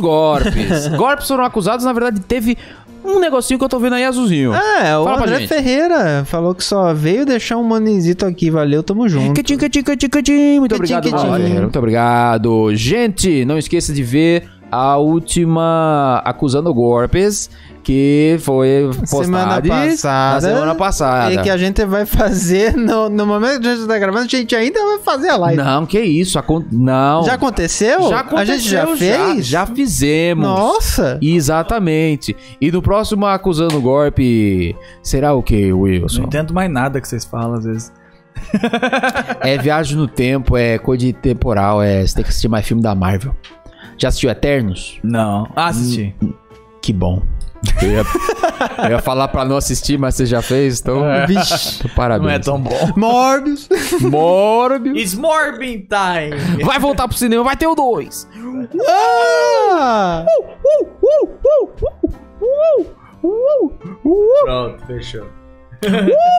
golpes. golpes foram acusados, na verdade teve um negocinho que eu tô vendo aí azulzinho. É, o Fala pra André gente. Ferreira falou que só veio deixar um manezito aqui. Valeu, tamo junto. Catim, catim, catim, catim. Muito obrigado, Catim, catim. Valera. Muito obrigado. Gente, não esqueça de ver a última Acusando Golpes, que foi postada Semana na passada. semana passada. E É que a gente vai fazer no, no momento que a gente tá gravando, a gente ainda vai fazer a live. Não, que isso. acon- Não. Já aconteceu? Já aconteceu, A gente já fez? Já, fizemos. Nossa! Exatamente. E no próximo Acusando Golpe, será o que, Não Então. Wilson? entendo mais nada que vocês falam, às vezes. É viagem no tempo, é coisa de temporal, é você tem que assistir mais filme da Marvel. Já assistiu Eternos? Não. Ah, assisti. Que bom. Eu ia, eu ia falar pra não assistir, mas você já fez, então. É. Vixe, então parabéns. Não é tão bom. Morbius. Morbius. It's Morbin time! Vai voltar pro cinema, vai ter o 2. Ah! Pronto, fechou.